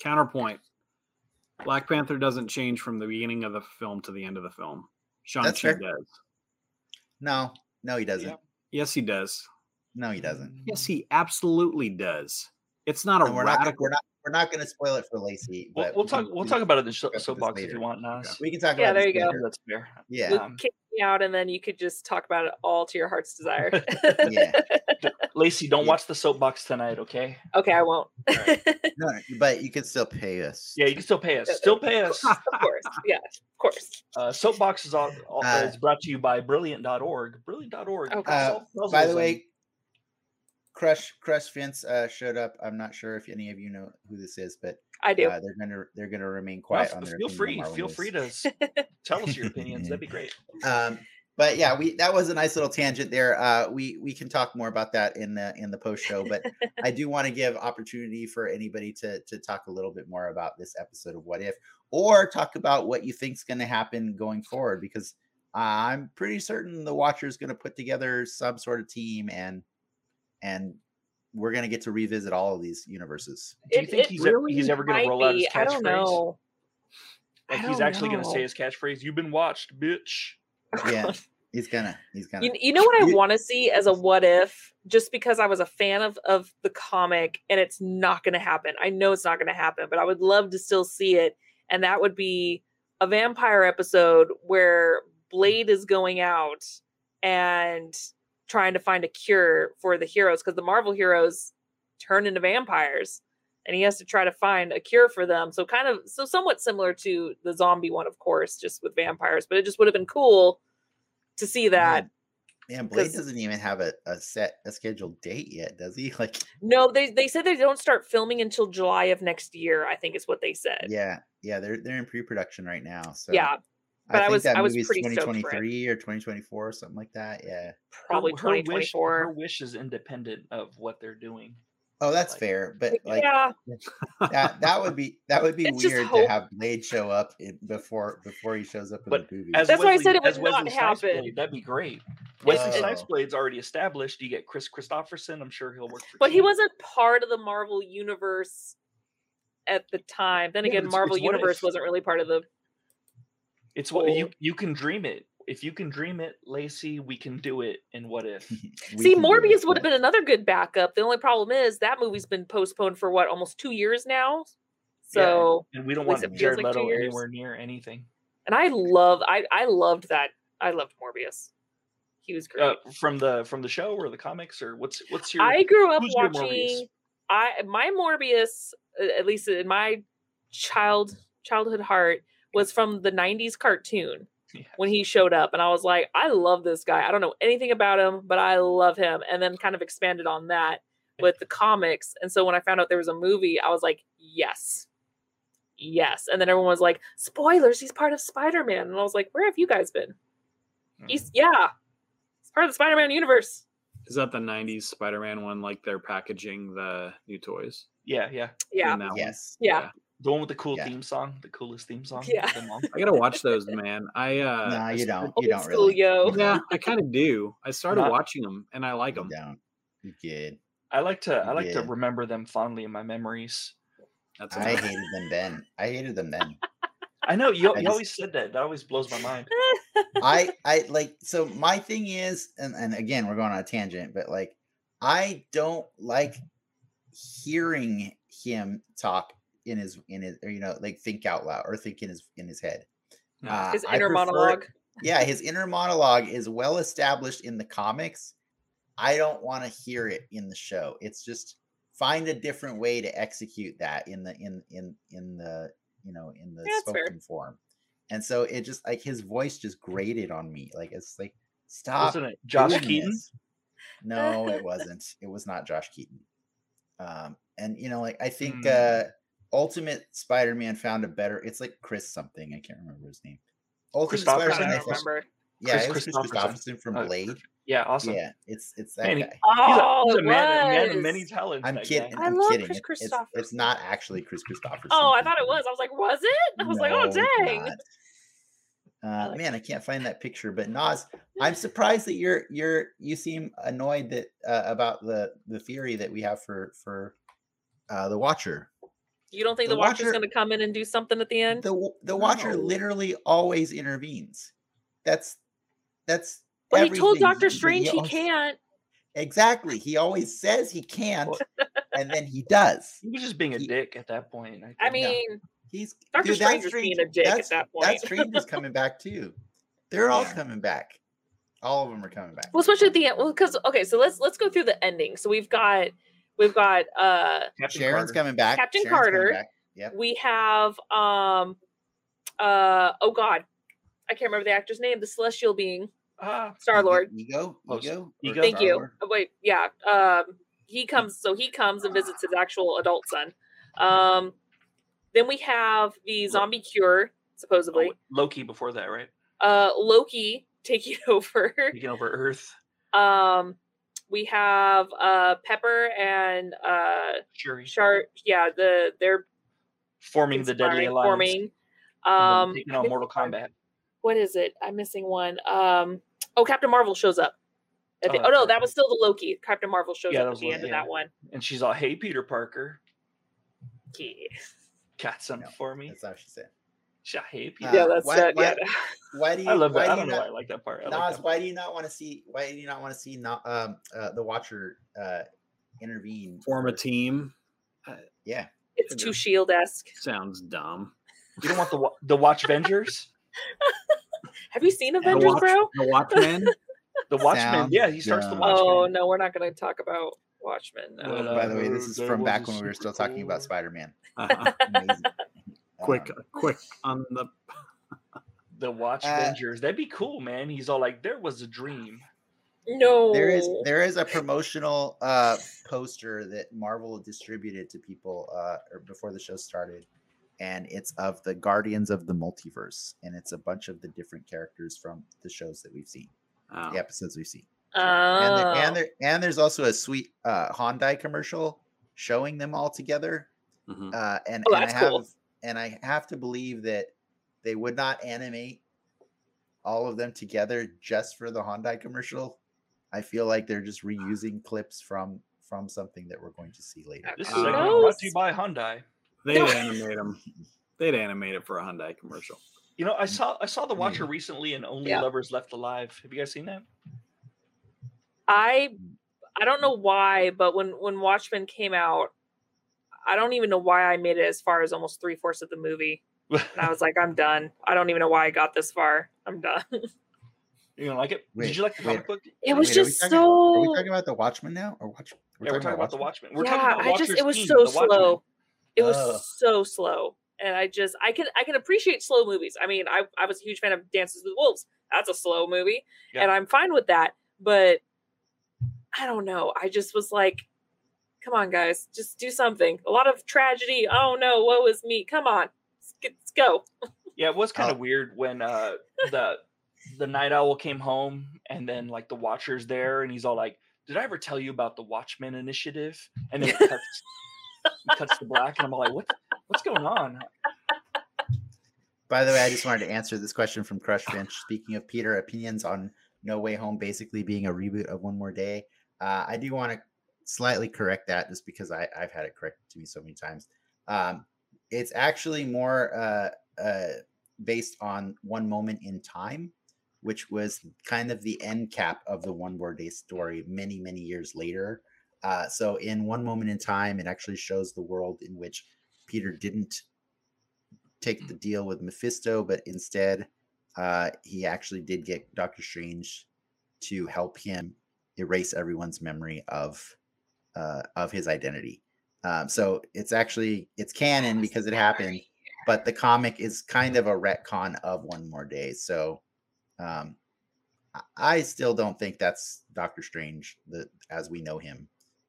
Speaker 3: Counterpoint. Black Panther doesn't change from the beginning of the film to the end of the film.
Speaker 1: That's
Speaker 3: Shang-Chi
Speaker 1: fair.
Speaker 3: does.
Speaker 1: No, no, he doesn't.
Speaker 3: Yes, he does.
Speaker 1: No, he doesn't.
Speaker 3: Yes, he absolutely does. It's not a
Speaker 1: And we're not gonna-
Speaker 3: radical.
Speaker 1: we're not we're not going to spoil it for Lacey.
Speaker 2: We'll,
Speaker 1: But
Speaker 2: we'll
Speaker 1: we
Speaker 2: talk.
Speaker 1: can-
Speaker 2: We'll
Speaker 1: we-
Speaker 2: talk about it in the so-
Speaker 1: discuss this
Speaker 2: soapbox if
Speaker 1: later.
Speaker 2: you want, Nas.
Speaker 1: We can talk
Speaker 4: Yeah,
Speaker 1: about.
Speaker 4: there
Speaker 1: this
Speaker 4: you go.
Speaker 1: later.
Speaker 2: That's fair.
Speaker 1: Yeah.
Speaker 4: You
Speaker 2: Um,
Speaker 4: kick me out, and then you could just talk about it all to your heart's desire.
Speaker 1: yeah.
Speaker 2: Lacey, don't
Speaker 1: Yeah.
Speaker 2: watch the soapbox tonight, okay?
Speaker 4: okay, I won't.
Speaker 2: Alright.
Speaker 1: No, but you can still pay us.
Speaker 2: Yeah, you can still pay us. Still pay us.
Speaker 4: of course, yeah, of course.
Speaker 2: Uh, soapbox is, all, all,
Speaker 1: Uh,
Speaker 2: is brought to you by Brilliant.org. Brilliant.org.
Speaker 4: Okay.
Speaker 2: solve
Speaker 1: By the
Speaker 2: puzzles and-
Speaker 1: way, Crush Crush Vince uh, showed up. I'm not sure if any of you know who this is, but
Speaker 4: I do.
Speaker 1: uh, they're gonna they're gonna remain quiet
Speaker 2: Well,
Speaker 1: on their
Speaker 2: feel
Speaker 1: opinion on
Speaker 2: free,
Speaker 1: Marvel
Speaker 2: feel
Speaker 1: news.
Speaker 2: free to s- tell us your opinions. That'd be great.
Speaker 1: Um, but yeah, we that was a nice little tangent there. Uh, we we can talk more about that in the in the post show, but I do want to give opportunity for anybody to to talk a little bit more about this episode of What If, or talk about what you think's going to happen going forward, because I'm pretty certain the Watcher is going to put together some sort of team, and and we're going to get to revisit all of these universes.
Speaker 2: Do you think he's ever- he's ever gonna
Speaker 4: might
Speaker 2: roll out his
Speaker 4: I don't
Speaker 2: catchphrase?
Speaker 4: know.
Speaker 2: Like
Speaker 4: I
Speaker 2: he's
Speaker 4: don't
Speaker 2: actually going to
Speaker 4: know.
Speaker 2: say his catchphrase, "You've been watched, bitch."
Speaker 1: Yeah, he's gonna he's gonna.
Speaker 4: You, you know what I
Speaker 1: You-
Speaker 4: want to see as a what if, just because I was a fan of, of the comic and it's not going to happen. I know it's not going to happen, but I would love to still see it. And that would be a vampire episode where Blade is going out and trying to find a cure for the heroes because the Marvel heroes turn into vampires and he has to try to find a cure for them. So, kind of, so somewhat similar to the zombie one, of course, just with vampires, but it just would have been cool to see that.
Speaker 1: Man, Blade
Speaker 4: 'Cause-
Speaker 1: doesn't even have a, a set a scheduled date yet, does he? Like,
Speaker 4: No, they they said they don't start filming until July of next year. I think is what they said.
Speaker 1: yeah, yeah, they're they're in pre-production right now. So
Speaker 4: Yeah, but I
Speaker 1: think
Speaker 4: was-
Speaker 1: that
Speaker 4: I was
Speaker 1: movie's
Speaker 4: pretty stoked for it.
Speaker 1: 2023 or 2024 or something like that. Yeah.
Speaker 4: probably
Speaker 2: Her- her
Speaker 4: twenty
Speaker 2: wish-
Speaker 4: twenty
Speaker 2: Her
Speaker 4: four.
Speaker 2: wish is independent of what they're doing.
Speaker 1: Oh, that's
Speaker 2: Like-
Speaker 1: fair, but like
Speaker 4: yeah,
Speaker 1: that that would be that would be
Speaker 4: It's just
Speaker 1: weird to
Speaker 4: hope.
Speaker 1: have Blade show up in, before before he shows up in
Speaker 2: But
Speaker 1: the movie.
Speaker 2: As
Speaker 4: That's why I
Speaker 2: Wesley-
Speaker 4: said it would
Speaker 2: as Wesley
Speaker 4: not
Speaker 2: Snipes played,
Speaker 4: happen.
Speaker 2: That'd be great. Wesley
Speaker 1: Oh.
Speaker 2: Snipes' Blade's already established. You get Chris Christopherson. I'm sure he'll work. for
Speaker 4: but he
Speaker 2: King.
Speaker 4: wasn't part of the Marvel universe at the time. Then
Speaker 2: Yeah, but
Speaker 4: again,
Speaker 2: it's-
Speaker 4: Marvel
Speaker 2: it's what
Speaker 4: universe
Speaker 2: if.
Speaker 4: wasn't really part of the.
Speaker 2: It's what you
Speaker 4: full-
Speaker 2: you can dream it. If you can dream it, Lacey, we can do it. And what if?
Speaker 1: We
Speaker 4: See,
Speaker 1: can do it,
Speaker 4: Morbius would have
Speaker 1: yeah.
Speaker 4: been another good backup. The only problem is that movie's been postponed for what almost two years now. So,
Speaker 2: And we don't
Speaker 4: At least
Speaker 2: want
Speaker 4: it feels
Speaker 2: Jared
Speaker 4: like two
Speaker 2: Leto
Speaker 4: years.
Speaker 2: anywhere near anything.
Speaker 4: and I love I I loved that. I loved Morbius. He was great.
Speaker 2: Uh, from the from the show or the comics or what's what's your
Speaker 4: I grew up
Speaker 2: who's your Morbius?
Speaker 4: watching. I my Morbius, uh, at least in my child childhood heart, was from the '90s cartoon
Speaker 2: Yeah.
Speaker 4: when he showed up, and I was like, I love this guy. I don't know anything about him, but I love him. And then kind of expanded on that with the comics, and so when I found out there was a movie, I was like, yes. Yes, and then everyone was like, "Spoilers! He's part of Spider-Man," and I was like, "Where have you guys been?"
Speaker 2: Mm.
Speaker 4: He's yeah, he's part of the Spider-Man universe.
Speaker 3: Is that the '90s Spider-Man one? Like they're packaging the new toys.
Speaker 2: yeah yeah
Speaker 4: Yeah,
Speaker 3: in that one?
Speaker 1: Yes.
Speaker 4: yeah.
Speaker 2: the one with the cool
Speaker 1: Yeah.
Speaker 2: theme song the coolest theme song of
Speaker 4: Yeah.
Speaker 2: them all.
Speaker 3: I gotta watch those, man. I uh,
Speaker 1: no,
Speaker 3: I
Speaker 1: you
Speaker 3: started-
Speaker 1: don't. You
Speaker 4: Old
Speaker 1: don't
Speaker 4: school,
Speaker 1: really.
Speaker 4: yo.
Speaker 3: Yeah, I kind of do. I started
Speaker 2: Not-
Speaker 3: watching them and I like
Speaker 1: You
Speaker 3: them.
Speaker 1: don't. You good.
Speaker 2: I like to I like to
Speaker 1: Yeah.
Speaker 2: remember them fondly in my memories.
Speaker 3: That's
Speaker 1: I
Speaker 3: enough.
Speaker 1: hated them then. I hated them then.
Speaker 2: I know you,
Speaker 1: I
Speaker 2: you
Speaker 1: just-
Speaker 2: always said that. That always blows my mind.
Speaker 1: I I like so my thing is and and again we're going on a tangent but like I don't like hearing him talk in his in his or you know like think out loud or think in his in his head.
Speaker 3: No.
Speaker 4: His
Speaker 1: I
Speaker 4: inner
Speaker 1: prefer-
Speaker 4: monologue.
Speaker 1: Yeah, his inner monologue is well established in the comics. I don't want to hear it in the show. It's just find a different way to execute that in the in in in the you know in the
Speaker 4: Yeah, that's fair.
Speaker 1: spoken form. And so it just like his voice just grated on me. Like it's like
Speaker 4: Ah,
Speaker 1: stop.
Speaker 2: Wasn't it Josh
Speaker 1: doing
Speaker 2: Keaton?
Speaker 1: this. No, it wasn't. It was not Josh Keaton. Um, and you know, like I think
Speaker 2: Hmm.
Speaker 1: uh Ultimate Spider-Man found a better. It's like Chris something. I can't remember his name. Ultimate
Speaker 4: I
Speaker 2: Christopherson,
Speaker 1: Spider-Man.
Speaker 4: don't
Speaker 1: I think-
Speaker 4: remember.
Speaker 1: yeah,
Speaker 2: Chris
Speaker 1: it was Chris
Speaker 2: Christopherson.
Speaker 1: Christopherson from
Speaker 2: Oh,
Speaker 1: Blade.
Speaker 2: perfect. Yeah, awesome.
Speaker 1: Yeah, it's it's that
Speaker 2: Man, he-
Speaker 1: guy.
Speaker 2: He's a,
Speaker 4: Oh,
Speaker 2: he's a
Speaker 4: it
Speaker 2: man, a man of
Speaker 4: was.
Speaker 2: many talents.
Speaker 1: I'm
Speaker 2: that
Speaker 1: kidding.
Speaker 2: guy.
Speaker 4: I
Speaker 1: I'm
Speaker 4: love
Speaker 1: kidding. It-
Speaker 4: Chris
Speaker 1: it's, it's,
Speaker 4: Christopherson.
Speaker 1: not actually Chris Christopherson.
Speaker 4: Oh, I thought it was. I was like, was it? I was like, oh,
Speaker 1: No, it's
Speaker 4: dang.
Speaker 1: not. Uh,
Speaker 4: like
Speaker 1: man, I can't find that picture. But Nas, I'm surprised that you're you're you seem annoyed that uh, about the the theory that we have for for uh, the Watcher.
Speaker 4: You don't think
Speaker 1: The
Speaker 4: the, Watcher's
Speaker 1: Watcher-
Speaker 4: going to come in and do something at the end?
Speaker 1: The w- the Watcher
Speaker 3: No.
Speaker 1: literally always intervenes. That's that's.
Speaker 4: but he told
Speaker 1: everything
Speaker 4: Doctor
Speaker 1: that
Speaker 4: Strange he
Speaker 1: always-
Speaker 4: can't.
Speaker 1: Exactly. He always says he can't,
Speaker 2: Well-
Speaker 1: and then he does.
Speaker 2: He was just being a
Speaker 1: He-
Speaker 2: dick at that point.
Speaker 4: I
Speaker 2: think.
Speaker 1: Yeah.
Speaker 4: mean,
Speaker 1: He's
Speaker 4: Doctor
Speaker 1: dude, that
Speaker 4: Strange was being a dick
Speaker 1: that's-
Speaker 4: at that
Speaker 1: That
Speaker 4: point.
Speaker 1: Strange is coming back too. They're all
Speaker 2: Yeah.
Speaker 1: coming back. All of them are coming back.
Speaker 4: well, especially at the end. Well, because okay, so let's let's go through the ending. So we've got we've got uh
Speaker 2: Captain
Speaker 1: Sharon's
Speaker 2: Carter.
Speaker 1: coming back.
Speaker 4: Captain
Speaker 1: Sharon's coming
Speaker 4: Carter.
Speaker 1: back. Yep.
Speaker 4: we have um uh oh god, I can't remember the actor's name. The celestial being
Speaker 1: Mm-hmm.
Speaker 2: Ah,
Speaker 4: Star Lord.
Speaker 1: Ego.
Speaker 2: Oh,
Speaker 1: Ego. or
Speaker 2: Ego.
Speaker 4: Thank you.
Speaker 1: Star-Lord?
Speaker 4: Oh, wait, yeah. Um, he comes so he comes and visits his actual adult son um then we have the zombie cure supposedly
Speaker 2: Oh, Loki before that, right?
Speaker 4: uh loki taking over
Speaker 2: Taking over Earth.
Speaker 4: um we have uh pepper and uh
Speaker 2: Shuri.
Speaker 4: Char- yeah the they're
Speaker 2: Forming the Deadly
Speaker 4: conspiring,
Speaker 2: Alliance.
Speaker 4: forming
Speaker 2: Um,
Speaker 4: um
Speaker 2: taking on Mortal Kombat.
Speaker 4: what is it i'm missing one um oh captain marvel shows up at the-
Speaker 2: Oh,
Speaker 4: oh, no
Speaker 2: that's
Speaker 4: that
Speaker 2: right.
Speaker 4: was still the loki captain marvel shows
Speaker 2: Yeah, that
Speaker 4: up at
Speaker 2: was
Speaker 4: the
Speaker 2: Lo-
Speaker 4: end of
Speaker 2: yeah.
Speaker 4: that one
Speaker 2: And she's all, hey, Peter Parker,
Speaker 4: yeah,
Speaker 2: got something
Speaker 1: No,
Speaker 2: for me.
Speaker 1: That's how she said.
Speaker 2: She, hey, Peter.
Speaker 1: Uh,
Speaker 4: yeah that's
Speaker 1: why-
Speaker 4: that
Speaker 1: why-
Speaker 4: yeah
Speaker 1: Why do you?
Speaker 2: I love
Speaker 1: why
Speaker 2: that.
Speaker 1: do
Speaker 2: I
Speaker 1: you
Speaker 2: don't know
Speaker 1: not-
Speaker 2: why I like that part. I like
Speaker 1: Nas,
Speaker 2: that
Speaker 1: why do you not want to see? Why do you not want to see not, um, uh, the Watcher uh, intervene?
Speaker 3: Form a team
Speaker 1: Yeah,
Speaker 4: it's too shield esque
Speaker 3: sounds dumb.
Speaker 2: You don't want the wa- the Watch Vengers?
Speaker 4: have you seen
Speaker 3: The,
Speaker 4: avengers
Speaker 3: Watch,
Speaker 4: bro
Speaker 3: the Watchmen.
Speaker 2: The Watchmen.
Speaker 1: Sounds
Speaker 2: Yeah, he starts the
Speaker 1: dumb.
Speaker 2: Watchmen.
Speaker 4: Oh no, we're not going to talk about Watchmen.
Speaker 2: Well,
Speaker 4: Uh,
Speaker 2: uh,
Speaker 1: By the way, this
Speaker 2: Uh,
Speaker 1: is
Speaker 2: there
Speaker 1: from
Speaker 2: was a
Speaker 1: back when we were still talking about
Speaker 2: superpower.
Speaker 1: Spider-Man.
Speaker 3: Uh-huh.
Speaker 1: Amazing.
Speaker 3: Uh, quick,
Speaker 1: Um,
Speaker 3: quick on the.
Speaker 2: The Watch
Speaker 1: Uh,
Speaker 2: Vengers. That'd be cool, man. He's all like, there was a dream.
Speaker 4: no,
Speaker 1: there is there is a promotional uh, poster that Marvel distributed to people uh, or before the show started, and it's of the Guardians of the Multiverse, and it's a bunch of the different characters from the shows that we've seen,
Speaker 3: Oh.
Speaker 1: the episodes we've seen.
Speaker 4: Oh,
Speaker 1: and, the, and there and there's also a sweet uh Hyundai commercial showing them all together.
Speaker 3: Mhm.
Speaker 1: Uh, and,
Speaker 4: Oh,
Speaker 1: and I
Speaker 4: that's
Speaker 1: have
Speaker 4: cool.
Speaker 1: and I have to believe that they would not animate all of them together just for the Hyundai commercial. I feel like they're just reusing clips from from something that we're going to see later.
Speaker 2: This
Speaker 3: Uh,
Speaker 2: segment brought to you by Hyundai.
Speaker 3: They'd animate them. They'd animate it for a Hyundai commercial.
Speaker 2: You know, I
Speaker 1: Mm,
Speaker 2: saw I saw The Watcher recently in Only
Speaker 4: Yeah.
Speaker 2: Lovers Left Alive. Have you guys seen that?
Speaker 4: I I don't
Speaker 1: Mm.
Speaker 4: know why, but when when Watchmen came out, I don't even know why I made it as far as almost three fourths of the movie, and
Speaker 1: Uh,
Speaker 4: I was like, I'm done. I don't even know why I got this far. I'm done.
Speaker 2: you don't like it? Did
Speaker 1: Wait,
Speaker 2: you like the
Speaker 1: wait.
Speaker 2: comic book?
Speaker 4: It was
Speaker 1: Wait, are we
Speaker 4: just
Speaker 1: talking- Are we
Speaker 4: so-
Speaker 1: talking about the Watchmen now, or watch?
Speaker 2: yeah, we're talking about the Watchmen. We're
Speaker 4: yeah,
Speaker 2: talking about
Speaker 4: I just
Speaker 2: Watcher's
Speaker 4: it was
Speaker 2: team,
Speaker 4: so
Speaker 2: The Watchmen.
Speaker 4: slow. It was
Speaker 1: Ugh.
Speaker 4: so slow, and I just I can I can appreciate slow movies. I mean, I I was a huge fan of Dances with Wolves. That's a slow movie,
Speaker 2: Yeah.
Speaker 4: and I'm fine with that. But I don't know. I just was like, come on, guys, just do something. A lot of tragedy. Oh no, woe is me. Come on, let's, get, let's go.
Speaker 2: Yeah, it was kind of
Speaker 1: Oh.
Speaker 2: weird when uh the the night owl came home and then like the watcher's there and he's all like, Did I ever tell you about the Watchmen initiative? And then it cuts, it cuts to black and I'm all like, What what's going on?
Speaker 1: By the way, I just wanted to answer this question from Crush Bench. Speaking of Peter, opinions on No Way Home basically being a reboot of One More Day. Uh, I do want to slightly correct that just because I, I've had it corrected to me so many times. Um, it's actually more uh, uh, based on One Moment in Time, which was kind of the end cap of the One More Day story many, many years later. Uh, so in One Moment in Time, it actually shows the world in which Peter didn't take the
Speaker 2: Mm.
Speaker 1: deal with Mephisto, but instead, uh, he actually did get Doctor Strange to help him erase everyone's memory of uh, of his identity. Um, so it's actually it's canon because it happened, but the comic is kind of a retcon of One More Day. So um, I- I still don't think that's Doctor Strange the, as we know him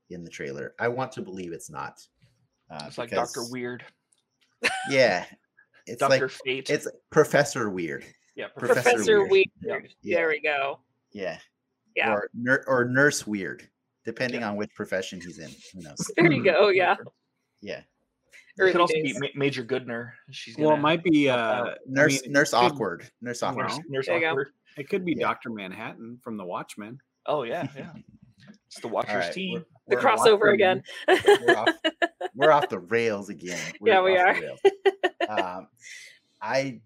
Speaker 1: in the trailer. I want to believe it's not. Uh,
Speaker 2: It's like
Speaker 1: because-
Speaker 2: Doctor Weird,
Speaker 1: yeah. It's
Speaker 2: Doctor
Speaker 1: like
Speaker 2: Fate.
Speaker 1: it's Professor Weird.
Speaker 2: yeah, Professor.
Speaker 1: Professor
Speaker 4: Professor
Speaker 1: Weird.
Speaker 4: Weird.
Speaker 2: Yeah.
Speaker 1: Yeah.
Speaker 4: There we go.
Speaker 1: Yeah.
Speaker 4: Yeah.
Speaker 1: Or nur- or Nurse Weird, depending
Speaker 2: Yeah.
Speaker 1: on which profession he's in. Who knows?
Speaker 4: There you go. Yeah.
Speaker 1: Yeah.
Speaker 2: It could
Speaker 4: Early
Speaker 2: also be
Speaker 4: days.
Speaker 2: Ma- Major Goodner. She's gonna
Speaker 3: Well, it might be. Uh,
Speaker 1: Nurse
Speaker 3: mean,
Speaker 1: Nurse
Speaker 3: it could-
Speaker 1: Awkward. Nurse
Speaker 3: Well,
Speaker 1: Awkward.
Speaker 2: nurse, nurse
Speaker 4: There you go.
Speaker 2: awkward.
Speaker 3: it could be
Speaker 1: Yeah.
Speaker 3: Doctor Manhattan from The Watchmen.
Speaker 2: Oh yeah, yeah. It's the Watcher's
Speaker 1: All right,
Speaker 2: team.
Speaker 4: The
Speaker 1: we're off
Speaker 4: crossover again.
Speaker 1: we're, off, we're off the rails again.
Speaker 4: Yeah, we
Speaker 1: off the rails. Um, I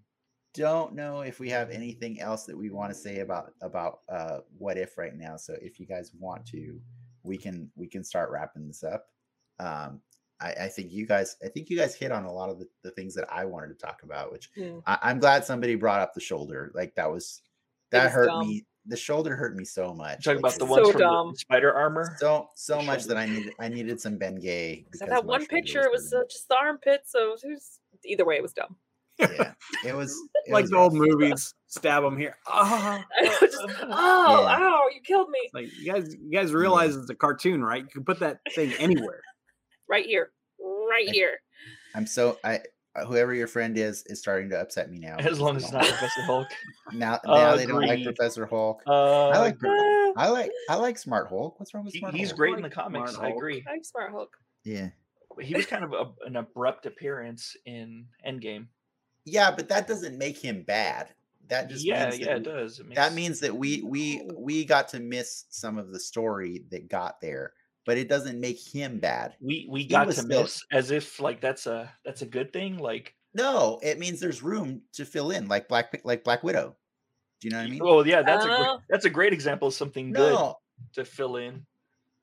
Speaker 1: don't know if we have anything else that we want to say about about uh, what if right now. So if you guys want to, we can we can start wrapping this up. Um, I, I think you guys I think you guys hit on a lot of the, the things that I wanted to talk about, which
Speaker 4: Mm.
Speaker 1: I, I'm glad somebody brought up the shoulder. Like that was
Speaker 4: It
Speaker 1: that
Speaker 4: was
Speaker 1: hurt
Speaker 4: dumb.
Speaker 1: me. The shoulder hurt me so much.
Speaker 2: Talking
Speaker 1: like,
Speaker 2: about the
Speaker 1: it's-
Speaker 2: ones
Speaker 4: So
Speaker 2: from the-
Speaker 4: dumb.
Speaker 2: the spider armor.
Speaker 1: so so
Speaker 2: The
Speaker 1: much
Speaker 2: shoulder.
Speaker 1: that I needed I needed some Ben Gay
Speaker 4: Except that
Speaker 1: my
Speaker 4: one
Speaker 1: shoulder
Speaker 4: picture was
Speaker 1: hurting.
Speaker 4: uh, just the armpit, so it was, either way, it was dumb.
Speaker 1: yeah, it was it
Speaker 3: like
Speaker 1: was
Speaker 3: the old
Speaker 1: rough.
Speaker 3: movies. Stab them here. Ah.
Speaker 4: I know, just, oh,
Speaker 1: Yeah.
Speaker 4: ow, you killed me
Speaker 3: Like you guys, you
Speaker 1: Hmm.
Speaker 3: guys realize it's a cartoon, right? You can put that thing anywhere.
Speaker 4: right here, right
Speaker 1: I-
Speaker 4: here.
Speaker 1: I'm so I whoever your friend is is starting to upset me now.
Speaker 2: As long as it's not Professor Hulk.
Speaker 1: now now they don't like
Speaker 2: Agreed.
Speaker 1: Professor Hulk.
Speaker 2: Uh,
Speaker 1: I like Professor-
Speaker 4: Ah,
Speaker 1: I like I like Smart Hulk. What's wrong with
Speaker 2: he-
Speaker 1: Smart
Speaker 2: he's
Speaker 1: Hulk?
Speaker 2: great in the
Speaker 3: Like
Speaker 2: comics.
Speaker 3: Smart
Speaker 2: I
Speaker 3: Hulk.
Speaker 2: agree.
Speaker 4: Ah, I'm smart Hulk.
Speaker 1: Yeah.
Speaker 2: He was kind of a, an abrupt appearance in Endgame.
Speaker 1: Yeah, but that doesn't make him bad. That just
Speaker 2: Yeah,
Speaker 1: means
Speaker 2: yeah, it
Speaker 1: that,
Speaker 2: does. It
Speaker 1: that
Speaker 2: makes-
Speaker 1: means that we we
Speaker 4: No.
Speaker 1: we got to miss some of the story that got there, but it doesn't make him bad.
Speaker 2: we we got
Speaker 1: was
Speaker 2: to
Speaker 1: still-
Speaker 2: miss as if like that's a that's a good thing. Like
Speaker 1: No, it means there's room to fill in, like Black Pi- like Black Widow. Do you know what I mean?
Speaker 2: oh yeah, that's a great,
Speaker 4: Oh.
Speaker 2: that's a great example of something
Speaker 1: No,
Speaker 2: good to fill in.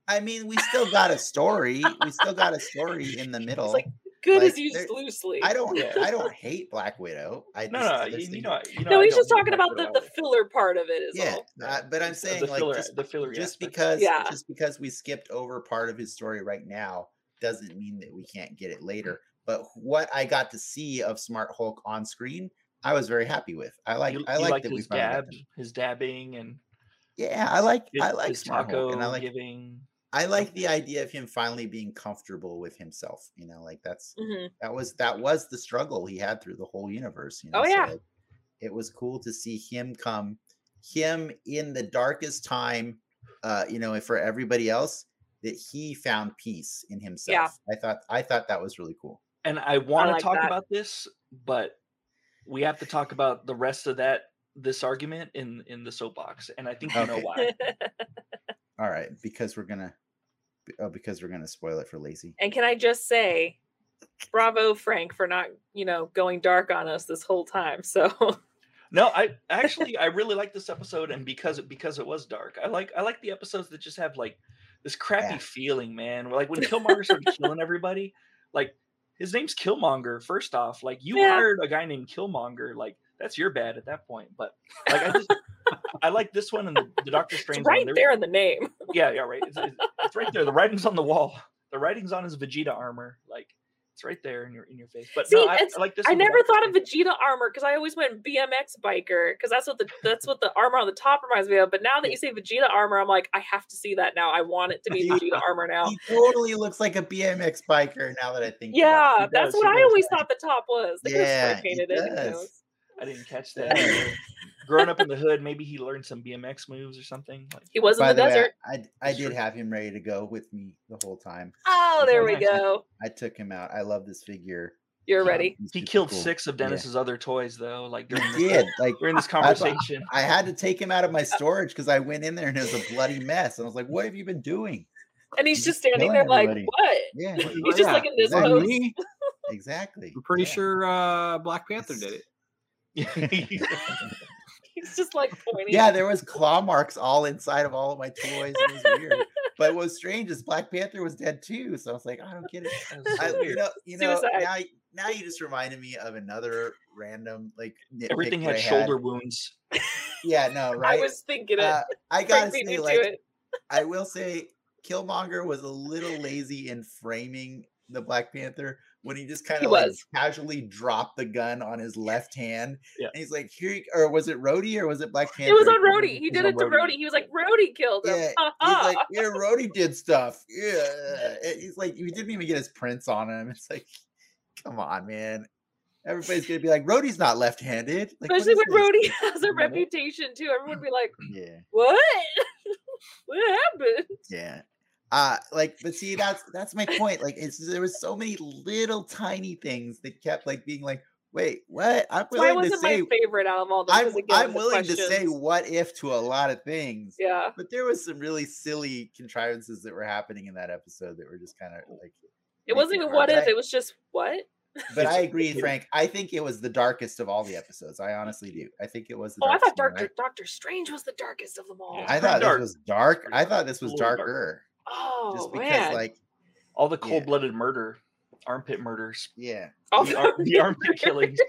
Speaker 1: I mean we still got a story. we still got a story in the middle.
Speaker 4: like, Good
Speaker 1: Like,
Speaker 4: is used
Speaker 1: there-
Speaker 4: loosely.
Speaker 1: I don't
Speaker 2: Yeah.
Speaker 1: I don't hate Black Widow. I
Speaker 2: No,
Speaker 1: just
Speaker 2: no,
Speaker 1: there's
Speaker 2: you, you
Speaker 1: things-
Speaker 2: know, you know,
Speaker 4: no,
Speaker 2: I
Speaker 4: he's
Speaker 2: don't
Speaker 4: just
Speaker 2: think
Speaker 4: talking
Speaker 2: Black
Speaker 4: about the,
Speaker 2: Widow
Speaker 4: the
Speaker 2: is-
Speaker 4: filler part of it is
Speaker 1: yeah,
Speaker 4: all.
Speaker 1: uh, but I'm
Speaker 2: is
Speaker 1: saying
Speaker 2: the
Speaker 1: like
Speaker 2: filler,
Speaker 1: just
Speaker 2: the filler
Speaker 1: just
Speaker 2: aspect.
Speaker 1: because
Speaker 4: Yeah.
Speaker 1: just because we skipped over part of his story right now doesn't mean that we can't get it later but what i got to see of smart hulk on screen i was very happy with i like
Speaker 2: You-
Speaker 1: i
Speaker 2: you
Speaker 1: like
Speaker 2: liked
Speaker 1: that we
Speaker 2: his
Speaker 1: finally got
Speaker 2: dab,
Speaker 1: them.
Speaker 2: his dabbing, and
Speaker 1: yeah i like i
Speaker 2: his-
Speaker 1: like
Speaker 2: his
Speaker 1: smart
Speaker 2: taco
Speaker 1: hulk and i like
Speaker 2: giving.
Speaker 1: i
Speaker 4: Oh.
Speaker 1: like the idea of him finally being comfortable with himself you know like that's
Speaker 4: Mhm.
Speaker 1: that was that was the struggle he had through the whole universe. You know?
Speaker 4: Oh, yeah.
Speaker 1: like, it was cool to see him come, him in the darkest time. Uh, you know, and for everybody else, that he found peace in himself. I thought I thought that was really cool.
Speaker 2: And I want to
Speaker 4: like
Speaker 2: talk
Speaker 4: that.
Speaker 2: about this, but we have to talk about the rest of that this argument in in the soapbox, and I think you know
Speaker 1: Okay.
Speaker 2: why.
Speaker 1: All right, because we're gonna, be- oh, because we're gonna spoil it for lazy.
Speaker 4: and can I just say, bravo, Frank, for not you know going dark on us this whole time. So
Speaker 2: No, I actually I really like this episode, and because it because it was dark, I like I like the episodes that just have like this crappy
Speaker 1: Yeah.
Speaker 2: feeling, man. Like when Killmonger started killing everybody, like his name's Killmonger. First off, like you
Speaker 4: Yeah.
Speaker 2: hired a guy named Killmonger, like that's your bad at that point. But like I just I like this one and the, the Doctor
Speaker 4: it's
Speaker 2: Strange
Speaker 4: right
Speaker 2: one. They're-
Speaker 4: there in the name.
Speaker 2: Yeah, yeah, right. It's, it's, it's right there. The writing's on the wall. The writing's on his Vegeta armor. Like it's right there in your in your face. But
Speaker 4: See,
Speaker 2: no, I,
Speaker 4: it's-
Speaker 2: I like this.
Speaker 4: I
Speaker 2: one, the
Speaker 4: never
Speaker 2: Doctor
Speaker 4: thought of
Speaker 2: Strange.
Speaker 4: Vegeta armor because I always went BMX biker because that's what the that's what the armor on the top reminds me of. But now that you say Vegeta armor, I'm like, I have to see that now. I want it to be
Speaker 1: He-
Speaker 4: Vegeta armor now.
Speaker 1: He totally looks like a BMX biker now that I think. about
Speaker 4: Yeah,
Speaker 2: does,
Speaker 4: that's
Speaker 2: he
Speaker 4: what I
Speaker 2: does.
Speaker 4: always thought the top was. They could have
Speaker 1: Yeah,
Speaker 4: spray
Speaker 1: he
Speaker 4: painted it. who
Speaker 1: does.
Speaker 4: knows?
Speaker 2: I didn't catch
Speaker 1: Yeah.
Speaker 2: that. either. Growing up in the hood, maybe he learned some BMX moves or something. Like
Speaker 4: He was
Speaker 1: it. By
Speaker 4: in the,
Speaker 1: the, way,
Speaker 4: desert.
Speaker 1: I, I I
Speaker 2: It's
Speaker 1: did
Speaker 2: true.
Speaker 1: have him ready to go with me the whole time.
Speaker 4: oh, there we
Speaker 2: nice.
Speaker 4: go.
Speaker 1: I took him out. I love this figure.
Speaker 4: You're
Speaker 1: Um,
Speaker 4: ready.
Speaker 1: he's
Speaker 2: he
Speaker 1: super
Speaker 2: killed
Speaker 1: cool.
Speaker 2: six of
Speaker 1: Yeah.
Speaker 2: Dennis's other toys, though. Like
Speaker 1: He
Speaker 2: during this,
Speaker 1: did. Like
Speaker 2: during this
Speaker 1: I thought-
Speaker 2: conversation,
Speaker 1: I had to take him out of my storage because I went in there and it was a bloody mess. And I was like, "What have you been doing?"
Speaker 4: And he's
Speaker 1: he's
Speaker 4: just
Speaker 1: just
Speaker 4: standing
Speaker 1: killing
Speaker 4: there like,
Speaker 1: everybody.
Speaker 4: what?
Speaker 1: Yeah,
Speaker 4: He's just like in this
Speaker 1: exactly.
Speaker 4: pose.
Speaker 3: me.
Speaker 1: exactly.
Speaker 3: I'm pretty
Speaker 1: Yeah.
Speaker 3: sure uh, Black Panther did it.
Speaker 4: He's just like pointing.
Speaker 1: Yeah, there was claw marks all inside of all of my toys. It was weird. but what's strange is Black Panther was dead too. So I was like, I don't get it.
Speaker 2: That was so
Speaker 1: I, you
Speaker 2: weird.
Speaker 1: know, you know
Speaker 4: Suicide.
Speaker 1: now, y- now you just reminded me of another random like nitpick
Speaker 2: everything
Speaker 1: that
Speaker 2: had
Speaker 1: I
Speaker 2: shoulder wounds.
Speaker 1: Yeah, no,
Speaker 4: I
Speaker 1: right.
Speaker 4: was thinking it.
Speaker 1: Uh, I gotta
Speaker 4: Frank beat me
Speaker 1: say,
Speaker 4: to
Speaker 1: like,
Speaker 4: it.
Speaker 1: I will say Killmonger was a little lazy in framing the Black Panther when he just kind
Speaker 4: He
Speaker 1: of like
Speaker 4: was.
Speaker 1: casually dropped the gun on his left hand.
Speaker 2: Yeah.
Speaker 1: And he's like, here, you- or was it Rhodey or was it Black Panther?
Speaker 4: It was on
Speaker 2: Panther.
Speaker 4: Rhodey. He
Speaker 2: He's
Speaker 4: did
Speaker 2: on
Speaker 4: it to
Speaker 2: Rhodey.
Speaker 4: Rhodey. He was like, Rhodey killed him.
Speaker 1: Yeah.
Speaker 4: Ha
Speaker 1: He's
Speaker 4: ha.
Speaker 1: like, yeah, Rhodey did stuff. Yeah. And he's like, we didn't even get his prints on him. It's like, come on, man. Everybody's gonna be like, Rhodey's not left handed. Like, what
Speaker 4: Especially
Speaker 1: is
Speaker 4: when
Speaker 1: this?
Speaker 4: Rhodey has a
Speaker 2: Come on, man.
Speaker 4: reputation too. Everyone would be like,
Speaker 1: Yeah.
Speaker 4: what? what happened?
Speaker 1: Yeah. Uh like but see that's that's my point. Like it's there was so many little tiny things that kept like being like, wait, what? I'm
Speaker 4: Why
Speaker 1: willing to
Speaker 4: wasn't
Speaker 1: say
Speaker 4: my favorite out of all those?
Speaker 1: I'm,
Speaker 4: 'Cause again,
Speaker 1: I'm
Speaker 4: the
Speaker 1: willing to say
Speaker 4: questions.
Speaker 1: what if to a lot of things.
Speaker 4: Yeah.
Speaker 1: But there was some really silly contrivances that were happening in that it that were just kind of like
Speaker 4: It
Speaker 1: Make
Speaker 4: wasn't
Speaker 1: it
Speaker 4: even
Speaker 1: hard.
Speaker 4: what
Speaker 1: But
Speaker 4: if,
Speaker 1: I-
Speaker 4: it was just what?
Speaker 1: but
Speaker 2: It's-
Speaker 1: I agree,
Speaker 2: it-
Speaker 1: Frank. I think it was the darkest of all the episodes. I honestly do. I think it was the
Speaker 4: Oh, I
Speaker 1: darkest
Speaker 4: thought
Speaker 1: one,
Speaker 4: Doctor
Speaker 1: right?
Speaker 4: Doctor Strange was the darkest of them all.
Speaker 2: Yeah.
Speaker 1: I
Speaker 2: Pretty
Speaker 1: thought
Speaker 2: dark.
Speaker 1: this was dark.
Speaker 2: Pretty
Speaker 1: I
Speaker 2: dark.
Speaker 1: thought this was
Speaker 2: A little
Speaker 1: darker.
Speaker 4: oh
Speaker 1: Just because
Speaker 4: man.
Speaker 1: like
Speaker 2: All the
Speaker 1: Yeah.
Speaker 2: cold-blooded murder, armpit murders,
Speaker 1: yeah.
Speaker 4: all
Speaker 2: the ar- the armpit killings,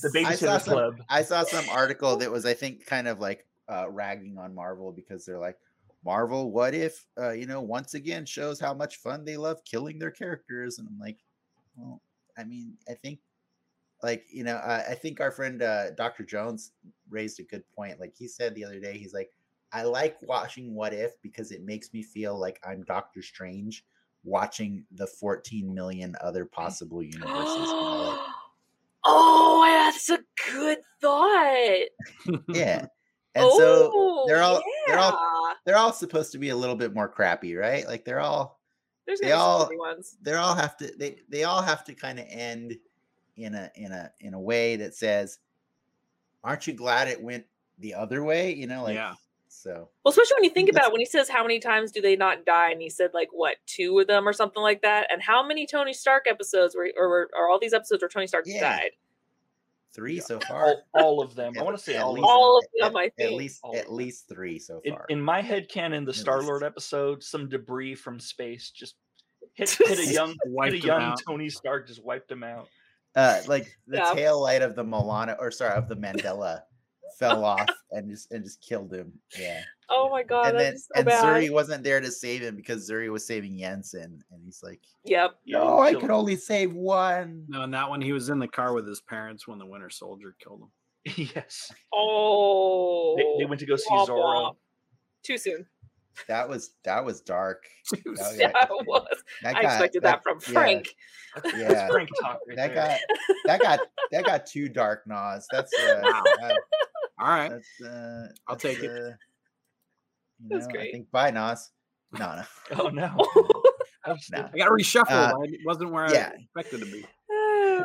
Speaker 2: the
Speaker 1: I saw
Speaker 2: babysitter
Speaker 1: some-
Speaker 2: club.
Speaker 1: I saw some article that was, I think, kind of like uh, ragging on Marvel because they're like, Marvel, what if, uh, you know, once again shows how much fun they love killing their characters? And I'm like, well, I mean, I think like you know uh, i think our friend uh, dr jones raised a good point like he said the other day he's like i like watching what if because it makes me feel like i'm doctor strange watching the 14 million other possible universes you know, like,
Speaker 4: oh, that's a good thought.
Speaker 2: Hmm.
Speaker 1: yeah and so
Speaker 4: oh,
Speaker 1: they're all- they're all-
Speaker 4: yeah.
Speaker 1: they're all supposed to be a little bit more crappy right like they're all
Speaker 4: There's
Speaker 1: they
Speaker 4: gonna be some
Speaker 1: all-
Speaker 4: funny ones.
Speaker 1: they're all have to they they all have to kind of end in a in a in a way that says aren't you glad it went the other way you know like
Speaker 3: Yeah.
Speaker 1: so
Speaker 4: Well, especially when you think
Speaker 1: That's-
Speaker 4: about it, when he says how many times do they not die, and he said like what two of them or something like that, and how many Tony Stark episodes were or, were- or all these episodes where Tony Stark
Speaker 1: Yeah.
Speaker 4: died?
Speaker 1: three so far
Speaker 2: all, all of them. I
Speaker 1: At-
Speaker 2: want to say
Speaker 1: at
Speaker 2: all. Of
Speaker 1: least-
Speaker 2: them.
Speaker 4: All of
Speaker 1: at-
Speaker 4: them, I
Speaker 1: at
Speaker 4: think.
Speaker 1: least
Speaker 2: All of
Speaker 1: at
Speaker 2: them.
Speaker 1: least three so
Speaker 2: In,
Speaker 1: far
Speaker 2: in my head canon, the
Speaker 1: least.
Speaker 2: Star Lord episode, some debris from space just hit, hit a young hit
Speaker 3: Wiped
Speaker 2: a
Speaker 3: them
Speaker 2: young
Speaker 3: out.
Speaker 2: Tony Stark, just wiped him out.
Speaker 1: uh like the
Speaker 4: Yeah.
Speaker 1: tail light of the Milano or sorry of the Mandela fell off and just and just killed him yeah
Speaker 4: Oh my god,
Speaker 1: and then
Speaker 4: that's so
Speaker 1: and
Speaker 4: bad.
Speaker 1: Zuri wasn't there to save him because Zuri was saving Jensen and he's like
Speaker 4: Yep.
Speaker 2: Yeah,
Speaker 1: no I
Speaker 2: kill
Speaker 1: could
Speaker 2: him.
Speaker 1: only save one
Speaker 3: No, and that one he was in the car with his parents when the Winter Soldier killed him.
Speaker 2: yes,
Speaker 4: Oh,
Speaker 2: they, they went to go see
Speaker 4: Womp
Speaker 2: Zorro.
Speaker 4: womp. too soon.
Speaker 1: that was that was dark Oh,
Speaker 3: That
Speaker 1: yeah.
Speaker 4: That was.
Speaker 1: That
Speaker 4: I
Speaker 1: got-
Speaker 4: expected that, from
Speaker 1: yeah,
Speaker 4: Frank.
Speaker 2: That's
Speaker 1: Yeah.
Speaker 2: Frank talk right
Speaker 1: that
Speaker 2: there.
Speaker 1: got that got that got two dark gnaws. That's uh,
Speaker 3: Wow.
Speaker 1: that-
Speaker 3: All right.
Speaker 1: that's uh,
Speaker 3: I'll
Speaker 1: that's,
Speaker 3: take it.
Speaker 1: uh, you
Speaker 4: That's
Speaker 1: know, I
Speaker 4: great.
Speaker 1: think bye Nas. No, no.
Speaker 2: Oh no! I'm
Speaker 1: No.
Speaker 3: I got reshuffled.
Speaker 1: Uh,
Speaker 3: I wasn't where
Speaker 1: yeah.
Speaker 3: I expected to be.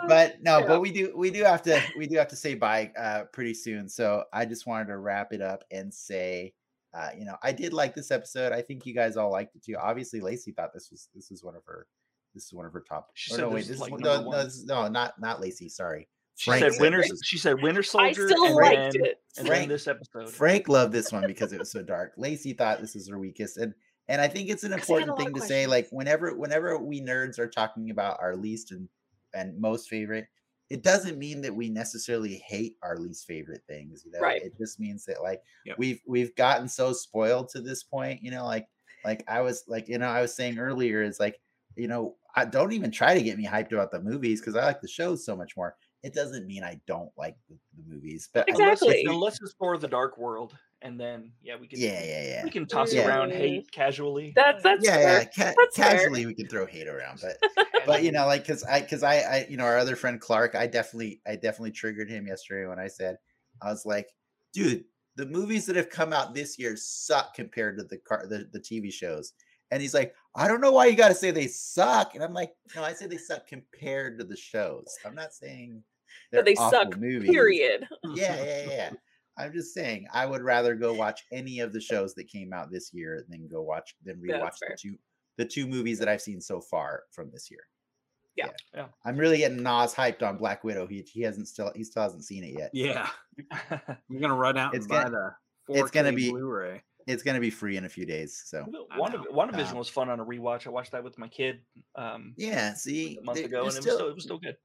Speaker 1: But no,
Speaker 4: Yeah.
Speaker 1: but we do we do have to we do have to say bye uh pretty soon. So I just wanted to wrap it up and say uh, you know, I did like this episode. I think you guys all liked it too. Obviously, Lacey thought this was this was one of her this is one of her top.
Speaker 2: She
Speaker 1: or
Speaker 2: said
Speaker 1: no, wait,
Speaker 2: this
Speaker 1: this
Speaker 2: is
Speaker 1: is
Speaker 2: like
Speaker 1: one-
Speaker 2: number
Speaker 1: no, no,
Speaker 2: one.
Speaker 1: this is, no, not not Lacey. Sorry,
Speaker 2: She
Speaker 1: Frank
Speaker 2: said
Speaker 1: said
Speaker 2: Winter.
Speaker 1: this.
Speaker 2: She said Winter
Speaker 4: I
Speaker 2: Soldier.
Speaker 4: still
Speaker 2: and
Speaker 4: liked
Speaker 2: then,
Speaker 4: it.
Speaker 2: And
Speaker 1: Frank-
Speaker 2: then this episode.
Speaker 1: Frank loved this one because it was so dark. Lacey thought this is her weakest, and and I think it's an
Speaker 4: 'Cause I had a
Speaker 1: important
Speaker 4: lot
Speaker 1: thing
Speaker 4: of
Speaker 1: to say. Like whenever whenever we nerds are talking about our least and and most favorite, it doesn't mean that we necessarily hate our least favorite things. You know,
Speaker 4: Right.
Speaker 1: it just means that like
Speaker 3: Yep.
Speaker 1: we've we've gotten so spoiled to this point. You know, like like I was like you know I was saying earlier is like you know I don't even try to get me hyped about the movies because I like the shows so much more. It doesn't mean I don't like the, the movies, but I-
Speaker 2: Unless it's-
Speaker 4: Exactly.
Speaker 2: Unless it's for the Dark World, and then yeah, we can.
Speaker 1: yeah, yeah, yeah.
Speaker 2: We can toss
Speaker 1: Yeah.
Speaker 2: around hate casually.
Speaker 4: Mm. That's that's
Speaker 1: yeah,
Speaker 4: fair.
Speaker 1: yeah. Ca-
Speaker 4: That's fair.
Speaker 1: casually, we can throw hate around, but but you know, like, cause I, cause I, I, you know, our other friend Clark, I definitely, I definitely triggered him yesterday when I said, I was like, dude, the movies that have come out this year suck compared to the car, the, the TV shows, and he's like, I don't know why you got to say they suck, and I'm like, no, I say they suck compared to the shows. I'm not saying
Speaker 4: That they
Speaker 1: awful
Speaker 4: suck,
Speaker 1: Movies.
Speaker 4: Period.
Speaker 1: Yeah, yeah, yeah. I'm just saying, I would rather go watch any of the shows that came out this year than go watch than
Speaker 4: Yeah,
Speaker 1: rewatch
Speaker 4: that's
Speaker 1: the
Speaker 4: fair.
Speaker 1: two the two movies that I've seen so far from this year.
Speaker 4: Yeah.
Speaker 2: Yeah.
Speaker 1: I'm really getting Nas hyped on Black Widow. He he hasn't still he still hasn't seen it yet.
Speaker 3: Yeah. I'm gonna run out
Speaker 1: It's
Speaker 3: and buy
Speaker 1: gonna-
Speaker 3: the 4K
Speaker 1: it's gonna be-
Speaker 3: Blu-ray.
Speaker 1: It's gonna be free in a few days. So
Speaker 3: I
Speaker 2: One of
Speaker 3: know.
Speaker 2: one vision
Speaker 1: Um,
Speaker 2: was fun on a rewatch. I watched that with my kid um,
Speaker 1: yeah, see
Speaker 2: a month
Speaker 1: there-
Speaker 2: ago, and
Speaker 1: there's,
Speaker 2: it was still
Speaker 1: still,
Speaker 2: it was still good.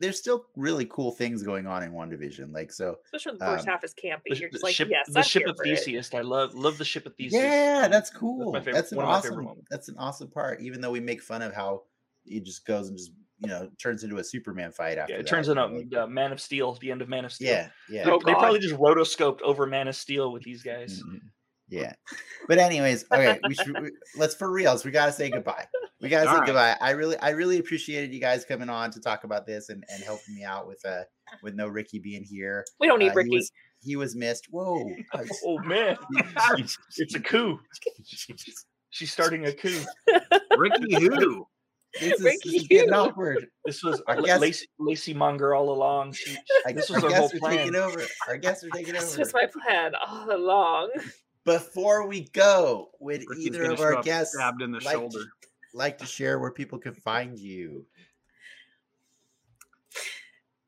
Speaker 1: there's still really cool things going on in One Division. Like so
Speaker 4: Especially when the first
Speaker 1: Um,
Speaker 4: half is
Speaker 2: The,
Speaker 4: campy. You're
Speaker 2: the
Speaker 4: just like,
Speaker 2: ship,
Speaker 4: yes,
Speaker 2: the
Speaker 4: I'm
Speaker 2: ship
Speaker 4: here
Speaker 2: of
Speaker 4: for it.
Speaker 2: Theseus. I love love the ship of Theseus.
Speaker 1: Yeah, that's cool. That's,
Speaker 2: favorite-
Speaker 1: an
Speaker 2: one of my favorite
Speaker 1: awesome.
Speaker 2: moments.
Speaker 1: That's an awesome part. Even though we make fun of how it just goes and just you know turns into a Superman fight after.
Speaker 2: Yeah, it
Speaker 1: that,
Speaker 2: turns
Speaker 1: you know,
Speaker 2: out
Speaker 1: like-
Speaker 2: uh, Man of Steel, the end of Man of Steel.
Speaker 1: yeah, yeah,
Speaker 2: They-
Speaker 4: Oh,
Speaker 2: they
Speaker 4: God.
Speaker 2: probably just rotoscoped over Man of Steel with these guys.
Speaker 1: mhm, yeah. But anyways, okay, we should we, let's for reals. We gotta say goodbye. We gotta say
Speaker 3: Alright.
Speaker 1: goodbye. I really, I really appreciated you guys coming on to talk about this and and helping me out with uh with no Ricky being here.
Speaker 4: We don't need
Speaker 1: Uh, He
Speaker 4: Ricky.
Speaker 1: was, he was missed. Whoa. I just-
Speaker 2: Oh man, it's a coup. She's starting a coup.
Speaker 3: Ricky who?
Speaker 1: This is, this
Speaker 4: Ricky,
Speaker 1: is getting
Speaker 4: you.
Speaker 1: awkward.
Speaker 2: This was
Speaker 1: I
Speaker 2: La-
Speaker 1: guess-
Speaker 2: Lacey, Lacey Monger all along. She,
Speaker 1: I,
Speaker 2: This
Speaker 1: guess
Speaker 2: was
Speaker 1: our
Speaker 2: our whole
Speaker 1: guests are taking
Speaker 2: plan.
Speaker 1: over. Our guests are taking over.
Speaker 4: This was my plan Oh, all along.
Speaker 1: Before we go, would
Speaker 3: Ricky's
Speaker 1: either
Speaker 3: gonna
Speaker 1: of
Speaker 3: show
Speaker 1: our
Speaker 3: up
Speaker 1: guests
Speaker 3: stabbed in the
Speaker 1: like-
Speaker 3: shoulder.
Speaker 1: like to share where people can find you?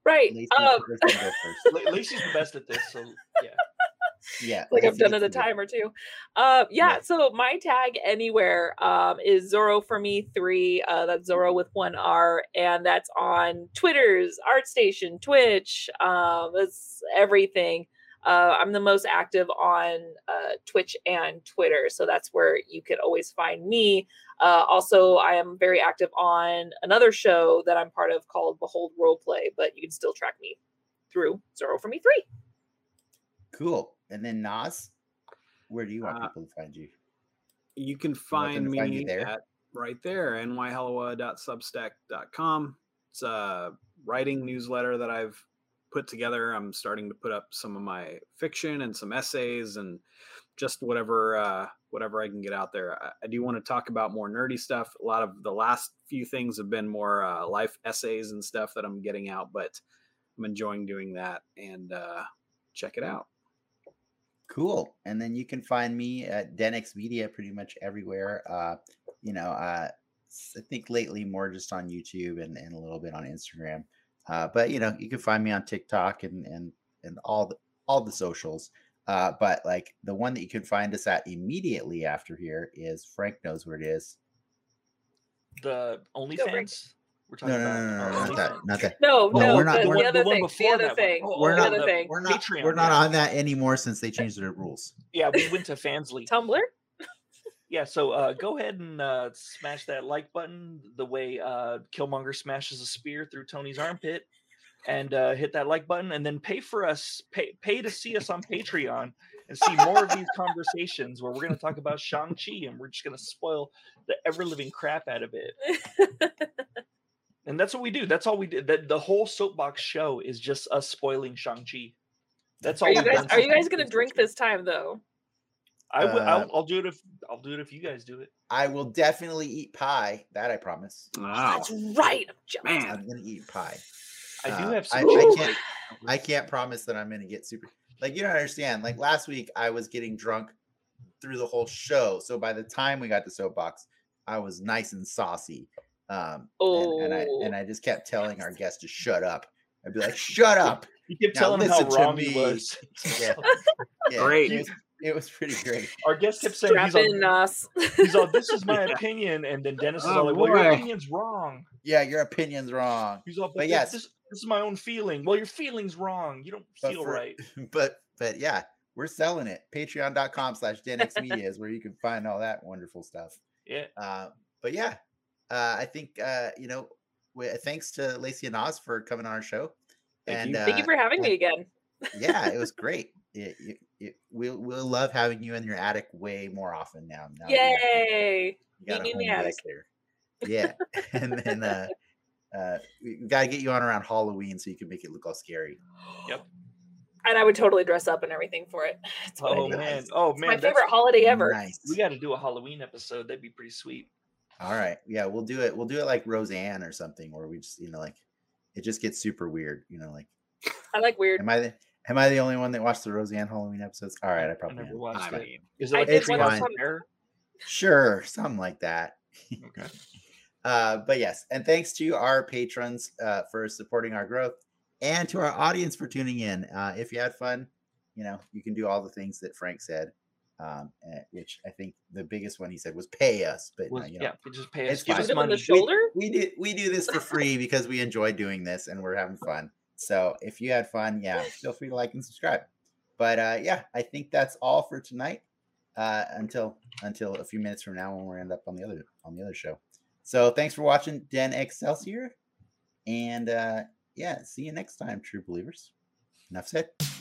Speaker 4: Right.
Speaker 1: Lacey,
Speaker 4: Um,
Speaker 1: you can go first.
Speaker 2: La- Lacey's the best at this. So yeah,
Speaker 1: Yeah,
Speaker 4: like I've
Speaker 1: Lacey
Speaker 4: done it a
Speaker 1: gets to do it.
Speaker 4: time or two. Uh, yeah,
Speaker 1: Yeah.
Speaker 4: So my tag anywhere um, is Zorro for me three. Uh, that's Zorro with one R, and that's on Twitter's ArtStation, Twitch. Um, that's everything. Uh, I'm the most active on uh, Twitch and Twitter, so that's where you could always find me. Uh, also, I am very active on another show that I'm part of called Behold Roleplay, but you can still track me through Zero for Me Three.
Speaker 1: Cool. And then Nas, where do you want
Speaker 3: Uh,
Speaker 1: people to find you?
Speaker 3: You can
Speaker 1: them
Speaker 3: find
Speaker 1: to
Speaker 3: me
Speaker 1: find you there?
Speaker 3: at right there, nyhelloa.substack.com. It's a writing newsletter that I've put together. I'm starting to put up some of my fiction and some essays and just whatever uh, whatever I can get out there. I, I do want to talk about more nerdy stuff. A lot of the last few things have been more uh, life essays and stuff that I'm getting out, but I'm enjoying doing that. And uh, check it out.
Speaker 1: Cool. And then you can find me at Denix Media pretty much everywhere. Uh, you know, uh, s- I think lately more just on YouTube and, and a little bit on Instagram. Uh, but you know, you can find me on TikTok and and and all the all the socials. Uh, but like the one that you can find us at immediately after here is Frank knows where it is.
Speaker 2: The OnlyFans we're
Speaker 1: No, no,
Speaker 2: talking
Speaker 1: no, no, no,
Speaker 2: about. our
Speaker 1: not that,
Speaker 2: OnlyFans.
Speaker 1: not that.
Speaker 4: No,
Speaker 1: No,
Speaker 4: no,
Speaker 1: we're not-
Speaker 4: the,
Speaker 1: we're
Speaker 4: the
Speaker 1: not-
Speaker 4: other
Speaker 2: the one
Speaker 4: thing, the
Speaker 2: before
Speaker 4: other
Speaker 2: that one.
Speaker 4: thing,
Speaker 2: Oh,
Speaker 1: We're
Speaker 4: the
Speaker 1: not-
Speaker 4: other thing.
Speaker 1: We're not
Speaker 2: Patreon,
Speaker 1: we're not
Speaker 2: yeah.
Speaker 1: on that anymore since they changed their rules.
Speaker 2: Yeah, we went to Fansly.
Speaker 4: Tumblr.
Speaker 2: Yeah, so uh, go ahead and uh, smash that like button the way uh, Killmonger smashes a spear through Tony's armpit, and uh, hit that like button, and then pay for us, pay pay to see us on Patreon and see more of these conversations where we're going to talk about Shang Chi and we're just going to spoil the ever living crap out of it. And that's what we do. That's all we did. That the whole soapbox show is just us spoiling Shang Chi. That's all.
Speaker 4: Are you
Speaker 2: we've
Speaker 4: guys
Speaker 2: done
Speaker 4: are you
Speaker 2: since
Speaker 4: guys gonna
Speaker 2: 1960.
Speaker 4: drink this time though?
Speaker 2: I will.
Speaker 1: Uh,
Speaker 2: I'll, I'll do it if I'll do it if you guys do it.
Speaker 1: I will definitely eat pie. That I promise.
Speaker 3: Wow.
Speaker 4: That's right. I'm jealous.
Speaker 3: Man.
Speaker 1: I'm gonna eat pie.
Speaker 2: I do
Speaker 1: Uh,
Speaker 2: have
Speaker 1: I,
Speaker 2: some.
Speaker 1: I
Speaker 4: Ooh.
Speaker 1: can't. I can't promise that I'm gonna get super. Like you don't understand. Like last week, I was getting drunk through the whole show. So by the time we got to soapbox, I was nice and saucy. Um, and, and I and
Speaker 4: Oh.
Speaker 1: I just kept telling our guests to shut up. I'd be like, "Shut up!"
Speaker 2: You kept
Speaker 1: Now
Speaker 2: telling him how
Speaker 1: listen to
Speaker 2: wrong he
Speaker 1: me.
Speaker 2: was.
Speaker 1: Yeah, yeah,
Speaker 3: Great.
Speaker 1: It was, it was pretty great.
Speaker 2: Our guest kept saying
Speaker 4: Strap
Speaker 2: he's all,
Speaker 4: in uh, us.
Speaker 2: he's all, "This is my
Speaker 3: Yeah.
Speaker 2: opinion," and then Dennis is
Speaker 3: Oh,
Speaker 2: all like, "Well, your
Speaker 3: boy.
Speaker 2: opinion's wrong."
Speaker 1: Yeah, your opinion's wrong,
Speaker 2: He's all, "But,
Speaker 1: But
Speaker 2: thi-
Speaker 1: yes.
Speaker 2: this, this is my own feeling." Well, your feeling's wrong. You don't
Speaker 1: But
Speaker 2: feel
Speaker 1: for-
Speaker 2: right.
Speaker 1: but but yeah, we're selling it. Patreon.com/slash Media is where you can find all that wonderful stuff.
Speaker 2: Yeah,
Speaker 1: Uh, but yeah, uh, I think uh, you know. wi- Thanks to Lacey and Oz for coming on our show,
Speaker 2: Thank
Speaker 1: and
Speaker 2: you.
Speaker 1: uh,
Speaker 4: Thank you for having me again.
Speaker 1: yeah, it was great. It, it, it, we'll we'll love having you in your attic way more often now. now that you have-
Speaker 4: Yay.
Speaker 1: you got
Speaker 4: meet
Speaker 1: a
Speaker 4: me in the
Speaker 1: home base there. Yeah, and then uh, uh, we we gotta get you on around Halloween so you can make it look all scary.
Speaker 2: Yep.
Speaker 4: And I would totally dress up and everything for it. It's what I
Speaker 2: Oh
Speaker 4: do.
Speaker 2: man.
Speaker 1: Nice.
Speaker 2: Oh
Speaker 4: It's
Speaker 2: man.
Speaker 4: my
Speaker 2: that's-
Speaker 4: favorite holiday ever.
Speaker 1: Nice.
Speaker 2: We got to do a Halloween episode. That'd be pretty sweet.
Speaker 1: all right. Yeah, we'll do it. We'll do it like Roseanne or something, where we just you know like it just gets super weird. You know, like.
Speaker 4: I like weird.
Speaker 1: Am I the Am I the only one that watched the Roseanne Halloween episodes? All right, I probably
Speaker 2: never
Speaker 1: am.
Speaker 2: watched
Speaker 1: It's
Speaker 3: I
Speaker 1: fine.
Speaker 3: mean,
Speaker 2: Is
Speaker 4: I
Speaker 2: like
Speaker 4: did
Speaker 2: Tree
Speaker 1: once
Speaker 2: House
Speaker 4: on-
Speaker 2: Terror?
Speaker 1: Sure, something like that.
Speaker 2: Okay.
Speaker 1: Uh, but yes, and thanks to our patrons uh, for supporting our growth, and to our audience for tuning in. Uh, if you had fun, you know you can do all the things that Frank said, um, eh, which I think the biggest one he said was pay us. But
Speaker 2: Was-
Speaker 1: no, you know,
Speaker 2: yeah, just pay
Speaker 1: it's
Speaker 2: us. Give
Speaker 1: fine.
Speaker 2: us
Speaker 4: Give him
Speaker 2: money.
Speaker 4: the shoulder.
Speaker 1: we do we do this for free because we enjoy doing this and we're having fun. So if you had fun, yeah, feel free to like and subscribe. But uh, yeah, I think that's all for tonight. Uh, until until a few minutes from now when we end up on the other on the other show. So thanks for watching Den Excelsior, and uh, yeah, see you next time, true believers. Enough said.